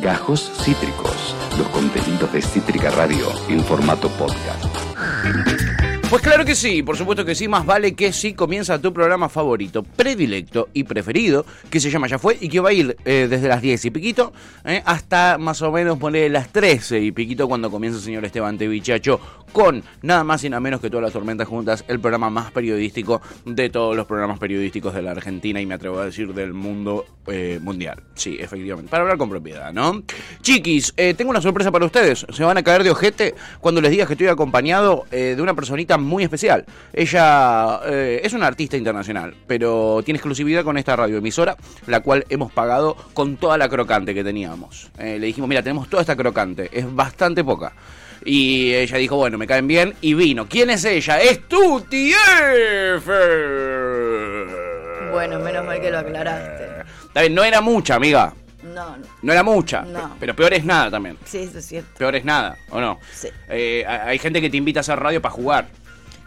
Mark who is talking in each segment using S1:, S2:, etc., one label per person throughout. S1: Gajos Cítricos, los contenidos de Cítrica Radio en formato podcast.
S2: Pues claro que sí, por supuesto que sí, más vale que sí comienza tu programa favorito, predilecto y preferido, que se llama Ya Fue y que va a ir eh, desde las 10 y piquito eh, hasta más o menos poner las 13 y piquito cuando comienza el señor Esteban Tevichacho con nada más y nada menos que todas las tormentas juntas, el programa más periodístico de todos los programas periodísticos de la Argentina y me atrevo a decir del mundo eh, mundial. Sí, efectivamente, para hablar con propiedad, ¿no? Chiquis, eh, tengo una sorpresa para ustedes, se van a caer de ojete cuando les diga que estoy acompañado eh, de una personita muy especial. Ella eh, es una artista internacional, pero tiene exclusividad con esta radioemisora, la cual hemos pagado con toda la crocante que teníamos. Eh, le dijimos, mira, tenemos toda esta crocante, es bastante poca. Y ella dijo, bueno, me caen bien, y vino. ¿Quién es ella? ¡Es Tuti F!
S3: Bueno, menos mal que lo aclaraste.
S2: Está bien, no era mucha, amiga.
S3: No, no.
S2: No era mucha.
S3: No.
S2: Pero peor es nada también.
S3: Sí, eso es cierto.
S2: Peor es nada, ¿o no?
S3: Sí.
S2: Eh, ha- hay gente que te invita a hacer radio para jugar.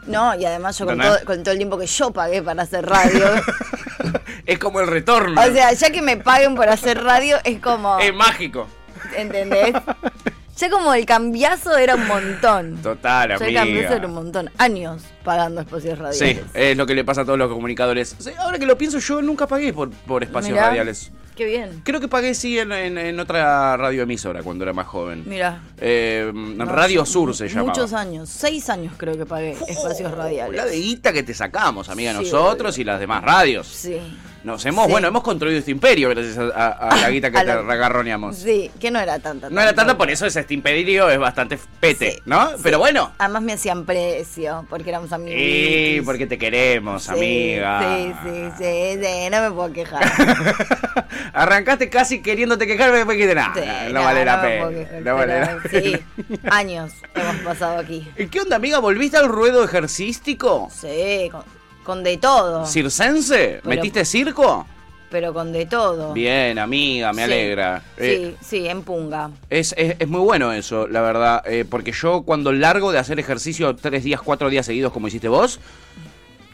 S3: No, y además yo con
S2: ¿Entendés?
S3: todo, con todo el tiempo que yo pagué para hacer radio.
S2: es como el retorno.
S3: o sea, ya que me paguen por hacer radio es como,
S2: es mágico.
S3: ¿entendés? Ya como el cambiazo era un montón.
S2: Total,
S3: Yo el
S2: amiga.
S3: cambiazo era un montón. Años pagando espacios
S2: Sí,
S3: radiales.
S2: es lo que le pasa a todos los comunicadores. Sí, Ahora que lo pienso, yo nunca pagué por, por espacios
S3: Mirá,
S2: radiales.
S3: Qué bien.
S2: Creo que pagué sí en, en- en otra radioemisora cuando era más joven.
S3: Mirá.
S2: Eh,
S3: No,
S2: Radio
S3: sí,
S2: Sur se llamaba.
S3: Muchos años, seis años creo que pagué espacios
S2: Oh,
S3: radiales.
S2: La de guita que te sacamos, amiga,
S3: Sí,
S2: nosotros y las demás radios.
S3: Sí.
S2: Nos hemos,
S3: Sí.
S2: bueno, hemos construido este imperio gracias a, a- a la guita que
S3: A
S2: te
S3: la-
S2: agarroneamos.
S3: Sí, que no era tanta.
S2: No era tanto,
S3: tampoco.
S2: por eso ese imperio es bastante pete,
S3: Sí,
S2: ¿no?
S3: sí.
S2: Pero bueno.
S3: Además me hacían precio, porque éramos amigos.
S2: Y porque te queremos, amiga.
S3: Sí, sí, sí, sí, no me puedo quejar.
S2: Arrancaste casi queriéndote quejar, pero después dijiste, nah,
S3: Sí,
S2: no, vale la
S3: no me puedo
S2: pena.
S3: quejar,
S2: No vale
S3: pero
S2: la pena.
S3: Sí, años hemos pasado aquí.
S2: ¿Y ¿Qué onda, amiga? ¿Volviste al ruedo ejercístico?
S3: Sí, con, con de todo.
S2: ¿Circense?
S3: Pero-
S2: ¿Metiste circo?
S3: Pero con de todo.
S2: Bien, amiga, me
S3: Sí,
S2: alegra.
S3: Sí,
S2: Eh,
S3: sí, en punga.
S2: Es, es- es muy bueno eso, la verdad, eh, porque yo cuando largo de hacer ejercicio tres días, cuatro días seguidos como hiciste vos,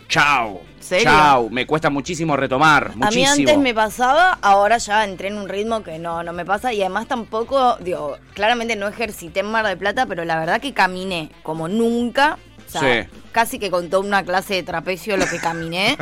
S2: chao,
S3: ¿Serio?
S2: chao, me cuesta muchísimo retomar, muchísimo.
S3: A mí antes me pasaba, ahora ya entré en un ritmo que no, no me pasa. Y además tampoco, digo, claramente no ejercité en Mar del Plata, pero la verdad que caminé como nunca. O sea,
S2: Sí.
S3: casi que con toda una clase de trapecio lo que caminé.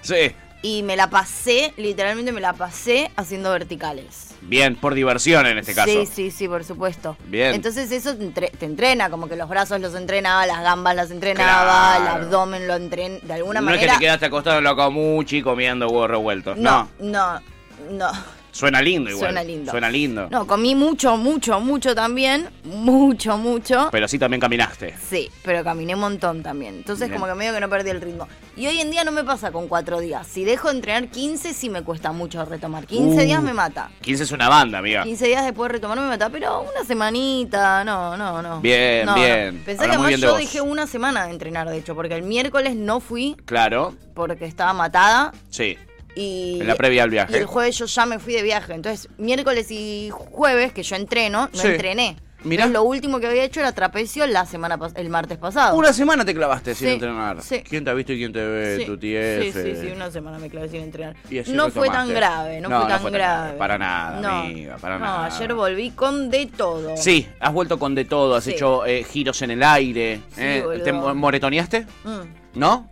S2: Sí,
S3: y me la pasé, literalmente me la pasé haciendo verticales.
S2: bien, por diversión en este caso.
S3: Sí, sí, sí, por supuesto.
S2: Bien.
S3: Entonces eso te, entre- te entrena, como que los brazos los entrenaba, las gambas las entrenaba,
S2: Claro.
S3: el abdomen lo entrenaba, de alguna
S2: no es
S3: manera.
S2: que te quedaste acostado en la comuchi comiendo huevos revueltos. No.
S3: no, no, no.
S2: Suena lindo igual.
S3: Suena lindo.
S2: Suena lindo.
S3: No, comí mucho, mucho, mucho también. Mucho, mucho.
S2: Pero sí también caminaste.
S3: Sí, pero caminé un montón también. Entonces,
S2: Bien.
S3: como que medio que no perdí el ritmo. Y hoy en día no me pasa con cuatro días. Si dejo de entrenar 15, sí me cuesta mucho retomar. 15
S2: Uh.
S3: días me mata.
S2: 15 es una banda, amiga.
S3: 15 días después de retomar me mata, pero una semanita, no, no, no.
S2: Bien,
S3: No,
S2: bien.
S3: no. Pensé
S2: Habla
S3: que
S2: muy
S3: además
S2: bien de
S3: yo
S2: vos.
S3: dejé una semana de entrenar, de hecho, porque el miércoles no fui
S2: Claro,
S3: porque estaba matada.
S2: sí.
S3: Y,
S2: En la previa al viaje.
S3: Y el jueves yo ya me fui de viaje. Entonces, miércoles y jueves, que yo entreno, no
S2: Sí.
S3: entrené.
S2: Mirá.
S3: Entonces, lo último que había hecho era trapecio la semana pas- el martes pasado.
S2: Una semana te clavaste sin
S3: Sí,
S2: entrenar.
S3: sí.
S2: ¿Quién te ha visto y quién te ve?
S3: Sí,
S2: Tu
S3: sí,
S2: TF.
S3: sí, sí, una semana me clavé sin entrenar.
S2: Y ayer
S3: No
S2: lo
S3: fue tan
S2: tomaste.
S3: grave, no,
S2: No,
S3: fue
S2: no
S3: tan
S2: fue tan-
S3: grave.
S2: para nada, amiga, para
S3: no,
S2: nada.
S3: ayer volví con de todo.
S2: Sí, has vuelto con de todo, has
S3: Sí.
S2: hecho eh, giros en el aire.
S3: Sí,
S2: eh.
S3: boludo.
S2: ¿Te mo- moretoneaste?
S3: Mm.
S2: ¿No?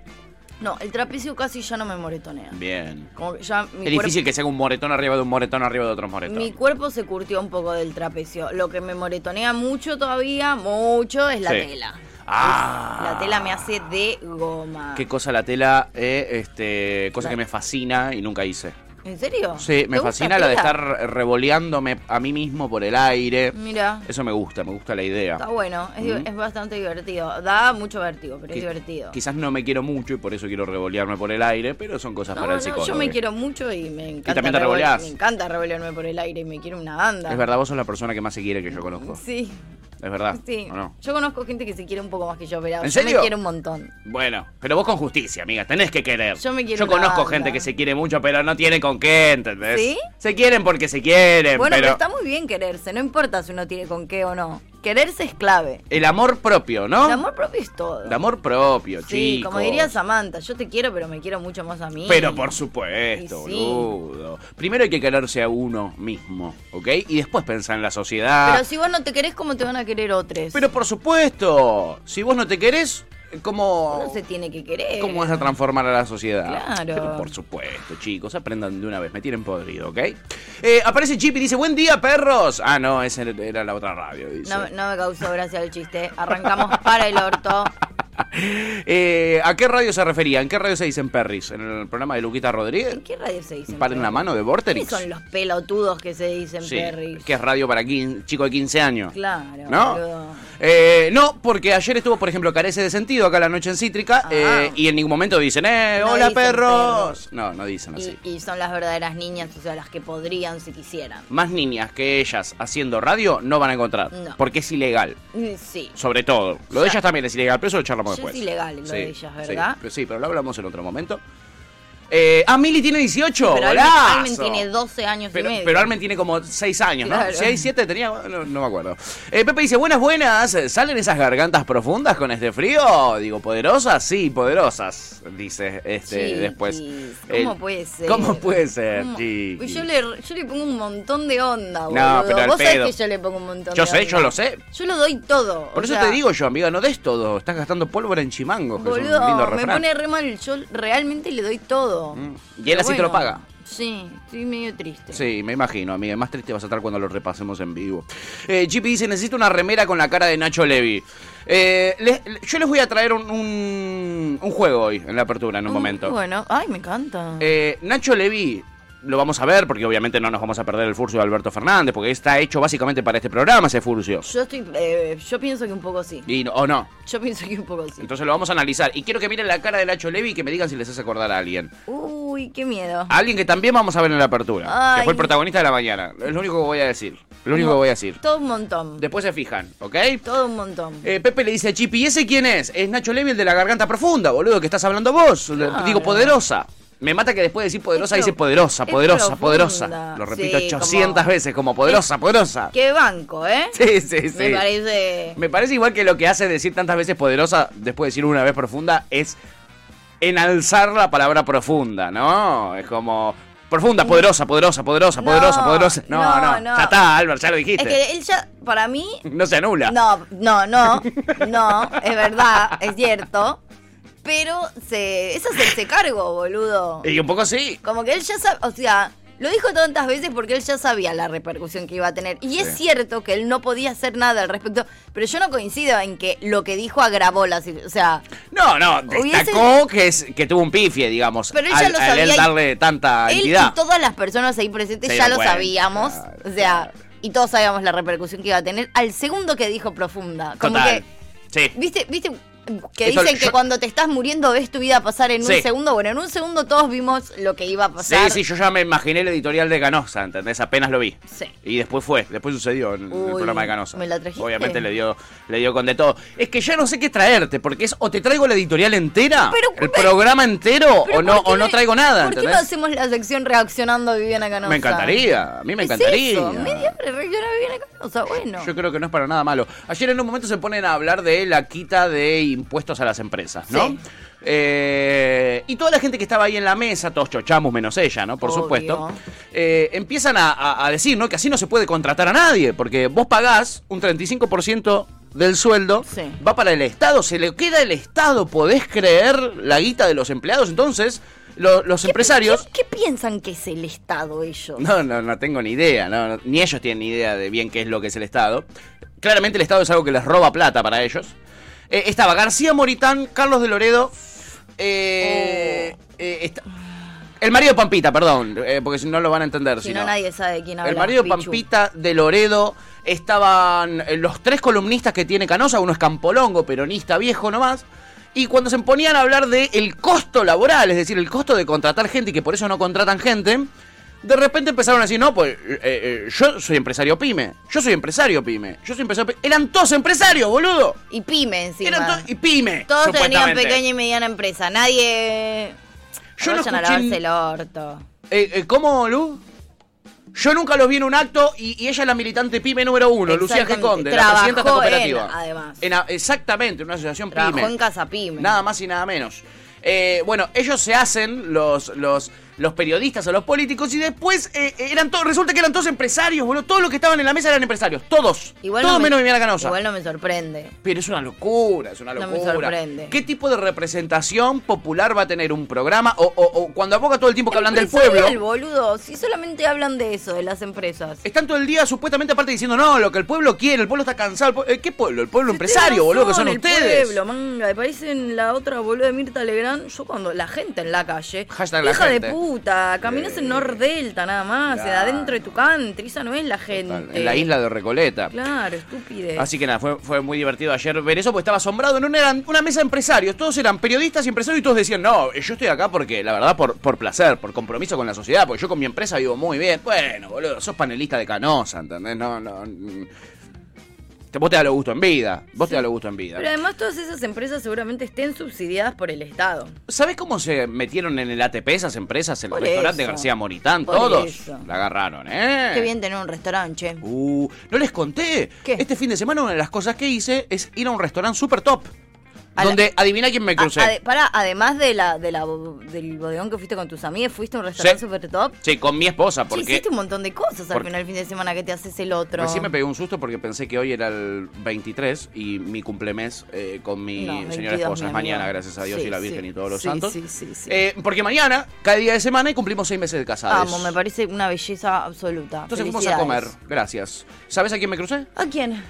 S3: No, el trapecio casi ya no me moretonea.
S2: Bien.
S3: Como que ya mi
S2: es
S3: cuerpo-
S2: difícil que se haga un moretón arriba de un moretón arriba de otro moretón.
S3: Mi cuerpo se curtió un poco del trapecio. Lo que me moretonea mucho todavía, mucho, es la
S2: Sí.
S3: tela.
S2: Ah.
S3: La tela me hace de goma.
S2: Qué cosa la tela, eh, este, cosa
S3: La-
S2: que me fascina y nunca hice.
S3: ¿En serio?
S2: Sí, me
S3: ¿Te gusta
S2: fascina la de
S3: tela?
S2: estar revoleándome a mí mismo por el aire.
S3: Mira,
S2: Eso me gusta, me gusta la idea.
S3: está bueno. Es, div-
S2: Mm.
S3: es bastante divertido. Da mucho vértigo, pero
S2: Qui-
S3: es divertido.
S2: Quizás no me quiero mucho y por eso quiero revolearme por el aire, pero son cosas
S3: No,
S2: para
S3: no,
S2: el psicólogo. eh.
S3: yo me quiero mucho y me encanta.
S2: también te
S3: revol-
S2: revoleás.
S3: Me encanta revolearme por el aire y me quiero una banda.
S2: Es verdad, vos sos la persona que más se quiere que yo conozco.
S3: Sí,
S2: Es verdad.
S3: sí.
S2: ¿o no?
S3: Yo conozco gente que se quiere un poco más que yo, pero
S2: ¿En
S3: yo
S2: serio?
S3: me quiero un montón.
S2: Bueno, pero vos con justicia, amiga, tenés que querer.
S3: Yo me quiero
S2: Yo
S3: una
S2: conozco
S3: banda.
S2: gente que se quiere mucho, pero no tiene con qué, ¿entendés?
S3: ¿Sí?
S2: Se quieren porque se quieren,
S3: Bueno, pero...
S2: pero.
S3: está muy bien quererse, no importa si uno tiene con qué o no. quererse es clave.
S2: El amor propio, ¿no?
S3: El amor propio es todo.
S2: El amor propio,
S3: Sí,
S2: chicos.
S3: como diría Samantha, yo te quiero, pero me quiero mucho más a mí.
S2: Pero por supuesto,
S3: Y sí.
S2: boludo. Primero hay que quererse a uno mismo, ¿ok? Y después pensar en la sociedad.
S3: Pero si vos no te querés, ¿cómo te van a querer otros?
S2: Pero por supuesto, si vos no te querés, ¿cómo,
S3: Uno se tiene que querer.
S2: ¿cómo vas a transformar a la sociedad?
S3: Eh, Claro.
S2: Pero por supuesto, chicos, aprendan de una vez, me tienen podrido, ¿ok? Eh, aparece Chip y dice, buen día, perros. Ah, no, esa era la otra radio, dice.
S3: No, no me causó gracia el chiste. Arrancamos para el orto.
S2: Eh, ¿A qué radio se refería? ¿En qué radio se dicen perris? ¿En el programa de Luquita Rodríguez?
S3: ¿En qué radio se dicen?
S2: ¿Paren la
S3: perris?
S2: mano de
S3: ¿Quiénes
S2: Vorterix?
S3: son los pelotudos que se dicen perris?
S2: que es radio para quin- chico de 15 años.
S3: Claro,
S2: ¿No?
S3: boludo.
S2: Eh, no, porque ayer estuvo, por ejemplo, carece de sentido acá la noche en Cítrica
S3: Ah.
S2: eh, y en ningún momento dicen, ¡eh,
S3: No
S2: hola
S3: dicen
S2: perros! No, no dicen así.
S3: Y, y son las verdaderas niñas, o sea, las que podrían si quisieran.
S2: Más niñas que ellas haciendo radio no van a encontrar,
S3: No.
S2: porque es ilegal.
S3: Mm, Sí.
S2: Sobre todo. Lo de
S3: Ya.
S2: ellas también es ilegal, pero eso lo charlamos
S3: Ya
S2: después.
S3: es ilegal lo de ellas, ¿verdad?
S2: Sí, pero, sí, pero lo hablamos en otro momento. Eh, ah, Mili tiene 18.
S3: Pero Almen,
S2: golazo.
S3: Almen tiene 12 años
S2: Pero,
S3: y medio.
S2: pero Armen tiene como 6 años, ¿no?
S3: Claro.
S2: 6, 7 tenía, no, no me acuerdo. Eh, Pepe dice, buenas, buenas, ¿salen esas gargantas profundas con este frío? Digo, ¿poderosas? Sí, poderosas, dice este
S3: Chiquis,
S2: después.
S3: ¿Cómo
S2: El-
S3: puede ser?
S2: ¿Cómo puede ser,
S3: ¿Cómo? Pues
S2: chiquis?
S3: Yo le, yo le pongo un montón de onda, boludo.
S2: pero al
S3: Vos sabés
S2: pedo.
S3: que yo le pongo un montón
S2: Yo
S3: de
S2: sé,
S3: onda.
S2: yo lo sé.
S3: Yo lo doy todo.
S2: Por
S3: o
S2: eso
S3: sea,
S2: te digo yo, amiga, no des todo, estás gastando pólvora en chimangos, que es un lindo
S3: Boludo, me
S2: refrán. Mm.
S3: pone re mal. Yo realmente le doy
S2: Y
S3: todo.
S2: él
S3: Pero
S2: así te lo paga.
S3: Sí, estoy medio triste.
S2: Sí, me imagino, amiga. Más triste vas a estar cuando lo repasemos en vivo. Eh, Chippy dice, necesito una remera con la cara de Nacho Levy. Eh, les- yo les voy a traer un, un- un juego hoy, en la apertura, en un
S3: Mm,
S2: momento.
S3: Bueno, ay, me encanta.
S2: Eh, Nacho Levy, lo vamos a ver, porque obviamente no nos vamos a perder el furcio de Alberto Fernández, porque está hecho básicamente para este programa ese furcio.
S3: Yo estoy. eh, yo pienso que un poco sí.
S2: Y no- o no.
S3: Yo pienso que un poco sí.
S2: Entonces lo vamos a analizar. Y quiero que miren la cara de Nacho Levy y que me digan si les hace acordar a alguien.
S3: Uy, qué miedo.
S2: A alguien que también vamos a ver en la apertura. Que
S3: Ay.
S2: fue el protagonista de la mañana. Es lo único que voy a decir. Lo único que voy a decir.
S3: Todo un montón.
S2: Después se fijan, ¿ok?
S3: Todo un montón.
S2: Eh, Pepe le dice a Chipi, ¿y ese quién es? Es Nacho Levy, el de la garganta profunda, boludo, que estás hablando vos. Le-
S3: Claro.
S2: Digo, poderosa. Me mata que después de decir poderosa
S3: Es
S2: dice
S3: pro-
S2: poderosa,
S3: es
S2: poderosa,
S3: profunda.
S2: poderosa. Lo repito
S3: Sí,
S2: 800
S3: como-
S2: veces como poderosa, poderosa.
S3: Qué banco, ¿eh?
S2: Sí, sí, sí.
S3: Me parece.
S2: Me parece igual que lo que hace decir tantas veces poderosa después de decir una vez profunda es enalzar la palabra profunda, ¿no? Es como profunda, poderosa, poderosa, poderosa,
S3: No,
S2: poderosa, poderosa. No, no,
S3: no, no.
S2: Ya está, Álvaro, ya lo
S3: Es
S2: dijiste.
S3: que él ya, para mí.
S2: No se anula.
S3: No, no, no. No, es verdad, es cierto. Pero se, es hacerse cargo, boludo.
S2: Y un poco sí.
S3: Como que él ya sabe. O sea. Lo dijo tantas veces porque él ya sabía la repercusión que iba a tener. Y es
S2: Sí.
S3: cierto que él no podía hacer nada al respecto. Pero yo no coincido en que lo que dijo agravó la situación. O sea,
S2: No, no,
S3: Hubiese-
S2: destacó que, es, que tuvo un pifie, digamos.
S3: Pero él ya
S2: al,
S3: lo
S2: al
S3: sabía
S2: él
S3: y-
S2: darle tanta
S3: Él
S2: entidad.
S3: y todas las personas ahí presentes
S2: Se
S3: ya
S2: dieron
S3: lo
S2: cuenta,
S3: sabíamos.
S2: claro,
S3: o sea,
S2: claro.
S3: y todos sabíamos la repercusión que iba a tener al segundo que dijo profunda. Como
S2: Total. Sí.
S3: que, ¿viste? ¿Viste? Que
S2: Esto-
S3: dicen que
S2: yo-
S3: cuando te estás muriendo ves tu vida pasar en
S2: Sí.
S3: un segundo. Bueno, en un segundo todos vimos lo que iba a
S2: Sí,
S3: pasar.
S2: sí, yo ya me imaginé el editorial de Canosa, ¿entendés? Apenas lo vi.
S3: Sí.
S2: Y después fue, después sucedió en el
S3: Uy,
S2: programa de Canosa.
S3: ¿me la trajiste?
S2: Obviamente le dio, le dio con de todo. Es que ya no sé qué traerte, porque es o te traigo la editorial entera,
S3: Pero,
S2: el
S3: ¿cómo-
S2: programa entero,
S3: Pero
S2: o no,
S3: ¿por qué
S2: o no traigo nada,
S3: ¿Por qué
S2: ¿entendés?
S3: no hacemos la sección reaccionando a Viviana Canosa?
S2: me encantaría, a mí me
S3: Es
S2: encantaría.
S3: eso, media hora reaccionar a Viviana Canosa, bueno.
S2: Yo creo que no es para nada malo. Ayer en un momento se ponen a hablar de la quita de impuestos a las empresas, ¿no?
S3: Sí.
S2: Eh, y toda la gente que estaba ahí en la mesa, todos chochamos menos ella, ¿no? Por
S3: Obvio.
S2: supuesto. eh, empiezan a, a- a decir, ¿no? Que así no se puede contratar a nadie, porque vos pagás un 35% del sueldo,
S3: Sí.
S2: va para el Estado, se le queda el Estado, ¿podés creer la guita de los empleados? Entonces, lo- los
S3: ¿Qué-
S2: empresarios...
S3: ¿Qué, qué piensan que es el Estado ellos?
S2: No, no, no tengo ni idea, no, no, ni ellos tienen ni idea de bien qué es lo que es el Estado. Claramente el Estado es algo que les roba plata para ellos. Eh, estaba García Moritán, Carlos de Loredo, eh,
S3: Oh.
S2: eh, esta- el marido de Pampita, perdón, eh, porque si no lo van a entender.
S3: Si no, nadie sabe de quién habla.
S2: El marido de Pampita, de Loredo, estaban eh, los tres columnistas que tiene Canosa, uno es Campolongo, peronista viejo nomás. Y cuando se ponían a hablar de el costo laboral, es decir, el costo de contratar gente y que por eso no contratan gente, de repente empezaron a decir, no, pues eh, eh, yo soy empresario pyme, yo soy empresario pyme, yo soy empresario pyme. Eran todos empresarios, boludo.
S3: Y pyme encima.
S2: Eran todos- y pyme.
S3: Todos tenían
S2: supuestamente.
S3: pequeña y mediana empresa. Nadie.
S2: Yo no
S3: Vayan a
S2: escuché-
S3: lavarse el orto.
S2: Eh, eh, ¿Cómo, Lu? Yo nunca los vi en un acto y, y ella es la militante PYME número uno, Lucía G.
S3: Exactamente.
S2: Conde, la presidenta de esta
S3: Trabajó en,
S2: cooperativa.
S3: además.
S2: En a- exactamente, en una asociación
S3: Trabajó
S2: PYME.
S3: en Casa Pyme.
S2: Nada más y nada menos. Eh, bueno, ellos se hacen los, los, los periodistas o los políticos y después eh, eran todos, resulta que eran todos empresarios, boludo. Todos los que estaban en la mesa eran empresarios, todos. todos
S3: no me-
S2: menos Viviana Canosa.
S3: Igual no me sorprende.
S2: Pero es una locura, es una
S3: No
S2: locura.
S3: me sorprende.
S2: ¿Qué tipo de representación popular va a tener un programa? O, o- o cuando aboga todo el tiempo que hablan del
S3: Empresario
S2: pueblo.
S3: El boludo, si solamente hablan de eso, de las empresas.
S2: Están todo el día supuestamente aparte diciendo, no, lo que el pueblo quiere, el pueblo está cansado. el pue- eh, ¿Qué pueblo? El pueblo empresario,
S3: Tenés
S2: boludo, que son
S3: razón, el
S2: ustedes.
S3: pueblo, manga. Me parecen la otra boludo de Mirta Legrand. Yo cuando la gente en la calle.
S2: Hashtag la
S3: vieja
S2: gente. Eh,
S3: de puta. Caminas en Nordelta Delta nada más.
S2: claro.
S3: Adentro de tu country. Esa no es la gente.
S2: En la isla de Recoleta.
S3: Claro, estúpide.
S2: Así que nada, fue, fue muy divertido ayer ver eso, porque estaba asombrado. En una, eran, una mesa de empresarios, todos eran periodistas y empresarios y todos decían, no, eh, yo estoy acá porque, la verdad, por, por placer, por compromiso con la sociedad, porque yo con mi empresa vivo muy bien. Bueno, boludo, sos panelista de Canosa, ¿entendés? No, no... mm. Te- Vos te das lo gusto en vida, vos te das lo gusto en vida.
S3: Pero además todas esas empresas seguramente estén subsidiadas por el Estado.
S2: ¿Sabés cómo se metieron en el ATP esas empresas? En el
S3: Por
S2: restaurante de
S3: eso.
S2: García Moritán,
S3: Por
S2: todos
S3: eso.
S2: la agarraron, ¿eh?
S3: Qué bien tener un restaurante, che.
S2: Uh, no les conté.
S3: ¿Qué?
S2: Este fin de semana una de las cosas que hice es ir a un restaurante super top.
S3: A la-
S2: donde adivina quién me crucé.
S3: A- Ah, ade- para, además de la, de la bo- del bodegón que fuiste con tus amigas, fuiste a un restaurante
S2: Sí.
S3: super top.
S2: Sí, con mi esposa,
S3: Sí,
S2: porque
S3: hiciste un montón de cosas al
S2: porque-
S3: final del fin de semana que te haces el otro.
S2: recién me pegué un susto porque pensé que hoy era el 23 y mi cumplemes eh, con mi
S3: No,
S2: señora
S3: 22,
S2: esposa
S3: mi
S2: es mañana,
S3: amigo.
S2: gracias a Dios
S3: Sí,
S2: y la
S3: sí.
S2: Virgen y todos los
S3: Sí,
S2: santos.
S3: sí, sí, sí.
S2: Eh, porque mañana, cada día de semana, y cumplimos seis meses de casados.
S3: Amo, me parece una belleza absoluta.
S2: Entonces fuimos a comer,
S3: Felicidades.
S2: gracias. ¿Sabes a quién me crucé?
S3: ¿A quién?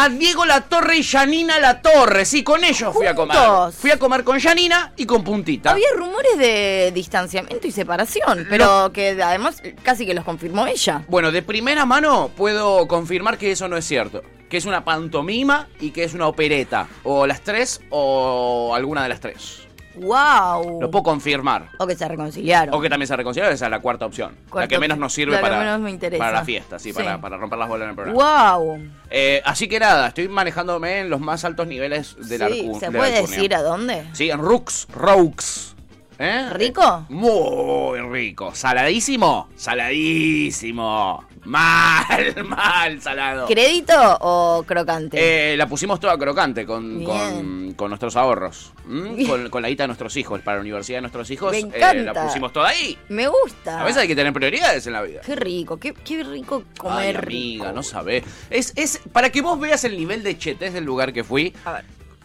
S2: A Diego La Torre y Janina La Torre. Sí, con ellos fui a comer.
S3: Juntos.
S2: Fui a comer con Janina y con Puntita.
S3: Había rumores de distanciamiento y separación, pero que además casi que los confirmó ella.
S2: Bueno, de primera mano puedo confirmar que eso no es cierto. Que es una pantomima y que es una opereta. O las tres o alguna de las tres.
S3: ¡Wow!
S2: Lo puedo confirmar.
S3: O que se reconciliaron.
S2: O que también se reconciliaron, esa es la cuarta opción. la
S3: Cuarta
S2: que menos
S3: opción.
S2: nos sirve
S3: La que
S2: para,
S3: menos me interesa.
S2: para la fiesta, sí,
S3: Sí.
S2: Para, para romper las bolas en el programa.
S3: ¡Wow!
S2: Eh, así que nada, estoy manejándome en los más altos niveles del
S3: sí,
S2: arcu-
S3: ¿Se
S2: de la
S3: puede
S2: alcurnia.
S3: decir a dónde?
S2: Sí, en Rux, Roux. ¿Eh?
S3: ¿Rico?
S2: Muy rico. ¿Saladísimo? Saladísimo. Mal, mal salado.
S3: ¿Crédito o crocante?
S2: Eh, la pusimos toda crocante con,
S3: Bien.
S2: con, con nuestros ahorros. ¿m?
S3: Bien.
S2: Con, con la guita de nuestros hijos, para la universidad de nuestros hijos.
S3: Me
S2: eh, la
S3: encanta.
S2: pusimos toda ahí.
S3: Me gusta.
S2: A veces hay que tener prioridades en la vida.
S3: Qué rico, qué, qué rico
S2: Ay,
S3: comer
S2: amiga,
S3: rico.
S2: no sabés. Es, es para que vos veas el nivel de chetés del lugar que fui.
S3: A ver.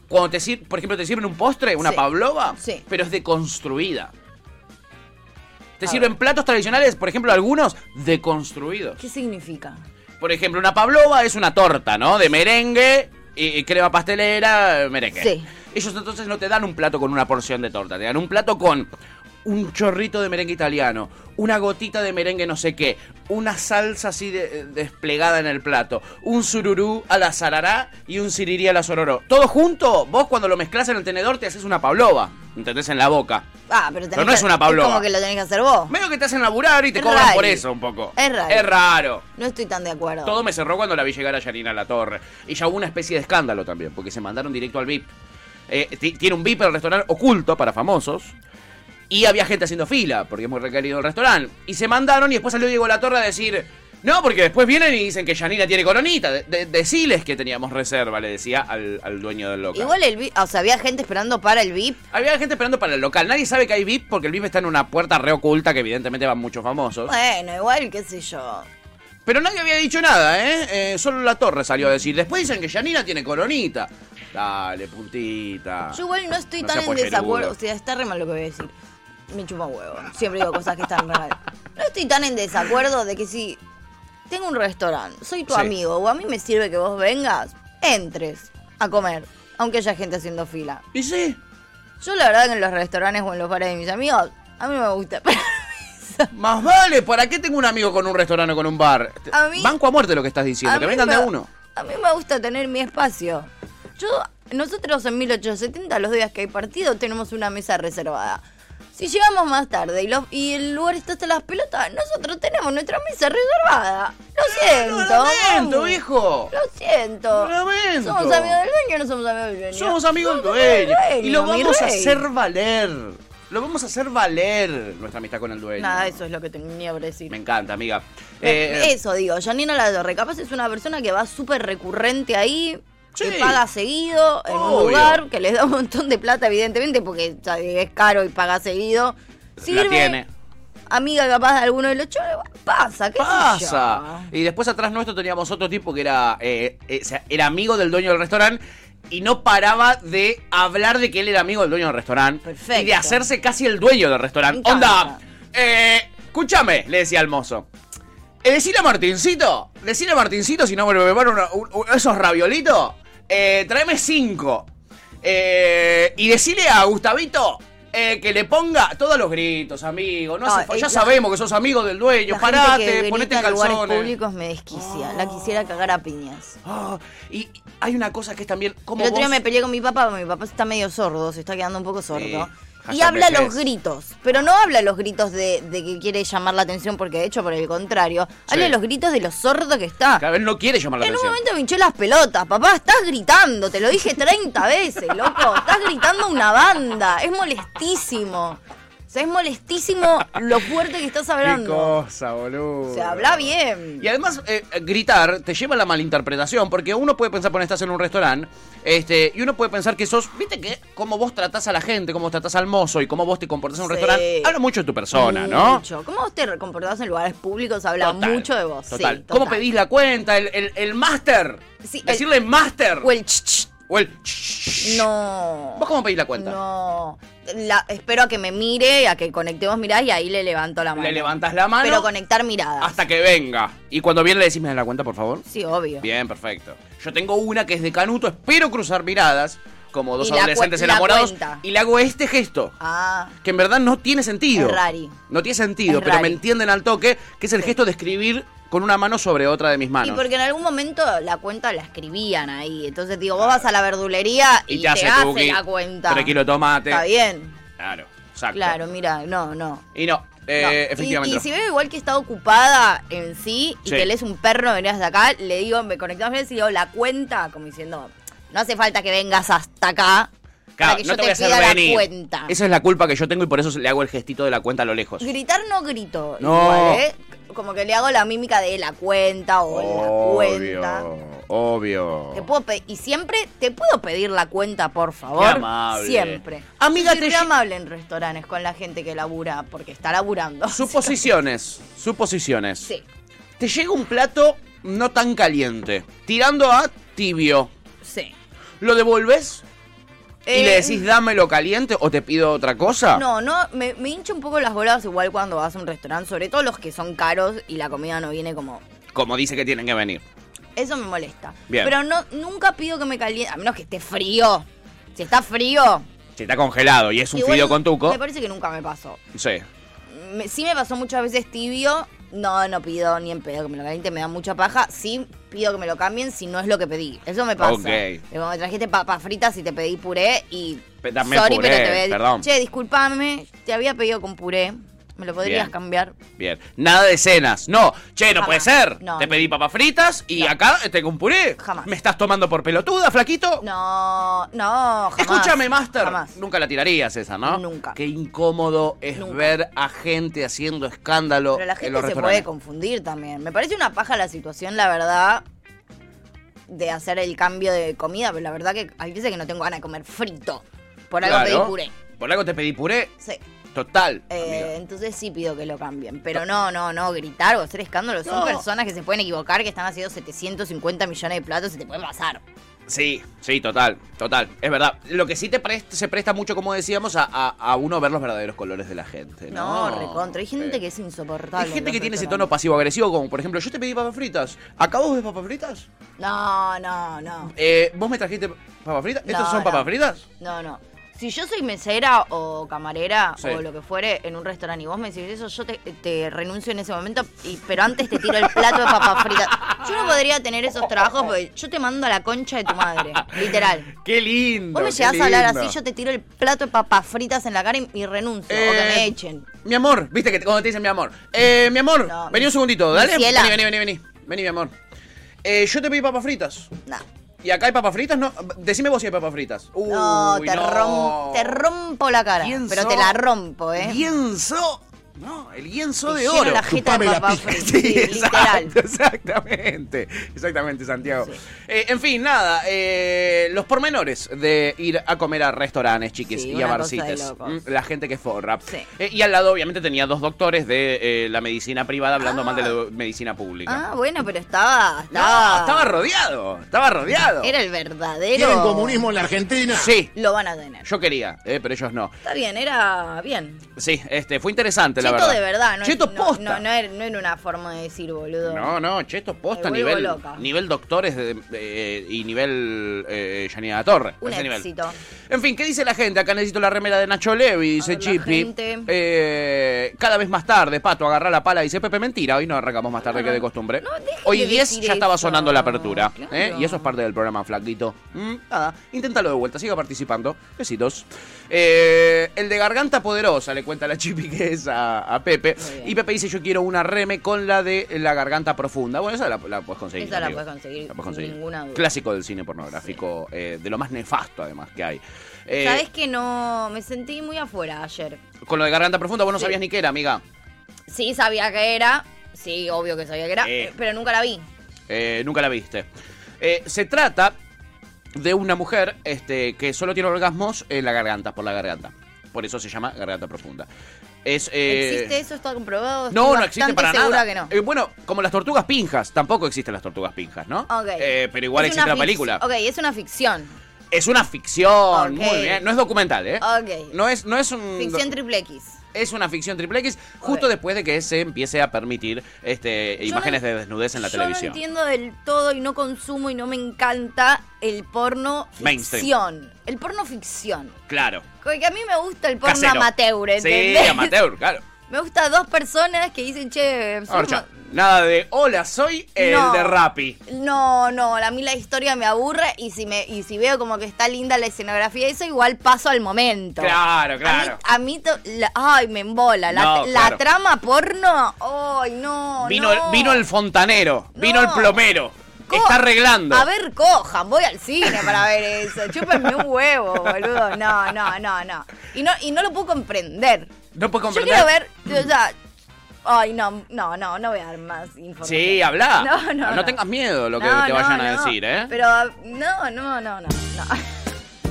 S2: Cuando te sirven, por ejemplo, te sirven un postre, una
S3: Sí.
S2: pavlova,
S3: Sí.
S2: pero es deconstruida. Te
S3: A
S2: sirven
S3: ver.
S2: platos tradicionales, por ejemplo, algunos deconstruidos.
S3: ¿Qué significa?
S2: Por ejemplo, una pavlova es una torta, ¿no? De merengue y y crema pastelera, eh, merengue.
S3: Sí.
S2: Ellos entonces no te dan un plato con una porción de torta, te dan un plato con un chorrito de merengue italiano, una gotita de merengue no sé qué, una salsa así de- eh, desplegada en el plato, un sururú a la sarará y un sirirí a la sororó. Todo junto, vos cuando lo mezclas en el tenedor te haces una pavlova, ¿entendés? En la boca.
S3: Ah, pero tenés
S2: Pero no
S3: que-
S2: es una pavlova.
S3: como que lo tenés que hacer vos.
S2: Medio que te hacen laburar y te
S3: Es
S2: cobran
S3: raro.
S2: por eso un poco.
S3: Es raro.
S2: Es raro.
S3: No estoy tan de acuerdo.
S2: Todo me cerró cuando la vi llegar a Yanina La Torre. Y ya hubo una especie de escándalo también, porque se mandaron directo al VIP. Eh, ti- tiene un VIP el restaurante oculto para famosos. Y había gente haciendo fila, porque es muy requerido el restaurante. Y se mandaron y después salió Diego La Torre a decir... No, porque después vienen y dicen que Yanina tiene coronita. De, de- deciles que teníamos reserva, le decía al, al dueño del local.
S3: Igual el VIP, o sea, había gente esperando para el VIP.
S2: Había gente esperando para el local. Nadie sabe que hay VIP porque el VIP está en una puerta re oculta que evidentemente van muchos famosos.
S3: Bueno, igual, qué sé yo.
S2: Ah, Pero nadie había dicho nada, ¿eh? Eh, Solo la torre salió a decir. Después dicen que Yanina tiene coronita. Dale, puntita.
S3: Yo igual no estoy
S2: No
S3: tan
S2: sea
S3: en
S2: pollerudo.
S3: desacuerdo. O sea, está re mal lo que voy a decir. Me chupa un huevo. Siempre digo cosas que están re mal. No estoy tan en desacuerdo de que si tengo un restaurante, soy tu
S2: Sí.
S3: amigo o a mí me sirve que vos vengas, entres a comer, aunque haya gente haciendo fila.
S2: Y sí,
S3: Yo la verdad que en los restaurantes o en los bares de mis amigos, a mí no me gusta.
S2: más vale. ¿Para qué tengo un amigo con un restaurante o con un bar?
S3: A mí-
S2: Banco a muerte lo que estás diciendo.
S3: A
S2: Que
S3: mí
S2: vengan de
S3: me-
S2: uno.
S3: A mí me gusta tener mi espacio. Yo, nosotros en 1870, los días que hay partido, tenemos una mesa reservada. Si llegamos más tarde y, los- y el lugar está hasta las pelotas, nosotros tenemos nuestra mesa reservada. Lo siento.
S2: lo lamento,
S3: vamos.
S2: viejo.
S3: Lo siento.
S2: Lo lamento.
S3: Somos amigos del dueño, no somos amigos del dueño.
S2: Somos amigos
S3: Somos amigos
S2: dueños. Y lo
S3: mi
S2: vamos a
S3: rey.
S2: hacer valer. Lo vamos a hacer valer nuestra amistad con el dueño.
S3: Nada, eso es lo que tenía para decir.
S2: Me encanta, amiga.
S3: Eh,
S2: Eh,
S3: Eso digo, Janina La Torre, capaz es una persona que va súper recurrente ahí,
S2: Sí.
S3: que paga seguido en
S2: Obvio.
S3: un lugar, que les da un montón de plata, evidentemente, porque ya es caro y paga seguido.
S2: La
S3: Sirve.
S2: tiene.
S3: Amiga capaz de alguno de los choros, pasa, ¿qué sé
S2: pasa.
S3: yo.
S2: Y después atrás nuestro teníamos otro tipo que era, eh, eh, o sea, era amigo del dueño del restaurante y no paraba de hablar de que él era amigo del dueño del restaurante.
S3: Perfecto.
S2: Y de hacerse casi el dueño del restaurante.
S3: Me encanta.
S2: Onda, eh, escúchame, le decía al mozo. Eh, decile a Martincito, decile a Martincito si no me van una- un- un- esos raviolitos, eh, tráeme cinco. Eh, y decile a Gustavito eh, que le ponga todos los gritos, amigo. No
S3: No,
S2: hace fa-
S3: eh,
S2: ya
S3: la-
S2: sabemos que sos amigo del dueño.
S3: La gente que
S2: Parate,
S3: grita
S2: ponete en
S3: en lugares
S2: calzones.
S3: públicos me desquicia, la quisiera cagar a piñas.
S2: Ah, y y hay una cosa que es también.
S3: El
S2: Como
S3: otro día
S2: vos-
S3: me peleé con mi papá, porque mi papá está medio sordo, se está quedando un poco sordo. y
S2: hashtag
S3: habla
S2: vejez.
S3: los gritos, pero no habla los gritos de, de que quiere llamar la atención, porque de hecho, por el contrario, habla los gritos de lo sordo que está.
S2: Cada vez no quiere llamar la
S3: En un
S2: atención.
S3: momento me hinché las pelotas, papá, estás gritando, te lo dije 30 veces, loco, estás gritando una banda, es molestísimo. O sea, es molestísimo lo fuerte que estás hablando.
S2: cosa, boludo.
S3: O sea, habla bien.
S2: Y además, eh, gritar te lleva a la malinterpretación, porque uno puede pensar, cuando estás en un restaurante, este, y uno puede pensar que sos, viste que cómo vos tratás a la gente, cómo tratás al mozo y cómo vos te comportás en un
S3: Sí.
S2: restaurante, habla mucho de tu persona, ¿no?
S3: Mucho. ¿Cómo vos te comportás en lugares públicos? Habla
S2: Total,
S3: mucho de vos. Sí,
S2: Total. ¿Cómo
S3: total.
S2: pedís la cuenta? El, el, el máster.
S3: Sí, el-
S2: Decirle máster.
S3: O el ch, ch.
S2: O el ch-
S3: No.
S2: ¿Vos cómo pedís la cuenta?
S3: No. La- espero a que me mire, a que conectemos miradas y ahí le levanto la mano.
S2: Le levantás la mano
S3: Pero conectar miradas.
S2: hasta que venga. Y cuando viene le decís, me das la cuenta, por favor.
S3: Sí, obvio.
S2: Bien, perfecto. Yo tengo una que es de Canuto, espero cruzar miradas, como dos
S3: Y la
S2: adolescentes
S3: cue- la
S2: enamorados,
S3: cuenta.
S2: y le hago este gesto.
S3: Ah.
S2: Que en verdad no tiene sentido.
S3: Es rari.
S2: No tiene sentido,
S3: Es
S2: pero me
S3: rari.
S2: entienden al toque, que es el gesto de escribir con una mano sobre otra de mis
S3: Y
S2: manos.
S3: porque en algún momento la cuenta la escribían ahí. Entonces digo,
S2: Ah.
S3: vos vas a la verdulería y, te, hace,
S2: tuki,
S3: la cuenta.
S2: Tres kilos de tomate.
S3: Está bien.
S2: Claro, exacto.
S3: Claro, mira, no, no.
S2: Y no, eh,
S3: No. Y-
S2: efectivamente.
S3: Y,
S2: no.
S3: si veo igual que está ocupada en sí y
S2: Sí.
S3: que lees un perro, venir hasta acá, le digo, me conectás y le digo la cuenta, como diciendo, no hace falta que vengas hasta acá para
S2: Claro,
S3: que
S2: no
S3: yo
S2: te voy a
S3: te,
S2: hacer
S3: pida la
S2: venir.
S3: cuenta.
S2: Esa es la culpa que yo tengo y por eso le hago el gestito de la cuenta a lo lejos.
S3: Gritar no grito.
S2: No.
S3: igual, ¿eh? Como que le hago la mímica de la cuenta o la cuenta.
S2: obvio.
S3: Te puedo pe- y siempre te puedo pedir la cuenta, por favor.
S2: Qué amable.
S3: Siempre.
S2: Amiga,
S3: Yo soy
S2: te
S3: re
S2: lle-
S3: amable en restaurantes con la gente que labura, porque está laburando.
S2: Suposiciones, suposiciones.
S3: Sí.
S2: Te llega un plato no tan caliente, tirando a tibio.
S3: Sí.
S2: ¿Lo devolves? ¿Y
S3: Eh,
S2: le decís dámelo caliente o te pido otra cosa?
S3: No, no, me, me hincha un poco las bolas igual cuando vas a un restaurante, sobre todo los que son caros y la comida no viene como...
S2: Como dice que tienen que venir.
S3: Eso me molesta.
S2: Bien.
S3: Pero no, nunca pido que me caliente, a menos que esté frío. Si está frío...
S2: Si está congelado y es un
S3: igual
S2: fideo con tuco.
S3: Me parece que nunca me pasó.
S2: Sí.
S3: Me- sí me pasó muchas veces tibio. No, no pido ni en pedo que me lo caliente, me da mucha paja. Sí pido que me lo cambien si no es lo que pedí. Eso me pasa.
S2: Ok.
S3: Como me trajiste papas fritas y te pedí puré y...
S2: Pe- dame
S3: sorry,
S2: puré,
S3: pero te voy a decir,
S2: perdón.
S3: Che, discúlpame, te había pedido con puré. ¿Me lo podrías
S2: Bien.
S3: cambiar?
S2: Bien. Nada de cenas. No. Che, no
S3: Jamás.
S2: puede ser.
S3: No,
S2: te
S3: no.
S2: pedí papas fritas y
S3: No.
S2: acá tengo un puré.
S3: Jamás.
S2: ¿Me estás tomando por pelotuda, flaquito?
S3: No, no, jamás.
S2: Escúchame, Master.
S3: Jamás.
S2: Nunca la tirarías esa, ¿no?
S3: Nunca.
S2: Qué incómodo es
S3: Nunca.
S2: ver a gente haciendo escándalo
S3: Pero la
S2: en
S3: gente
S2: los
S3: se
S2: restaurantes.
S3: puede confundir también. Me parece una paja la situación, la verdad, de hacer el cambio de comida, pero la verdad que hay veces que no tengo ganas de comer frito. Por algo
S2: Claro.
S3: pedí puré.
S2: Por algo te pedí puré.
S3: Sí.
S2: Total.
S3: Eh,
S2: amiga.
S3: entonces sí pido que lo cambien. Pero no, no, no, gritar o hacer escándalo. Son
S2: No.
S3: personas que se pueden equivocar, que están haciendo 750 millones de platos y te pueden pasar.
S2: Sí, sí, total, total. Es verdad. Lo que sí te prest- se presta mucho, como decíamos, a, a- a uno ver los verdaderos colores de la gente.
S3: No,
S2: No,
S3: recontra. Hay gente
S2: Eh,
S3: que es insoportable.
S2: Hay
S3: en
S2: gente
S3: los
S2: que tiene ese tono
S3: restaurantes.
S2: pasivo-agresivo, como por ejemplo, yo te pedí papas fritas. ¿Acá vos ves papas fritas?
S3: No, no, no.
S2: Eh, ¿Vos me trajiste papas fritas? ¿Estas
S3: No,
S2: son
S3: no.
S2: papas fritas?
S3: No, no. Si yo soy mesera o camarera
S2: Sí.
S3: o lo que fuere en un restaurante y vos me decís eso, yo te, te renuncio en ese momento, y, pero antes te tiro el plato de papas fritas. Yo no podría tener esos trabajos porque yo te mando a la concha de tu madre, literal.
S2: ¡Qué lindo!
S3: Vos me
S2: qué
S3: llegás a hablar
S2: lindo.
S3: así, yo te tiro el plato de papas fritas en la cara y, y renuncio, o que
S2: Eh,
S3: me echen.
S2: Mi amor, viste que te- cuando te dicen mi amor. Eh, mi amor,
S3: No,
S2: vení
S3: mi-
S2: un segundito,
S3: mi
S2: dale. Vení,
S3: ciela.
S2: vení, vení, vení. Vení, mi amor. Eh, yo te pedí papas fritas.
S3: No.
S2: Y acá hay papas fritas, no. Decime vos si hay papas fritas. Uy,
S3: No, te,
S2: no.
S3: rom- te rompo la cara.
S2: ¿Quién
S3: Pero
S2: sos?
S3: te la rompo, ¿eh?
S2: Lienzo. No, el lienzo
S3: Te
S2: de
S3: lleno
S2: oro.
S3: la jeta
S4: Chupame
S3: de
S4: la
S3: papá
S4: pija.
S3: frita,
S2: Sí,
S3: sí,
S2: exacto,
S3: literal.
S2: exactamente, exactamente, Santiago. Eh, en fin, nada, eh, los pormenores de ir a comer a restaurantes, chiquis,
S3: Sí,
S2: y a
S3: una cosa de
S2: barcites.
S3: locos.
S2: Mm, La gente que forra.
S3: Sí.
S2: Eh, y al lado, obviamente, tenía dos doctores de eh, la medicina privada hablando
S3: Ah.
S2: mal de la do- medicina pública.
S3: Ah, bueno, pero estaba.
S2: No,
S3: Estaba,
S2: estaba rodeado, estaba rodeado.
S3: Era el verdadero.
S4: ¿Quieren comunismo en la Argentina?
S2: Sí,
S3: Lo van a tener.
S2: yo quería, eh, pero ellos no.
S3: Está bien, era bien.
S2: Sí, este, fue interesante,
S3: Cheto
S2: la verdad.
S3: de verdad, no,
S2: Cheto
S3: no-
S2: posta.
S3: No, no era, no era una forma de decir, boludo.
S2: No, no, chetos posta
S3: Me vuelvo
S2: nivel,
S3: loca.
S2: nivel doctores de- eh, y nivel eh, Yanina Torre.
S3: Un
S2: ese nivel.
S3: éxito.
S2: En fin, ¿qué dice la gente? Acá necesito la remera de Nacho Levi, dice
S3: ver, la
S2: Chipi.
S3: gente.
S2: Eh, cada vez más tarde, Pato, agarra la pala y dice, Pepe, mentira, hoy no arrancamos más tarde que de costumbre.
S3: No, dejen
S2: hoy
S3: de
S2: 10
S3: decir
S2: ya estaba
S3: eso.
S2: sonando la apertura.
S3: Claro.
S2: ¿eh? Y eso es parte del programa, flaquito. Mm, nada, inténtalo de vuelta, siga participando. Besitos. Eh, el de Garganta Poderosa, le cuenta la Chipi que es a, a Pepe.
S3: Muy bien.
S2: Y Pepe dice, yo quiero una reme con la de la Garganta Profunda. Bueno, esa la, la puedes conseguir.
S3: Esa la
S2: amigo.
S3: puedes conseguir,
S2: La puedes conseguir.
S3: sin ninguna duda.
S2: Clásico del cine pornográfico, eh, de lo más nefasto además que hay. Eh,
S3: Sabes que no. Me sentí muy afuera ayer.
S2: Con lo de garganta profunda, vos no sabías ni qué era, amiga.
S3: Sí, sabía que era. Sí, obvio que sabía que era.
S2: Eh.
S3: Pero nunca la vi.
S2: Eh, nunca la viste. Eh, se trata de una mujer este, que solo tiene orgasmos en la garganta, por la garganta. Por eso se llama garganta profunda. Es, eh,
S3: ¿Existe eso? ¿Está comprobado?
S2: No,
S3: Estoy
S2: no existe
S3: bastante
S2: para
S3: segura
S2: nada.
S3: que no.
S2: Eh, bueno, como las tortugas pinjas, tampoco existen las tortugas pinjas, ¿no?
S3: Ok.
S2: Eh, pero igual
S3: Es
S2: existe
S3: una
S2: la
S3: fic-
S2: película.
S3: Ok, es una ficción.
S2: Es una ficción,
S3: Ok.
S2: muy bien. No es documental, ¿eh?
S3: Ok.
S2: No es, no es un.
S3: Ficción triple X.
S2: es una ficción triple X justo
S3: Ok.
S2: después de que se empiece a permitir este,
S3: Yo
S2: imágenes
S3: no-
S2: de desnudez en la
S3: yo
S2: televisión.
S3: No entiendo del todo y no consumo y no me encanta el porno
S2: Mainstream.
S3: ficción. El porno ficción.
S2: Claro.
S3: Porque a mí me gusta el porno
S2: Casero.
S3: amateur, ¿entendés?
S2: Sí, amateur, claro.
S3: Me gusta dos personas que dicen, che, somos-
S2: Orcha. Nada de hola, soy el
S3: No.
S2: de Rappi.
S3: No, no, a mí la historia me aburre y si me y si veo como que está linda la escenografía, eso igual paso al momento.
S2: Claro,
S3: A mí-
S2: claro.
S3: A mí, to- la- ay, me embola. La,
S2: No,
S3: la
S2: claro.
S3: trama porno, ay, no.
S2: Vino, el-
S3: ah, no.
S2: vino el fontanero, vino el
S3: No.
S2: plomero.
S3: Co-
S2: Está arreglando.
S3: A ver, cojan, voy al cine para ver eso. Chúpenme un huevo, boludo. No, no, no, no. Y no, y no lo puedo comprender.
S2: no puedo
S3: Yo
S2: comprender.
S3: quiero ver, o sea, ay, no, no, no, no voy a dar más información.
S2: Sí, habla.
S3: No, no, no.
S2: tengas miedo lo que
S3: No,
S2: te
S3: no,
S2: vayan a
S3: no.
S2: decir, ¿eh?
S3: Pero no, no, no, no, no.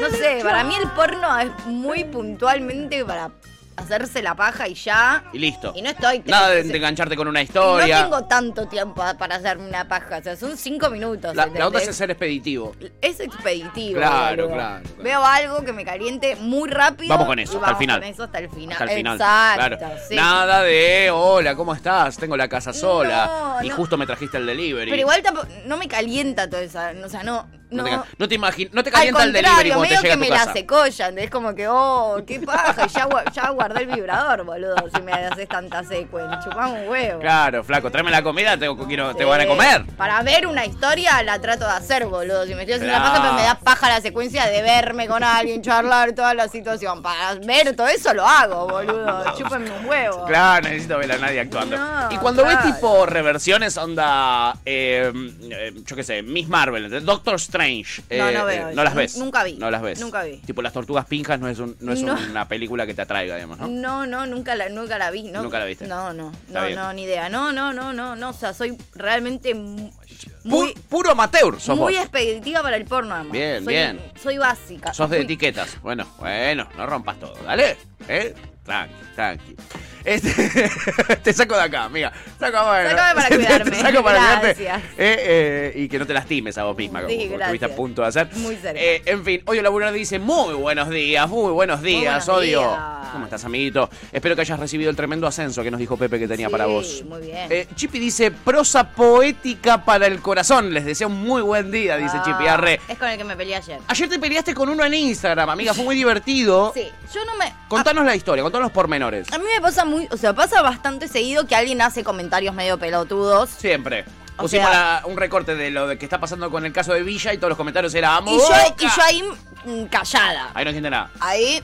S3: No sé, para mí el porno es muy puntualmente para hacerse la paja y ya.
S2: Y listo.
S3: Y no estoy
S2: Nada de,
S3: y
S2: de engancharte con una
S3: no
S2: historia.
S3: tengo tanto tiempo para hacerme una paja, o sea, son cinco minutos.
S2: la, la otra
S3: ¿entendés?
S2: es ser expeditivo.
S3: Es expeditivo.
S2: Claro,
S3: boludo.
S2: claro, claro.
S3: Veo algo que me caliente muy rápido.
S2: Vamos con eso,
S3: y
S2: hasta el
S3: vamos
S2: final.
S3: Con eso hasta el final.
S2: Hasta el final.
S3: Exacto.
S2: claro.
S3: sí.
S2: Nada de hola, ¿cómo estás? Tengo la casa sola.
S3: No,
S2: y
S3: no.
S2: justo me trajiste el delivery.
S3: Pero igual tampoco, no me calienta todo eso. O sea, no.
S2: No,
S3: No,
S2: te, ca- no te imagino, no te
S3: Al
S2: calienta el delivery
S3: contrario,
S2: cuando te llega
S3: medio que
S2: a tu
S3: me
S2: casa.
S3: la secollan. Es como que, oh, qué paja. y Ya, gua- ya guardé el vibrador, boludo. Si me haces tanta secuencia. Chupame un huevo.
S2: Claro, flaco, tráeme la comida, te, quiero, te
S3: Sí.
S2: van a comer.
S3: Eh, Para ver una historia la trato de hacer, boludo. Si me estoy haciendo la
S2: Claro.
S3: paja, pero me da paja la secuencia de verme con alguien, charlar toda la situación. Para ver todo eso lo hago, boludo. Chúpenme un huevo.
S2: Claro, necesito ver a nadie actuando.
S3: No,
S2: y cuando
S3: claro.
S2: ves tipo reversiones, onda, eh, eh, yo qué sé, Miss Marvel, ¿entendés? Doctor Strange.
S3: No,
S2: eh,
S3: no
S2: eh,
S3: veo
S2: No
S3: eso.
S2: las ves.
S3: Nunca vi.
S2: No las ves.
S3: Nunca vi.
S2: Tipo, Las Tortugas Pinjas no es, un- no es
S3: No.
S2: una película que te atraiga, digamos, ¿no?
S3: No, no, nunca la, nunca la vi, ¿no?
S2: Nunca la viste.
S3: No, no,
S2: Está
S3: no,
S2: bien.
S3: no, ni idea. No, no, no, no, no. O sea, soy realmente mu-
S2: Pu-
S3: muy,
S2: puro amateur sos
S3: muy
S2: vos.
S3: expeditiva para el porno, además.
S2: Bien,
S3: soy,
S2: bien.
S3: Soy básica.
S2: Sos de
S3: Muy-
S2: etiquetas. Bueno, bueno, no rompas todo, dale. ¿Eh? Tranqui, tranqui. Este, te saco de acá, amiga. Saco, bueno.
S3: Sácame para cuidarme.
S2: Te saco para cuidarte.
S3: Gracias.
S2: Eh, eh, y que no te lastimes a vos misma, como
S3: Sí,
S2: como
S3: gracias.
S2: estuviste a punto de hacer.
S3: Muy cerca.
S2: Eh, en fin, Odio Laburón dice, muy buenos días, muy buenos días,
S3: buenos
S2: Odio.
S3: días.
S2: ¿Cómo estás, amiguito? Espero que hayas recibido el tremendo ascenso que nos dijo Pepe que tenía
S3: Sí,
S2: para vos.
S3: muy bien.
S2: Eh, Chipi dice, prosa poética para el corazón. Les deseo un muy buen día, dice Chipi.
S3: Ah,
S2: Arre. Ah,
S3: Es con el que me peleé ayer.
S2: Ayer te peleaste con uno en Instagram, amiga, fue muy divertido.
S3: Sí, yo no me.
S2: Contanos la historia, contanos los pormenores.
S3: A mí me pasa muy, o sea, pasa bastante seguido que alguien hace comentarios medio pelotudos.
S2: Siempre.
S3: O
S2: Pusimos
S3: sea-
S2: la- un recorte de lo de que está pasando con el caso de Villa y todos los comentarios era amo.
S3: Y yo,
S2: Boca".
S3: y yo ahí mm, callada.
S2: Ahí no entiende nada.
S3: Ahí,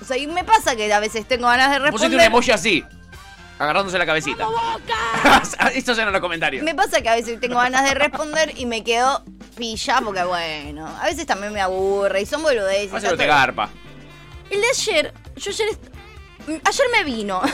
S3: o sea, y me pasa que a veces tengo ganas de
S2: Pusiste un
S3: responder.
S2: emoji así, agarrándose la Ah, cabecita. Estos eran los comentarios.
S3: Me pasa que a veces tengo ganas de responder y me quedo pilla, porque bueno, a veces también me aburre y son boludeces.
S2: No
S3: ya
S2: se te
S3: todo.
S2: garpa.
S3: El de ayer, yo ayer. est- mm, Ayer me vino.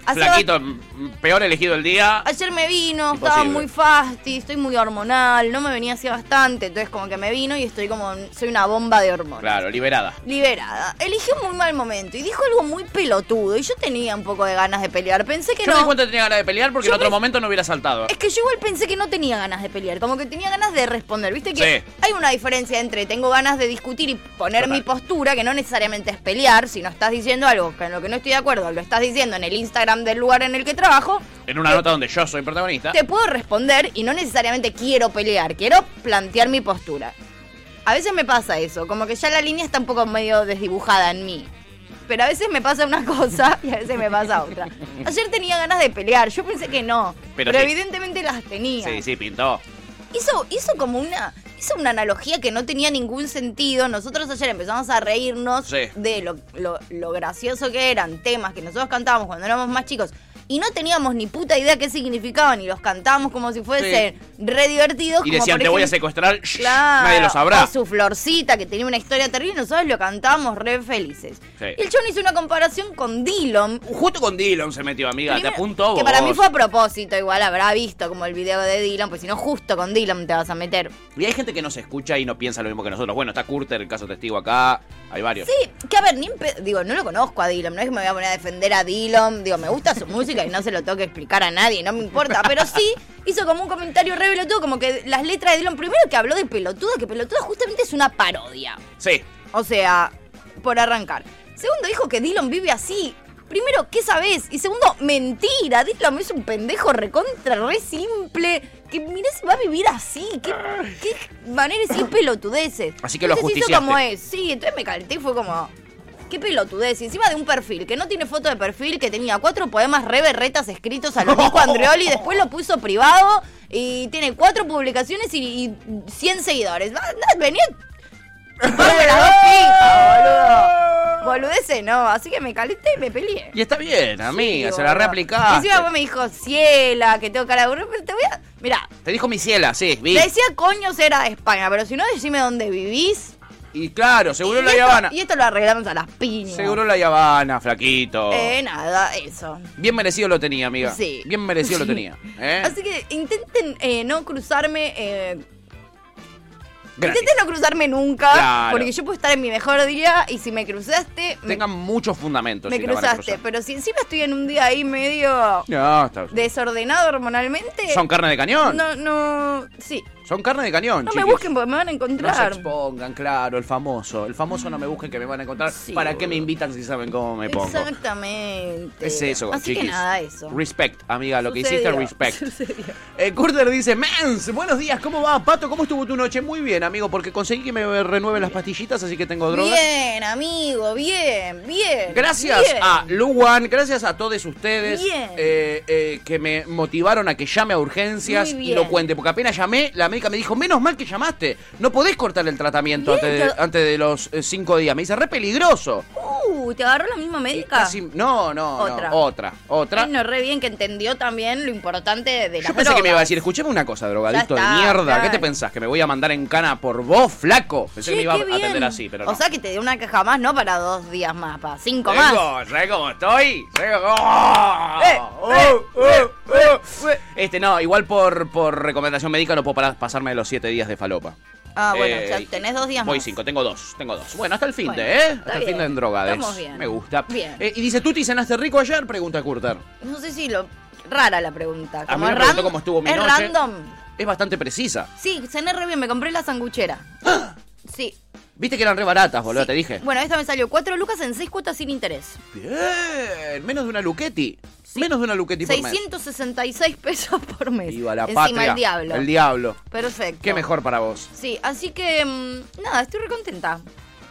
S3: O sea, hacía-
S2: Flaquito, m- m- peor elegido el día.
S3: Ayer me vino,
S2: Imposible.
S3: estaba muy fasti, estoy muy hormonal, no me venía así bastante, entonces como que me vino y estoy como, soy una bomba de hormonas.
S2: Claro, liberada.
S3: Liberada. Eligió un muy mal momento y dijo algo muy pelotudo y yo tenía un poco de ganas de pelear. Pensé que
S2: Yo me di
S3: no.
S2: cuenta que tenía ganas de pelear porque
S3: Yo
S2: en otro
S3: me-
S2: momento no hubiera saltado.
S3: Es que yo igual pensé que no tenía ganas de pelear, como que tenía ganas de responder. Viste que
S2: Sí.
S3: hay una diferencia entre tengo ganas de discutir y poner
S2: Total.
S3: mi postura, que no necesariamente es pelear, si no estás diciendo algo con lo que no estoy de acuerdo, lo estás diciendo en el Instagram del lugar en el que trabajo,
S2: En una nota donde yo soy protagonista.
S3: te puedo responder y no necesariamente quiero pelear, quiero plantear mi postura. A veces me pasa eso, como que ya la línea está un poco medio desdibujada en mí. Pero a veces me pasa una cosa y a veces me pasa otra. Ayer tenía ganas de pelear, yo pensé que no,
S2: Pero
S3: pero,
S2: sí.
S3: evidentemente las tenía.
S2: Sí, sí, pintó.
S3: Hizo, hizo como una, hizo una analogía que no tenía ningún sentido. Nosotros ayer empezamos a reírnos
S2: Sí.
S3: de lo, lo- lo gracioso que eran temas que nosotros cantábamos cuando éramos más chicos y no teníamos ni puta idea qué significaban y los cantábamos como si fuesen re divertidos.
S2: Y
S3: como
S2: decían,
S3: por
S2: te voy a
S3: ejemplo-
S2: secuestrar. shh,
S3: Claro,
S2: Nadie lo sabrá.
S3: o su florcita que tenía una historia terrible, nosotros lo cantábamos re felices.
S2: Sí.
S3: Y el chon hizo una comparación con Dylan,
S2: Justo con Dylan se metió, amiga.
S3: Primero,
S2: te apuntó vos.
S3: Que para mí fue a propósito, igual habrá visto como el video de Dylan, pues si no, justo con Dylan te vas a meter.
S2: Y hay gente que nos escucha y no piensa lo mismo que nosotros. Bueno, está Curter, el caso testigo acá. Hay varios.
S3: Sí, que a ver, ni en pe- digo, no lo conozco a Dylan, no es que me voy a poner a defender a Dylan, digo, me gusta su música y no se lo tengo que explicar a nadie, no me importa, pero sí hizo como un comentario re pelotudo, como que las letras de Dylan, primero que habló de pelotuda, que pelotuda justamente es una parodia.
S2: Sí.
S3: O sea, por arrancar. Segundo, dijo que Dylan vive así. Primero, ¿qué sabés? Y segundo, mentira. Dylan es un pendejo recontra, re simple. Que mirá si va a vivir así. Qué, qué maneras y pelotudeces.
S2: Así que lo
S3: Entonces hizo
S2: ajusticiaste.
S3: como es. Sí, entonces me calté y fue como... Qué pelotudez. Y encima de un perfil que no tiene foto de perfil, que tenía cuatro poemas re berretas escritos a lo Nico Andreoli, después lo puso privado y tiene cuatro publicaciones y, y 100 seguidores. Va- va- Venía Chuparme las dos pijas, boludo. Boludece no, así que me calenté y me peleé.
S2: Y está bien, amiga.
S3: Sí,
S2: se la
S3: boludo.
S2: reaplicaste.
S3: Encima vos me dijo, ciela, que tengo cara de burro, pero te voy a. Mirá,
S2: Te dijo mi ciela, sí, vi.
S3: le decía coños era de España, pero si no, decime dónde vivís.
S2: Y claro, seguro
S3: y,
S2: la
S3: esto,
S2: Habana.
S3: y esto lo arreglamos a las piñas.
S2: Seguro la Habana, flaquito.
S3: Eh, nada, eso.
S2: Bien merecido lo tenía, amiga.
S3: Sí.
S2: Bien merecido lo
S3: Sí.
S2: tenía. ¿eh?
S3: Así que intenten eh, no cruzarme. Eh,
S2: Gratis.
S3: Intenten no cruzarme nunca,
S2: Claro.
S3: porque yo puedo estar en mi mejor día y si me cruzaste, me,
S2: Tengan muchos fundamentos.
S3: me
S2: si la van a
S3: cruzaste.
S2: cruzar.
S3: Pero si encima estoy en un día ahí medio
S2: No, está
S3: desordenado hormonalmente.
S2: Son carne de cañón.
S3: No, no. Sí.
S2: Son carne de cañón.
S3: No me
S2: chiquis.
S3: busquen porque me van
S2: No
S3: a
S2: se
S3: encontrar.
S2: expongan, claro, el famoso. El famoso no me busquen que me van a encontrar.
S3: Sí,
S2: ¿Para qué me
S3: boludo.
S2: invitan si saben cómo me pongo?
S3: Exactamente.
S2: Es eso,
S3: Así
S2: chiquis.
S3: que nada, eso.
S2: Respect, amiga, lo que hiciste,
S3: Sucedió.
S2: respect.
S3: Sucedió.
S2: Eh, Curter dice, Mans, buenos días, ¿cómo va, Pato? ¿Cómo estuvo tu noche? Muy bien, amigo, porque conseguí que me renueven las pastillitas, así que tengo drogas.
S3: Bien, amigo, bien, bien.
S2: Gracias
S3: bien.
S2: a Luwan, gracias a todos ustedes
S3: Bien.
S2: eh, eh, que me motivaron a que llame a urgencias
S3: Muy
S2: y
S3: bien.
S2: lo cuente, porque apenas llamé, la médica me dijo, menos mal que llamaste, no podés cortar el tratamiento
S3: Bien,
S2: antes de,
S3: pero-
S2: antes de los eh, cinco días. Me dice, re peligroso.
S3: Uh, ¿te agarró la misma
S2: Y
S3: médica?
S2: casi- no, no,
S3: Otra.
S2: no, otra, otra.
S3: Bueno, re bien que entendió también lo importante de la
S2: Yo pensé que me iba a
S3: droga.
S2: decir, escuchame una cosa, drogadicto
S3: Ya está,
S2: de mierda. ¿Qué
S3: claro.
S2: te pensás? ¿Que me voy a mandar en cana por vos, flaco? Pensé
S3: Che,
S2: que me iba a
S3: qué bien.
S2: atender así, pero no.
S3: O sea que te dio una caja más, no para dos días más, para cinco más.
S2: ¿Sabes cómo estoy? ¿Sabés cómo- ¡Oh!
S3: Eh,
S2: ¡Oh! ¡Oh! ¡Oh! Este, no, igual por, por recomendación médica no puedo parar- pasarme los siete días de falopa.
S3: Ah, bueno,
S2: Eh,
S3: ya tenés dos días
S2: Voy
S3: más.
S2: cinco, tengo dos, tengo dos. Bueno, hasta el fin
S3: Bueno,
S2: de, ¿eh?
S3: está
S2: Hasta el fin de
S3: bien.
S2: en drogades.
S3: Estamos bien.
S2: Me gusta.
S3: Bien.
S2: Eh, y dice, ¿tú te cenaste rico ayer? Pregunta Curter.
S3: No sé si lo. Rara la pregunta.
S2: A mí
S3: Como
S2: me
S3: es
S2: preguntó
S3: ran-
S2: cómo estuvo mi
S3: es
S2: noche.
S3: random.
S2: Es bastante precisa.
S3: Sí, cené re bien, me compré la sanguchera. Sí.
S2: Viste que eran re baratas, boludo,
S3: sí.
S2: te dije.
S3: Bueno, esta me salió 4 lucas en 6 cuotas sin interés.
S2: Bien, menos de una Luquetti. Menos de una Luquetti por mes.
S3: 666 pesos por mes.
S2: Viva la
S3: Encima
S2: patria.
S3: el diablo.
S2: El diablo.
S3: Perfecto.
S2: Qué mejor para vos.
S3: Sí, así que mm, nada, estoy re contenta.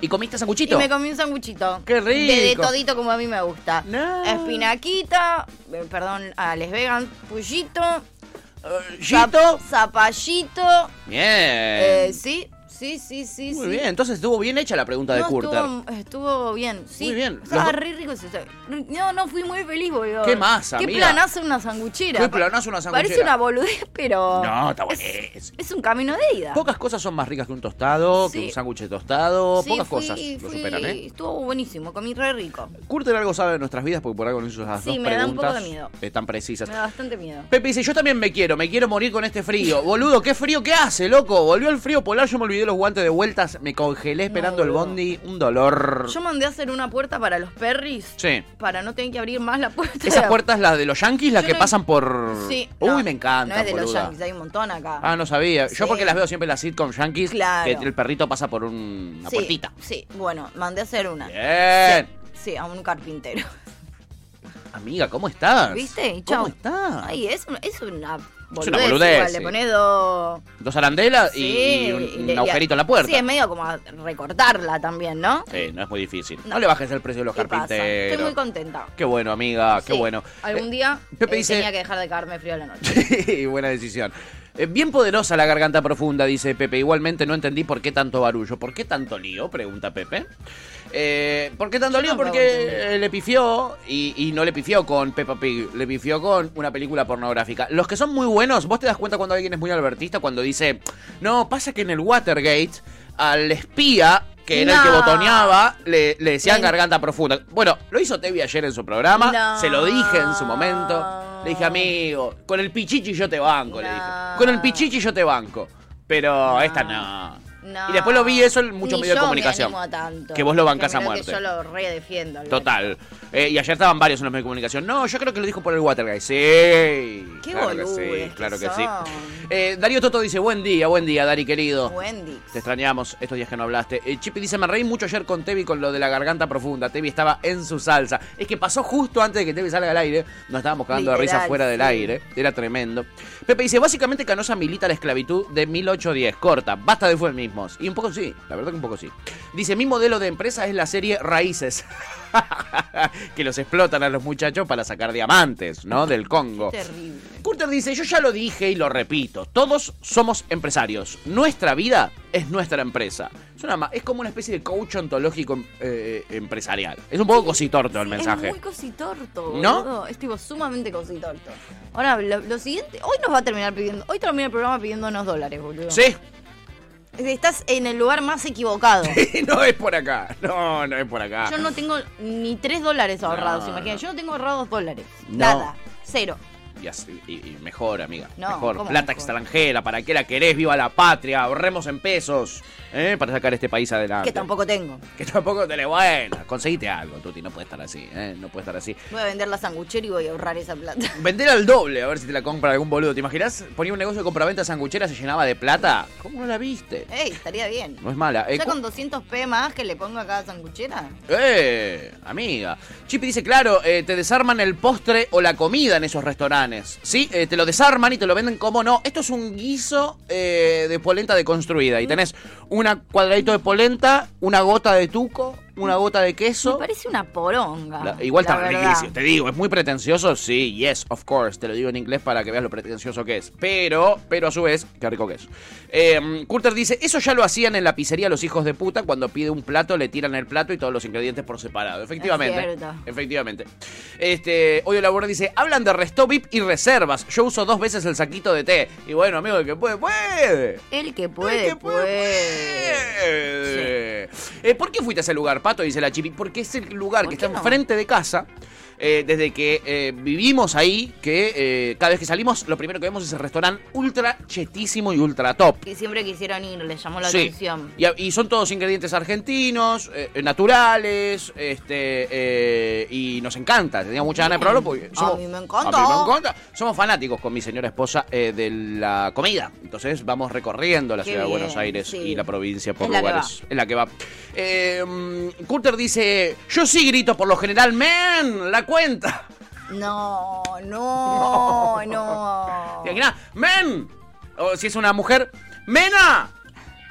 S2: ¿Y comiste
S3: Y
S2: sanguchito?
S3: me comí un sanguchito.
S2: ¡Qué rico!
S3: De, de todito como a mí me gusta.
S2: No.
S3: Espinaquita, eh, perdón, a les vegan, pullito,
S2: Eh, Gito.
S3: zap- zapallito,
S2: Bien.
S3: eh, sí, Sí, sí, sí.
S2: Muy
S3: sí.
S2: bien, entonces estuvo bien hecha la pregunta de
S3: No,
S2: Curter.
S3: Estuvo, estuvo bien, sí.
S2: Muy bien.
S3: Estaba
S2: Los-
S3: re rico ese- No, no, fui muy feliz, boludo.
S2: ¿Qué más,
S3: Qué
S2: amiga?
S3: planazo una sanguchera.
S2: Qué planazo una
S3: Parece
S2: sanguchera.
S3: una boludez, pero...
S2: No, está
S3: es,
S2: buenísimo.
S3: es un camino de ida.
S2: Pocas cosas son más ricas que un tostado,
S3: Sí.
S2: que un sándwich de tostado,
S3: Sí,
S2: pocas
S3: fui-
S2: cosas lo
S3: fui-
S2: superan, ¿eh?
S3: Estuvo buenisimo, comí re rico.
S2: Curter algo sabe de nuestras vidas porque por algo nos hizo esas
S3: Sí,
S2: dos
S3: me da un poco
S2: preguntas
S3: de miedo.
S2: eh, tan precisas.
S3: Me da bastante miedo.
S2: Pepe dice, yo también me quiero, me quiero morir con este frío. Boludo, qué frío que hace, loco. Volvió el frío polar, yo me olvidé los guantes de vueltas, me congelé esperando el
S3: boludo.
S2: bondi, un dolor.
S3: Yo mandé a hacer una puerta para los perris.
S2: Sí.
S3: Para no tener que abrir más la puerta.
S2: Esas puertas, las de los yanquis, las
S3: Yo
S2: que
S3: no-
S2: pasan por...
S3: Sí.
S2: Uy,
S3: no,
S2: me encanta.
S3: No es de los
S2: boluda.
S3: yankees, hay un montón acá.
S2: Ah, no sabía. Yo
S3: Sí.
S2: porque las veo siempre en las sitcom yankees,
S3: Claro.
S2: que el perrito pasa por un- una
S3: sí,
S2: puertita.
S3: Sí, bueno, mandé a hacer una.
S2: Bien.
S3: Sí, a un carpintero.
S2: Amiga, ¿cómo estás?
S3: ¿Viste? Y chau.
S2: ¿Cómo estás?
S3: Ay, es, un- es una boludez.
S2: una boludez,
S3: igual,
S2: sí.
S3: Le pones dos.
S2: Dos arandelas y-
S3: sí,
S2: y un,
S3: y
S2: un
S3: le- y a-
S2: agujerito en la puerta.
S3: Sí, es medio como a recortarla también, ¿no?
S2: Sí, no es muy difícil. No,
S3: No.
S2: le bajes el precio de los
S3: ¿Qué pasa?
S2: carpinteros.
S3: Estoy muy contenta.
S2: Qué bueno, amiga, qué
S3: Sí,
S2: bueno.
S3: Algún
S2: Eh,
S3: día
S2: Pepe
S3: eh,
S2: dice-
S3: tenía que dejar de caerme frío a la noche.
S2: Sí, buena decisión. Eh, Bien poderosa la garganta profunda, dice Pepe. Igualmente no entendí por qué tanto barullo. ¿Por qué tanto lío? Pregunta Pepe. Eh, ¿Por qué tanto
S3: Yo
S2: lío?
S3: tampoco
S2: Porque
S3: entendí.
S2: eh, le pifió y, y no le pifió con Peppa Pig, le pifió con una película pornográfica. Los que son muy buenos, vos te das cuenta cuando alguien es muy albertista, cuando dice, no, pasa que en el Watergate al espía, que era el que
S3: No.
S2: botoneaba, le, le decían
S3: Me-
S2: garganta profunda. Bueno, lo hizo Tevi ayer en su programa,
S3: No.
S2: se lo dije en su momento. Le dije a mí, Digo, con el pichichi yo te banco, le
S3: No.
S2: dije. Con el pichichi yo te banco. Pero esta no.
S3: No.
S2: Y después lo vi eso en muchos
S3: Ni
S2: medios de
S3: yo me
S2: comunicación.
S3: animo tanto.
S2: Que vos lo bancás
S3: Que
S2: a
S3: mirá que
S2: muerte.
S3: yo lo redefiendo. olvidate.
S2: Total. Eh, y ayer estaban varios en los medios de comunicación. No, yo creo que lo dijo por el Watergate. Sí.
S3: Qué
S2: claro que
S3: boludes
S2: sí.
S3: que
S2: Claro que sí.
S3: son.
S2: Eh, Darío Toto dice, buen día, buen día, Dari querido.
S3: Wendy.
S2: Te extrañamos estos días que no hablaste. Eh, Chippy dice, me reí mucho ayer con Tevi con lo de la garganta profunda. Tevi estaba en su salsa. Es que pasó justo antes de que Tevi salga al aire. Nos estábamos cagando de
S3: Literal,
S2: risa fuera del
S3: sí.
S2: aire. Era tremendo. Pepe dice, básicamente Canosa milita la esclavitud de 1810. Corta, basta de fue mismos. Y un poco sí, la verdad que un poco sí. Dice, mi modelo de empresa es la serie Raíces. que los explotan a los muchachos para sacar diamantes, ¿no? Del Congo.
S3: Terrible.
S2: Curter dice, yo ya lo dije y lo repito, todos somos empresarios, nuestra vida es nuestra empresa. Es, una ma- es como una especie de coach ontológico eh, empresarial. Es un poco cositorto el
S3: Sí,
S2: mensaje.
S3: Es muy cositorto.
S2: ¿No?
S3: ¿No? Es tipo sumamente cositorto. Ahora, lo, lo siguiente. Hoy nos va a terminar pidiendo. Hoy termina el programa pidiéndonos dólares, boludo.
S2: Sí,
S3: Estás en el lugar más equivocado.
S2: no es por acá, no, no es por acá.
S3: Yo no tengo ni tres dólares ahorrados,
S2: No,
S3: imagínate.
S2: no.
S3: Yo no tengo ahorrados dólares.
S2: No.
S3: Nada. Cero.
S2: Y, así- y- y mejor, amiga,
S3: No,
S2: mejor.
S3: ¿cómo
S2: Plata
S3: mejor?
S2: extranjera, ¿para qué la querés? Viva la patria, ahorremos en pesos ¿eh? para sacar este país adelante.
S3: Que tampoco tengo.
S2: Que tampoco te le buena. Conseguiste algo, Tuti, no puede estar así, ¿eh? no puede estar así.
S3: Voy a vender la sanguchera y voy a ahorrar esa plata.
S2: Vender al doble, a ver si te la compra algún boludo. ¿Te imaginas? Ponía un negocio de compraventa sanguchera, se llenaba de plata. ¿Cómo no la viste?
S3: Ey, estaría bien.
S2: No es mala. Eh,
S3: Ya
S2: cu-
S3: con 200 P más que le pongo a cada sanguchera.
S2: ¡Eh! Amiga. Chipi dice, claro, eh, te desarman el postre o la comida en esos restaurantes. Sí, Eh, te lo desarman y te lo venden como no. Esto es un guiso eh, de polenta deconstruida. Y tenés una cuadradito de polenta, una gota de tuco, una gota de
S3: Me
S2: queso.
S3: parece una poronga.
S2: La- igual
S3: la
S2: está
S3: verdad.
S2: riquísimo. Te digo, es muy pretencioso. Sí, yes, of course. Te lo digo en inglés para que veas lo pretencioso que es. Pero, pero a su vez, qué rico que es. Eh, Curter dice: Eso ya lo hacían en la pizzería los hijos de puta. Cuando pide un plato, le tiran el plato y todos los ingredientes por separado. Efectivamente.
S3: Es cierto.
S2: Efectivamente. Este, Hoyo Labor dice: Hablan de resto VIP y reservas. Yo uso dos veces el saquito de té. Y bueno, amigo, el que puede, puede.
S3: El que
S2: Ay,
S3: puede,
S2: que puede,
S3: puede.
S2: puede. Eh, ¿Por qué fuiste a ese lugar, Pato? Dice la Chipi. Porque es el lugar
S3: ¿Por
S2: que
S3: qué
S2: está
S3: no?
S2: enfrente de casa. eh, desde que eh, vivimos ahí, que eh, cada vez que salimos, lo primero que vemos es el restaurante ultra chetísimo y ultra top.
S3: Que siempre quisieron ir, les llamó la
S2: Sí.
S3: atención.
S2: Y, a- y son todos ingredientes argentinos, eh, eh, naturales, este eh, y nos encanta. Tenía mucha ganas de probarlo porque
S3: A
S2: somos,
S3: mí me encanta.
S2: a mí me encanta. Somos fanáticos con mi señora esposa eh, de la comida. Entonces vamos recorriendo la
S3: Qué
S2: ciudad de
S3: bien,
S2: Buenos Aires
S3: sí.
S2: y la provincia por
S3: Es la que
S2: lugares. Es la que va. Eh, mm, Curter dice, yo sí grito por lo general, men, la cuenta.
S3: No, no, no.
S2: ¿Te imaginas? ¡Men! O si es una mujer, ¡Mena!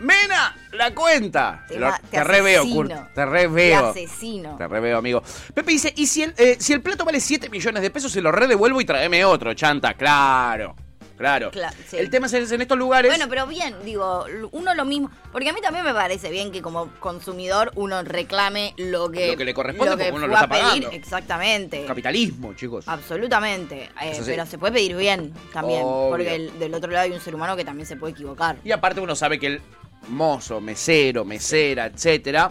S2: ¡Mena! ¡La cuenta!
S3: Te
S2: Lo-
S3: ma- te
S2: reveo,
S3: asesino.
S2: Kurt, Te reveo.
S3: Te asesino.
S2: Te reveo, amigo. Pepe dice: ¿Y si el, eh, si el plato vale 7 millones de pesos, se lo redevuelvo y tráeme otro, chanta? Claro. Claro.
S3: Cla- sí.
S2: El tema es en- en estos lugares.
S3: Bueno, pero bien, digo, uno lo mismo. Porque a mí también me parece bien que como consumidor uno reclame lo que,
S2: Lo que le corresponde porque uno lo está
S3: fue a pedir.
S2: pagando.
S3: Exactamente.
S2: Capitalismo, chicos.
S3: Absolutamente. Eh,
S2: Eso sí.
S3: Pero se puede pedir bien también.
S2: Obvio.
S3: Porque el- del otro lado hay un ser humano que también se puede equivocar.
S2: Y aparte uno sabe que el mozo, mesero, mesera, etcétera,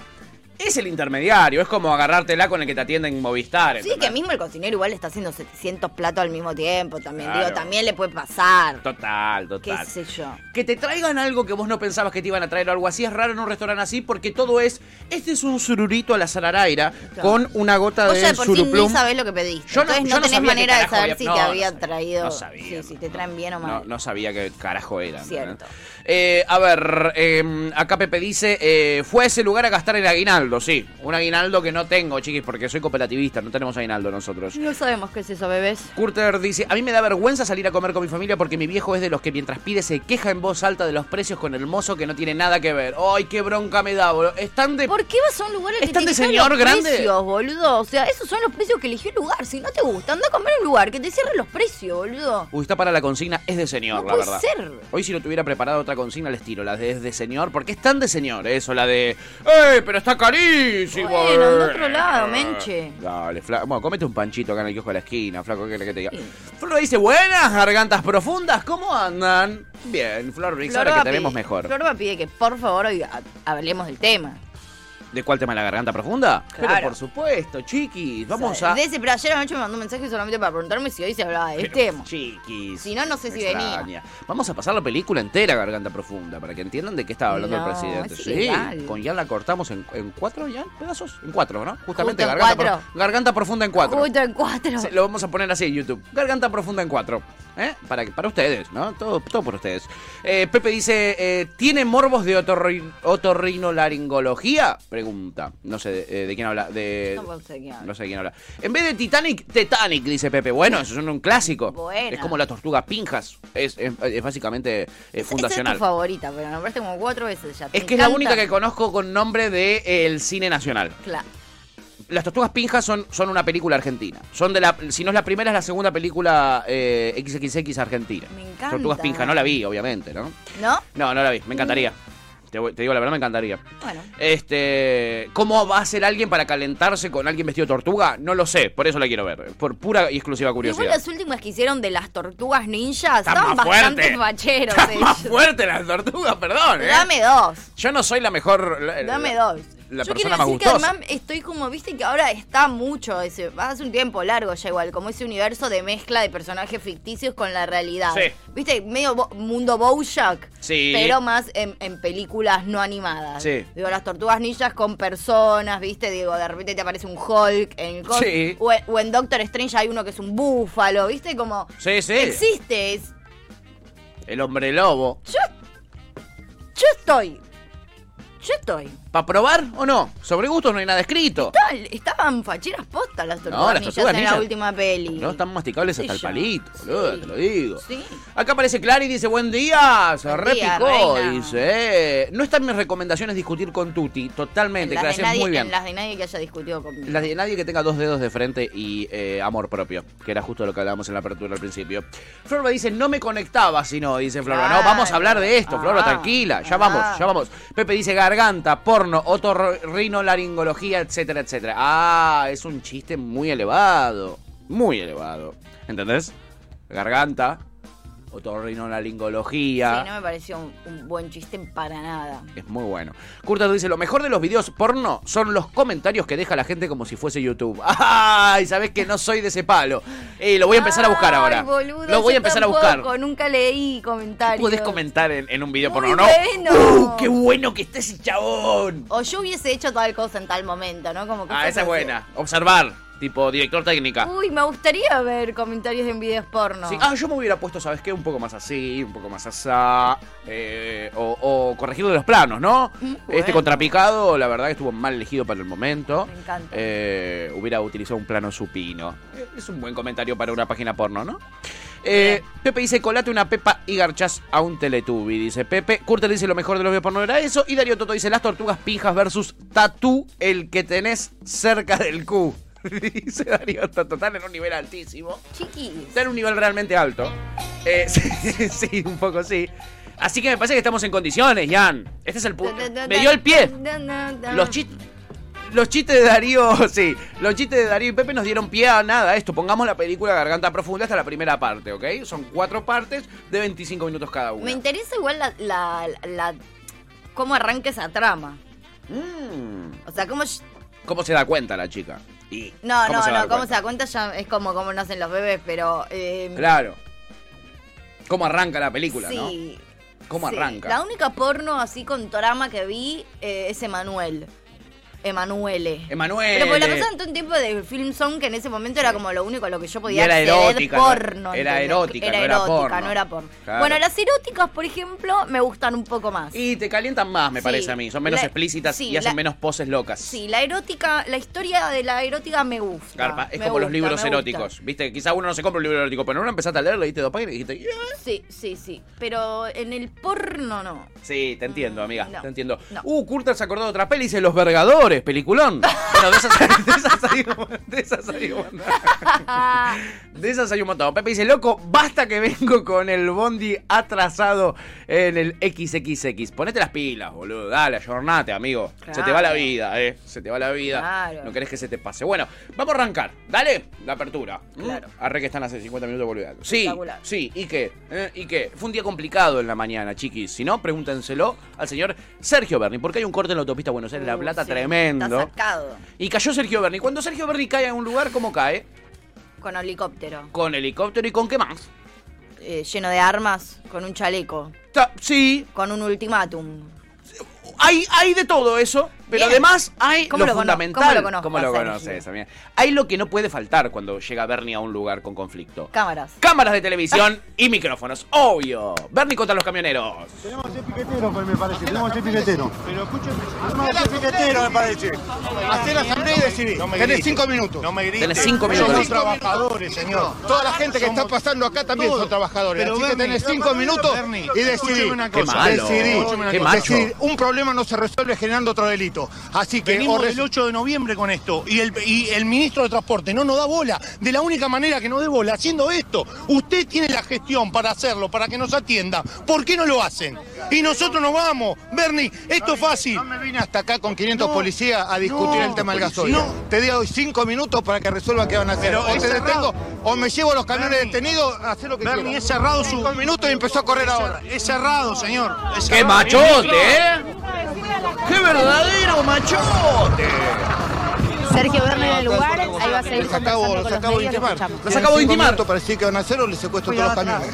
S2: es el intermediario. Es como agarrártela con el que te atiende en Movistar.
S3: Sí,
S2: ¿entendés?
S3: que mismo el cocinero igual está haciendo 700 platos al mismo tiempo también.
S2: Claro.
S3: Digo, también le puede pasar.
S2: Total,
S3: Qué
S2: total.
S3: sé yo.
S2: Que te traigan algo que vos no pensabas que te iban a traer o algo así es raro en un restaurante así porque todo es. Este es un sururito a la zararaira
S3: Claro.
S2: con una gota
S3: Vos ya
S2: de
S3: de por sí ni
S2: suruplum.
S3: sabés lo que pediste.
S2: Yo no-
S3: Entonces
S2: yo
S3: no,
S2: no
S3: tenés
S2: sabía qué
S3: manera de
S2: carajo
S3: saber
S2: había-
S3: si
S2: no,
S3: te
S2: no
S3: había
S2: sabía,
S3: traído.
S2: no sabía,
S3: sí, si te traen bien o mal.
S2: No, no sabía qué carajo era. ¿no?
S3: Cierto.
S2: Eh, a ver, eh, acá Pepe dice, eh, fue a ese lugar a gastar el aguinaldo, sí. Un aguinaldo que no tengo, chiquis, porque soy cooperativista, no tenemos aguinaldo nosotros.
S3: No sabemos qué es eso, bebés.
S2: Curter dice, a mí me da vergüenza salir a comer con mi familia porque mi viejo es de los que mientras pide se queja en voz alta de los precios con el mozo que no tiene nada que ver. Ay, qué bronca me da, boludo. Están de...
S3: ¿Por qué vas a un lugar al que
S2: ¿Están
S3: te
S2: de
S3: fijan
S2: señor
S3: los
S2: grande?
S3: precios, boludo? O sea, esos son los precios que eligió el lugar. Si no te gusta, anda a comer a un lugar que te cierre los precios, boludo.
S2: Uy, está para la consigna, es de señor,
S3: No
S2: la
S3: puede
S2: verdad.
S3: ser.
S2: Hoy si no tuviera preparado otra consigna les tiro, la de es de señor, porque es tan de señor eso, la de ¡Eh, pero está carísimo!
S3: Bueno, al otro lado, menche.
S2: Dale, flaco. Bueno, comete un panchito acá en el kiosco de la esquina, flaco, ¿qué querés que te diga?
S3: Sí.
S2: Flor dice, buenas, gargantas profundas, ¿cómo andan? Bien, Flor Rix, ahora
S3: Florba
S2: que te vemos
S3: pide-
S2: mejor.
S3: Florba pide que por favor hoy ha- hablemos del tema.
S2: ¿De cuál tema la garganta profunda? Pero
S3: Claro.
S2: por supuesto, chiquis, vamos
S3: O sea,
S2: a...
S3: de ese, pero ayer anoche me mandó un mensaje solamente para preguntarme si hoy se hablaba del tema.
S2: Chiquis.
S3: Si no, no sé
S2: me
S3: si venía.
S2: extraña. Vamos a pasar la película entera, Garganta Profunda, para que entiendan de qué estaba hablando
S3: No,
S2: el presidente.
S3: es
S2: Sí,
S3: ilegal.
S2: con Ian la cortamos en, en cuatro, ya, pedazos. En cuatro, ¿no? Justamente
S3: Justo en
S2: garganta,
S3: cuatro.
S2: Pro- Garganta Profunda en cuatro.
S3: Justo en cuatro.
S2: Se- lo vamos a poner así en YouTube. Garganta Profunda en cuatro. ¿eh? Para, que- para ustedes, ¿no? Todo, todo por ustedes. Eh, Pepe dice, eh, ¿tiene morbos de otorrin- otorrinolaringología? Pregunta. No sé de, eh, de quién habla. De,
S3: No sé de quién habla.
S2: no sé de quién habla. En vez de Titanic, Titanic, dice Pepe. Bueno, eso es un, un clásico.
S3: Bueno.
S2: Es como la tortuga pinjas. Es, es- es básicamente eh,
S3: Esa es
S2: fundacional.
S3: tu favorita, pero nombraste como cuatro veces ya.
S2: Es que es la única que conozco con nombre del el cine nacional.
S3: Claro.
S2: Las Tortugas Pinjas son, son una película argentina. Son de la, si no es la primera, es la segunda película eh, XXX argentina.
S3: Me encanta.
S2: Tortugas Pinjas, no la vi, obviamente, ¿no?
S3: ¿No?
S2: No, no la vi, me encantaría. Te, voy- te digo la verdad, me encantaría.
S3: Bueno.
S2: Este, ¿Cómo va a ser alguien para calentarse con alguien vestido de tortuga? No lo sé, por eso la quiero ver. Por pura y exclusiva
S3: Igual
S2: curiosidad.
S3: las últimas que hicieron de las tortugas ninjas
S2: Está
S3: estaban
S2: más
S3: bastante
S2: fuerte.
S3: facheros
S2: Está
S3: ellos.
S2: más fuerte las tortugas, perdón. ¿eh?
S3: Dame dos.
S2: Yo no soy la mejor. la-
S3: Dame
S2: la-
S3: dos.
S2: La
S3: Yo quiero
S2: persona más
S3: decir que
S2: gustosa.
S3: además estoy como, viste que ahora está mucho, ese, hace un tiempo largo ya igual, como ese universo de mezcla de personajes ficticios con la realidad.
S2: Sí.
S3: Viste, medio bo- mundo Bojack,
S2: Sí.
S3: pero más en, en películas no animadas.
S2: Sí.
S3: Digo, las tortugas ninjas con personas, viste, digo, de repente te aparece un Hulk en el cos-
S2: Sí.
S3: o, en- o en Doctor Strange hay uno que es un búfalo, viste, como...
S2: Sí, sí.
S3: Existe, es-
S2: El hombre lobo.
S3: yo estoy, yo estoy.
S2: ¿Para probar o no? Sobre gustos no hay nada escrito.
S3: Estaban- Estaban facheras postas las tortugas,
S2: No, las
S3: ninjas
S2: tortugas
S3: en
S2: ninjas.
S3: la última peli.
S2: No están masticables
S3: Sí,
S2: hasta el
S3: yo.
S2: palito, boludo,
S3: Sí.
S2: te lo digo.
S3: Sí.
S2: Acá aparece Clara y dice, buen día, se
S3: Buen día,
S2: repicó,
S3: reina.
S2: dice. "Eh, No están mis recomendaciones discutir con Tuti, totalmente,
S3: En
S2: Clara,
S3: las, de
S2: haces
S3: nadie,
S2: muy bien.
S3: en las de nadie que haya discutido conmigo.
S2: Las de nadie que tenga dos dedos de frente y eh, amor propio, que era justo lo que hablábamos en la apertura al principio. Florba dice, no me conectaba si no, dice Florba. No, vamos a hablar de esto,
S3: Ah,
S2: Florba, tranquila, ya
S3: ah.
S2: vamos, ya vamos. Pepe dice, garganta, porno, otorrinolaringología, etcétera, etcétera. Ah, es un chiste muy elevado, muy elevado. ¿Entendés? Garganta, otorrinolaringología.
S3: Sí, no me pareció un, un buen chiste para nada.
S2: Es muy bueno. Curtas dice, lo mejor de los videos porno son los comentarios que deja la gente como si fuese YouTube. ¡Ay! Sabés que no soy de ese palo. Eh, lo voy a empezar a buscar
S3: Ay,
S2: ahora.
S3: boludo,
S2: lo voy a
S3: yo
S2: empezar a
S3: tampoco,
S2: buscar.
S3: Nunca leí comentarios.
S2: Podés comentar en, en un video
S3: Muy
S2: porno, ¿no?
S3: bueno.
S2: ¡Uh, ¡Qué bueno que esté ese chabón!
S3: O yo hubiese hecho tal cosa en tal momento, ¿no? Como
S2: Ah,
S3: cosas
S2: esa es
S3: así.
S2: buena. Observar, tipo director técnica.
S3: Uy, me gustaría ver comentarios en videos porno.
S2: Sí. Ah, yo me hubiera puesto, ¿sabes qué? Un poco más así, un poco más asá. eh, o, o corregirlo de los planos, ¿no? Este
S3: Mm, bueno.
S2: contrapicado, la verdad que estuvo mal elegido para el momento.
S3: Me encanta.
S2: Eh, hubiera utilizado un plano supino. Eh, Es un buen comentario para una página porno, ¿no? Eh, Pepe dice, colate una pepa y garchás a un teletubi, dice Pepe. Curter dice, lo mejor de los videos porno era eso. Y Darío Toto dice, las tortugas pijas versus tatú, el que tenés cerca del Q. dice Darío, está total en un nivel altísimo.
S3: Chiquis.
S2: Está en un nivel realmente alto. Eh, sí, sí, un poco sí. Así que me parece que estamos en condiciones, Jan. Este es el punto. Me dio el pie. Los chistes. Los chistes de Darío, sí, los chistes de Darío y Pepe nos dieron pie a nada a esto. Pongamos la película Garganta Profunda hasta la primera parte, ¿ok? Son cuatro partes de 25 minutos cada una.
S3: Me interesa igual la, la, la- cómo arranca esa trama.
S2: Mm.
S3: O sea, cómo... ll-
S2: ¿Cómo se da cuenta la chica? Y,
S3: No, no,
S2: va a
S3: no,
S2: dar
S3: cómo se
S2: cuenta?
S3: da cuenta ya es como, como nacen los bebés, pero... eh,
S2: Claro. ¿Cómo arranca la película, no?
S3: sí.
S2: ¿Cómo
S3: sí.
S2: arranca?
S3: La única porno así con trama que vi eh, es Emanuel. Emanuele.
S2: Emanuel.
S3: Pero porque la pasaban todo un tiempo de film song que en ese momento era como lo único a lo que yo podía
S2: Y era
S3: acceder,
S2: erótica, ¿no?
S3: porno.
S2: Era
S3: ¿entendés?
S2: erótica,
S3: era
S2: no era
S3: erótica,
S2: porno.
S3: no era porno.
S2: Claro.
S3: Bueno, las eróticas, por ejemplo, me gustan un poco más.
S2: Y te calientan más, me
S3: Sí,
S2: parece a mí. Son menos
S3: la-
S2: explícitas
S3: sí,
S2: y hacen
S3: la-
S2: menos poses locas.
S3: Sí, la erótica, la historia de la erótica me gusta.
S2: Garpa, es
S3: me
S2: como los
S3: gusta,
S2: libros
S3: me gusta.
S2: eróticos. Viste, quizá uno no se compra un libro erótico, pero uno empezaste a leer, leíste dos páginas y dijiste, "Yeah".
S3: Sí, sí, sí. Pero en el porno no.
S2: Sí, te entiendo,
S3: Mm,
S2: amiga.
S3: no,
S2: Te entiendo.
S3: no.
S2: Uh, Coulter se acordó de otra peli, dice Los Vergadores, peliculón. Bueno, de esas, de esas hay un- de esas hay un montón. De esas hay un montón. Pepe dice, loco, basta que vengo con el bondi atrasado en el XXX. Ponete las pilas, boludo. Dale, ayornate, amigo. Se te va la
S3: Claro.
S2: vida, eh. Se te va la vida.
S3: Claro.
S2: No querés que se te pase. Bueno, vamos a arrancar. Dale, la apertura. ¿Mm?
S3: Claro.
S2: Arre que están hace 50 minutos boludeando. Sí,
S3: Espectacular.
S2: sí, ¿y qué? ¿Eh? ¿Y qué? Fue un día complicado en la mañana, chiquis. Si no, pregúntenselo al señor Sergio Berni, porque hay un corte en la autopista Buenos Aires, La
S3: Uh,
S2: Plata,
S3: sí,
S2: tremendo.
S3: Está sacado.
S2: Y cayó Sergio Berni. Cuando Sergio Berni cae a un lugar, ¿cómo cae?
S3: Con helicóptero.
S2: Con helicóptero y con qué más.
S3: eh, lleno de armas, con un chaleco,
S2: Ta- sí,
S3: con un ultimátum.
S2: hay, hay de todo eso, pero
S3: Bien.
S2: además hay
S3: ¿Cómo
S2: lo,
S3: lo cono-
S2: fundamental.
S3: cómo lo conozco
S2: ¿Cómo
S3: a
S2: lo
S3: Sergio?
S2: conoces, amiga? Hay lo que no puede faltar cuando llega Berni a un lugar con conflicto.
S3: Cámaras.
S2: Cámaras de televisión y micrófonos, obvio. Bernie contra los camioneros.
S4: Tenemos que ser piquetero, pues, me parece. Tenemos que ser piquetero. Pero escuchen, Tenemos que ser piquetero, me parece.
S5: Hacé la asamblea y decidí.
S4: No me
S5: Tenés
S4: griten.
S5: cinco minutos.
S4: No me grites.
S2: Tenés cinco minutos.
S4: Somos trabajadores, señor.
S5: Toda la gente que está pasando acá también
S4: Todos.
S5: son trabajadores.
S4: Pero,
S5: así que
S4: Bernie,
S5: tenés cinco minutos
S4: Bernie,
S5: y
S4: escúchame
S5: decidí.
S4: una
S2: Qué cosa. malo,
S5: Decidí.
S4: escúchame una
S2: qué
S4: cosa.
S2: macho.
S5: Decidí. Un problema no se resuelve generando otro delito. Así que o
S4: Venimos
S5: res-
S4: del 8 de noviembre con esto.
S5: y el, y el ministro de Transporte no nos da bola. De la única manera que nos dé bola, haciendo esto, usted tiene la gestión para hacerlo, para que nos atienda. ¿Por qué no lo hacen? Y nosotros nos vamos. Bernie, esto es fácil.
S4: no me vine hasta
S5: acá con 500
S4: policías a discutir el tema del gasoil.
S5: No, te doy cinco minutos para que resuelvan qué van a hacer.
S4: Pero
S5: o te
S4: es cerrado.
S5: detengo, o me llevo a los camiones
S4: Bernie,
S5: detenidos, hacer lo que
S4: Bernie,
S5: quieran.
S4: es cerrado su-
S5: Cinco minutos y empezó a correr ahora.
S4: Es cerrado, señor. Es
S2: ¡Qué
S4: cerrado.
S2: machote, eh! ¡Qué verdadero machote!
S6: Sergio Berni en el lugar, ahí va a seguir
S5: Los acabo,
S6: conversando con
S5: los
S6: los
S5: acabo de
S6: medios, lo
S5: intimar.
S6: escuchamos.
S2: Los acabo de
S5: Cinco
S2: intimar.
S5: minutos para decir qué van a hacer o les secuestro todos los camiones.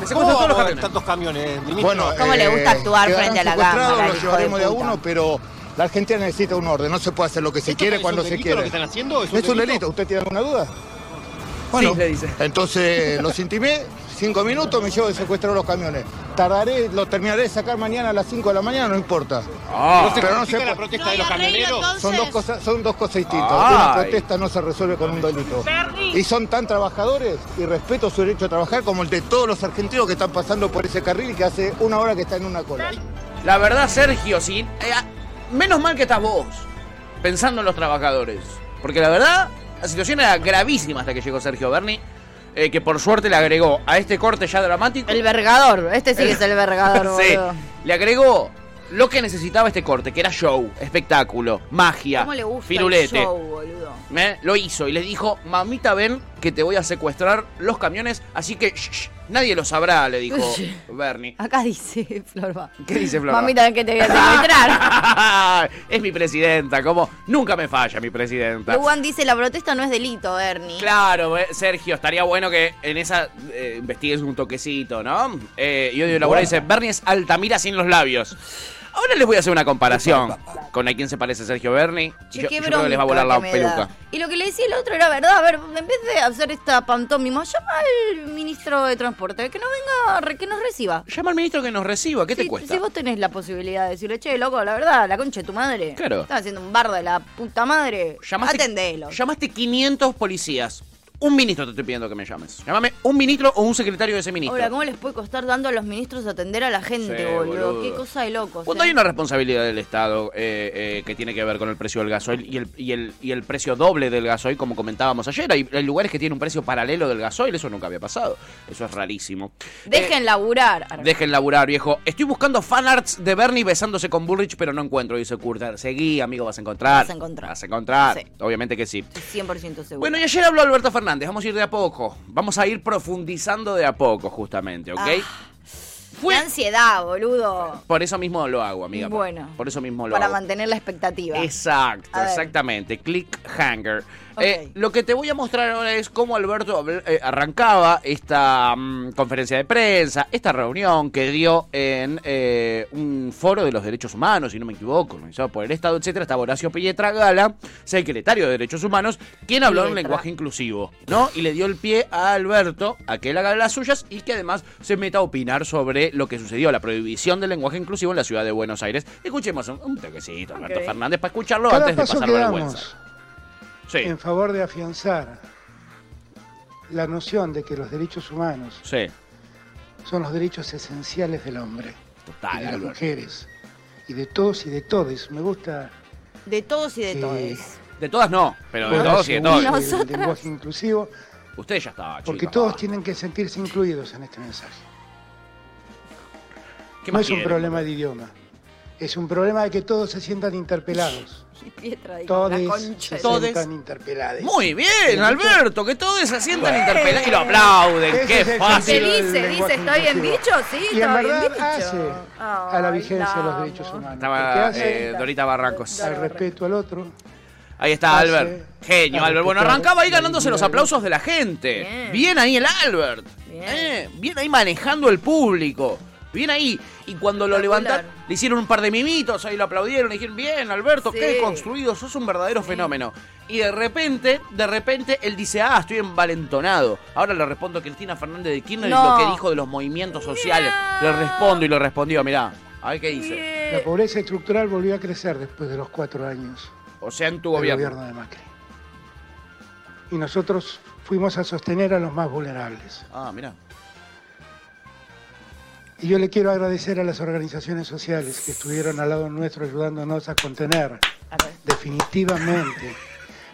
S2: Me secuestran todos los camiones.
S4: tantos camiones,
S5: Bueno, eh,
S3: ¿Cómo le gusta actuar
S5: quedarán
S3: frente a la
S5: secuestrados,
S3: cámara, el
S5: Los
S3: hijo
S5: llevaremos
S3: de
S5: de a
S3: puta?
S5: uno, pero la Argentina necesita un orden. No se puede hacer lo que se
S4: ¿Esto
S5: quiere
S4: es
S5: cuando
S4: un
S5: se
S4: delito
S5: quiere.
S4: lo que están haciendo?
S5: ¿Es un, delito? ¿Usted tiene alguna duda?
S2: le dice.
S5: entonces los intimé, cinco minutos me llevo de secuestrar los camiones. Tardaré, lo terminaré de sacar mañana a las 5 de la mañana, no importa.
S2: Ah.
S5: pero no se
S4: ¿Justifica la
S5: puede-
S4: protesta de los camioneros?
S5: son dos cosas, son dos cosas distintas.
S2: Ay.
S5: Una protesta no se resuelve con un delito. Y son tan trabajadores y respeto su derecho a trabajar como el de todos los argentinos que están pasando por ese carril que hace una hora que está en una cola.
S2: La verdad, Sergio, sí. eh, ah, menos mal que estás vos pensando en los trabajadores. Porque la verdad, la situación era gravísima hasta que llegó Sergio Berni, eh, que por suerte le agregó a este corte ya dramático.
S3: El vergador. Este sí que es el vergador,
S2: Sí,
S3: boludo.
S2: le agregó lo que necesitaba este corte, que era show, espectáculo, magia,
S3: ¿Cómo le gusta
S2: firulete.
S3: el show, boludo?
S2: ¿Eh? Lo hizo y les dijo, mamita ven que te voy a secuestrar los camiones, así que shh, shh, nadie lo sabrá, le dijo Bernie.
S3: Acá dice Florba.
S2: ¿Qué dice Florba?
S3: Mamita, ven que te voy a secuestrar.
S2: es mi presidenta, como nunca me falla mi presidenta.
S3: Luan dice, la protesta no es delito, Bernie.
S2: Claro, eh, Sergio, estaría bueno que en esa eh, investigues un toquecito, ¿no? Eh, y Odio Laboral dice, Bernie es Altamira sin los labios. Ahora les voy a hacer una comparación con a quién se parece Sergio Bernie. Y
S3: Che,
S2: Yo,
S3: qué
S2: yo creo que les va a
S3: bronca
S2: volar la
S3: que me da.
S2: peluca.
S3: Y lo que le decía el otro era verdad. A ver, en vez de hacer esta pantomima, llama al ministro de Transporte, que no venga, re- que nos reciba.
S2: Llama al ministro que nos reciba, ¿qué te
S3: Si-
S2: cuesta?
S3: Si vos tenés la posibilidad de decirle, che, loco, la verdad, la concha de tu madre.
S2: Claro.
S3: Estás haciendo un bardo de la puta madre.
S2: Llamaste,
S3: Atendelo.
S2: Llamaste 500 policías. un ministro te estoy pidiendo que me llames. Llámame un ministro o un secretario de ese ministro.
S3: Ahora, ¿cómo les puede costar dando a los ministros atender a la gente,
S2: Sí,
S3: boludo?
S2: boludo.
S3: Qué cosa de locos.
S2: Cuando
S3: eh.
S2: hay una responsabilidad del Estado eh, eh, que tiene que ver con el precio del gasoil y el, y, el, y el precio doble del gasoil, como comentábamos ayer, hay, hay lugares que tienen un precio paralelo del gasoil, eso nunca había pasado, eso es rarísimo.
S3: Dejen laburar.
S2: Eh, dejen laburar, viejo. Estoy buscando fanarts de Bernie besándose con Bullrich, pero no encuentro, dice Curter. Seguí, amigo, vas a encontrar.
S3: Vas a encontrar.
S2: Vas a encontrar.
S3: Sí.
S2: Obviamente que sí.
S3: 100% seguro.
S2: Bueno, y ayer habló Alberto Fernández, vamos a ir de a poco. Vamos a ir profundizando de a poco, justamente, ¿ok?
S3: Ah. Qué ansiedad, boludo.
S2: Por eso mismo lo hago, amiga. por-
S3: Bueno.
S2: Por eso mismo lo
S3: Para
S2: hago.
S3: mantener la expectativa.
S2: Exacto,
S3: A ver.
S2: exactamente. Clickhanger.
S3: Ok.
S2: Eh, lo que te voy a mostrar ahora es cómo Alberto habl- eh, arrancaba esta mm, conferencia de prensa, esta reunión que dio en eh, un foro de los derechos humanos, si no me equivoco, organizado por el Estado, etcétera. Estaba Horacio Pietra Gala, secretario de Derechos Humanos, quien habló en un
S3: Pietra.
S2: lenguaje inclusivo, ¿no? Y le dio el pie a Alberto a que él haga las suyas y que además se meta a opinar sobre lo que sucedió, la prohibición del lenguaje inclusivo en la ciudad de Buenos Aires. Escuchemos un, un toquecito, Alberto
S3: Ok.
S2: Fernández, para escucharlo
S7: Cada
S2: antes de
S7: paso
S2: pasar
S7: que
S2: la
S7: damos
S2: vergüenza. Sí,
S7: en favor de afianzar la noción de que los derechos humanos
S2: sí,
S7: son los derechos esenciales del hombre, y
S2: total,
S7: de las
S2: Alberto.
S7: mujeres, y de todos y de todes. Me gusta
S3: De todos y de
S7: Sí.
S3: todos.
S2: De todas no, pero de
S7: Bueno,
S2: todos y de
S7: se
S2: todos.
S7: une
S3: Nosotras.
S7: el lenguaje inclusivo,
S2: Usted ya estaba,
S7: porque
S2: chicos.
S7: todos tienen que sentirse incluidos en este mensaje.
S2: ¿Qué
S7: No
S2: más
S7: es un
S2: quieren?
S7: problema de idioma, es un problema de que todos se sientan interpelados.
S3: Y Pietra dijo, la
S7: Todes
S3: concha.
S7: se
S3: de-
S2: Todes.
S7: sientan interpelados.
S2: Muy bien, Alberto, que todos se sientan
S7: Bueno.
S2: interpelados y lo aplauden.
S7: Ese
S2: Qué
S7: es el
S3: Se
S2: fácil.
S7: sentido.
S3: dice,
S7: El
S3: dice,
S7: lenguaje
S3: ¿estoy bien
S7: inclusivo.
S3: dicho? Sí,
S7: Y en
S3: estoy bien
S7: verdad
S3: dicho.
S7: hace a la
S3: Ay,
S7: vigencia de los
S3: amo.
S7: derechos humanos. porque
S2: Estaba
S7: hace
S2: eh, Dorita Barrancos.
S7: al respeto al otro.
S2: Ahí está
S7: Pase.
S2: Albert. Genio,
S7: Ah,
S2: Albert. Bueno,
S7: claro.
S2: arrancaba ahí ganándose los
S7: Bien.
S2: aplausos de la gente. Bien,
S3: Bien.
S2: ahí el Albert.
S3: Bien.
S2: Eh, bien ahí manejando el público. Bien ahí. Y cuando lo
S3: Espectacular.
S2: levantaron, le hicieron un par de mimitos, ahí lo aplaudieron, le dijeron, bien, Alberto,
S3: Sí.
S2: qué construido, sos un verdadero fenómeno. Y de repente, de repente, él dice, ah, estoy envalentonado. Ahora le respondo a Cristina Fernández de Kirchner
S3: No.
S2: lo que dijo de los movimientos sociales. Le respondo y lo respondió, mirá, a ver qué dice.
S3: Eh.
S7: La pobreza estructural volvió a crecer después de los cuatro años
S2: O sea, en tu
S7: del
S2: gobierno.
S7: gobierno de Macri. Y nosotros fuimos a sostener a los más vulnerables.
S2: Ah, mirá.
S7: Y yo le quiero agradecer a las organizaciones sociales que estuvieron al lado nuestro ayudándonos a contener definitivamente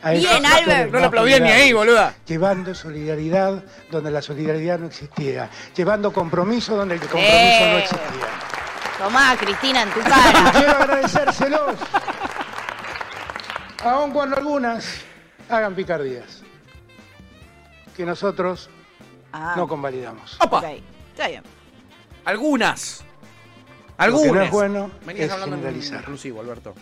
S7: a
S3: Bien,
S7: esos sectores
S3: Albert.
S7: más
S2: No lo aplaudían ni ahí,
S7: vulnerables.
S2: boluda.
S7: Llevando solidaridad donde la solidaridad no existía. Llevando compromiso donde el compromiso no
S3: Eh.
S7: existía.
S3: Tomá, Cristina, en tu cara.
S7: Quiero agradecérselos. Aun cuando algunas hagan picardías. Que nosotros
S3: Ah,
S7: no convalidamos.
S2: Opa.
S3: ok. Está bien.
S2: Algunas.
S7: Lo
S2: Algunas.
S7: que no es bueno
S2: Venías
S7: es
S2: hablando en
S7: generalizar.
S2: inclusivo, Alberto.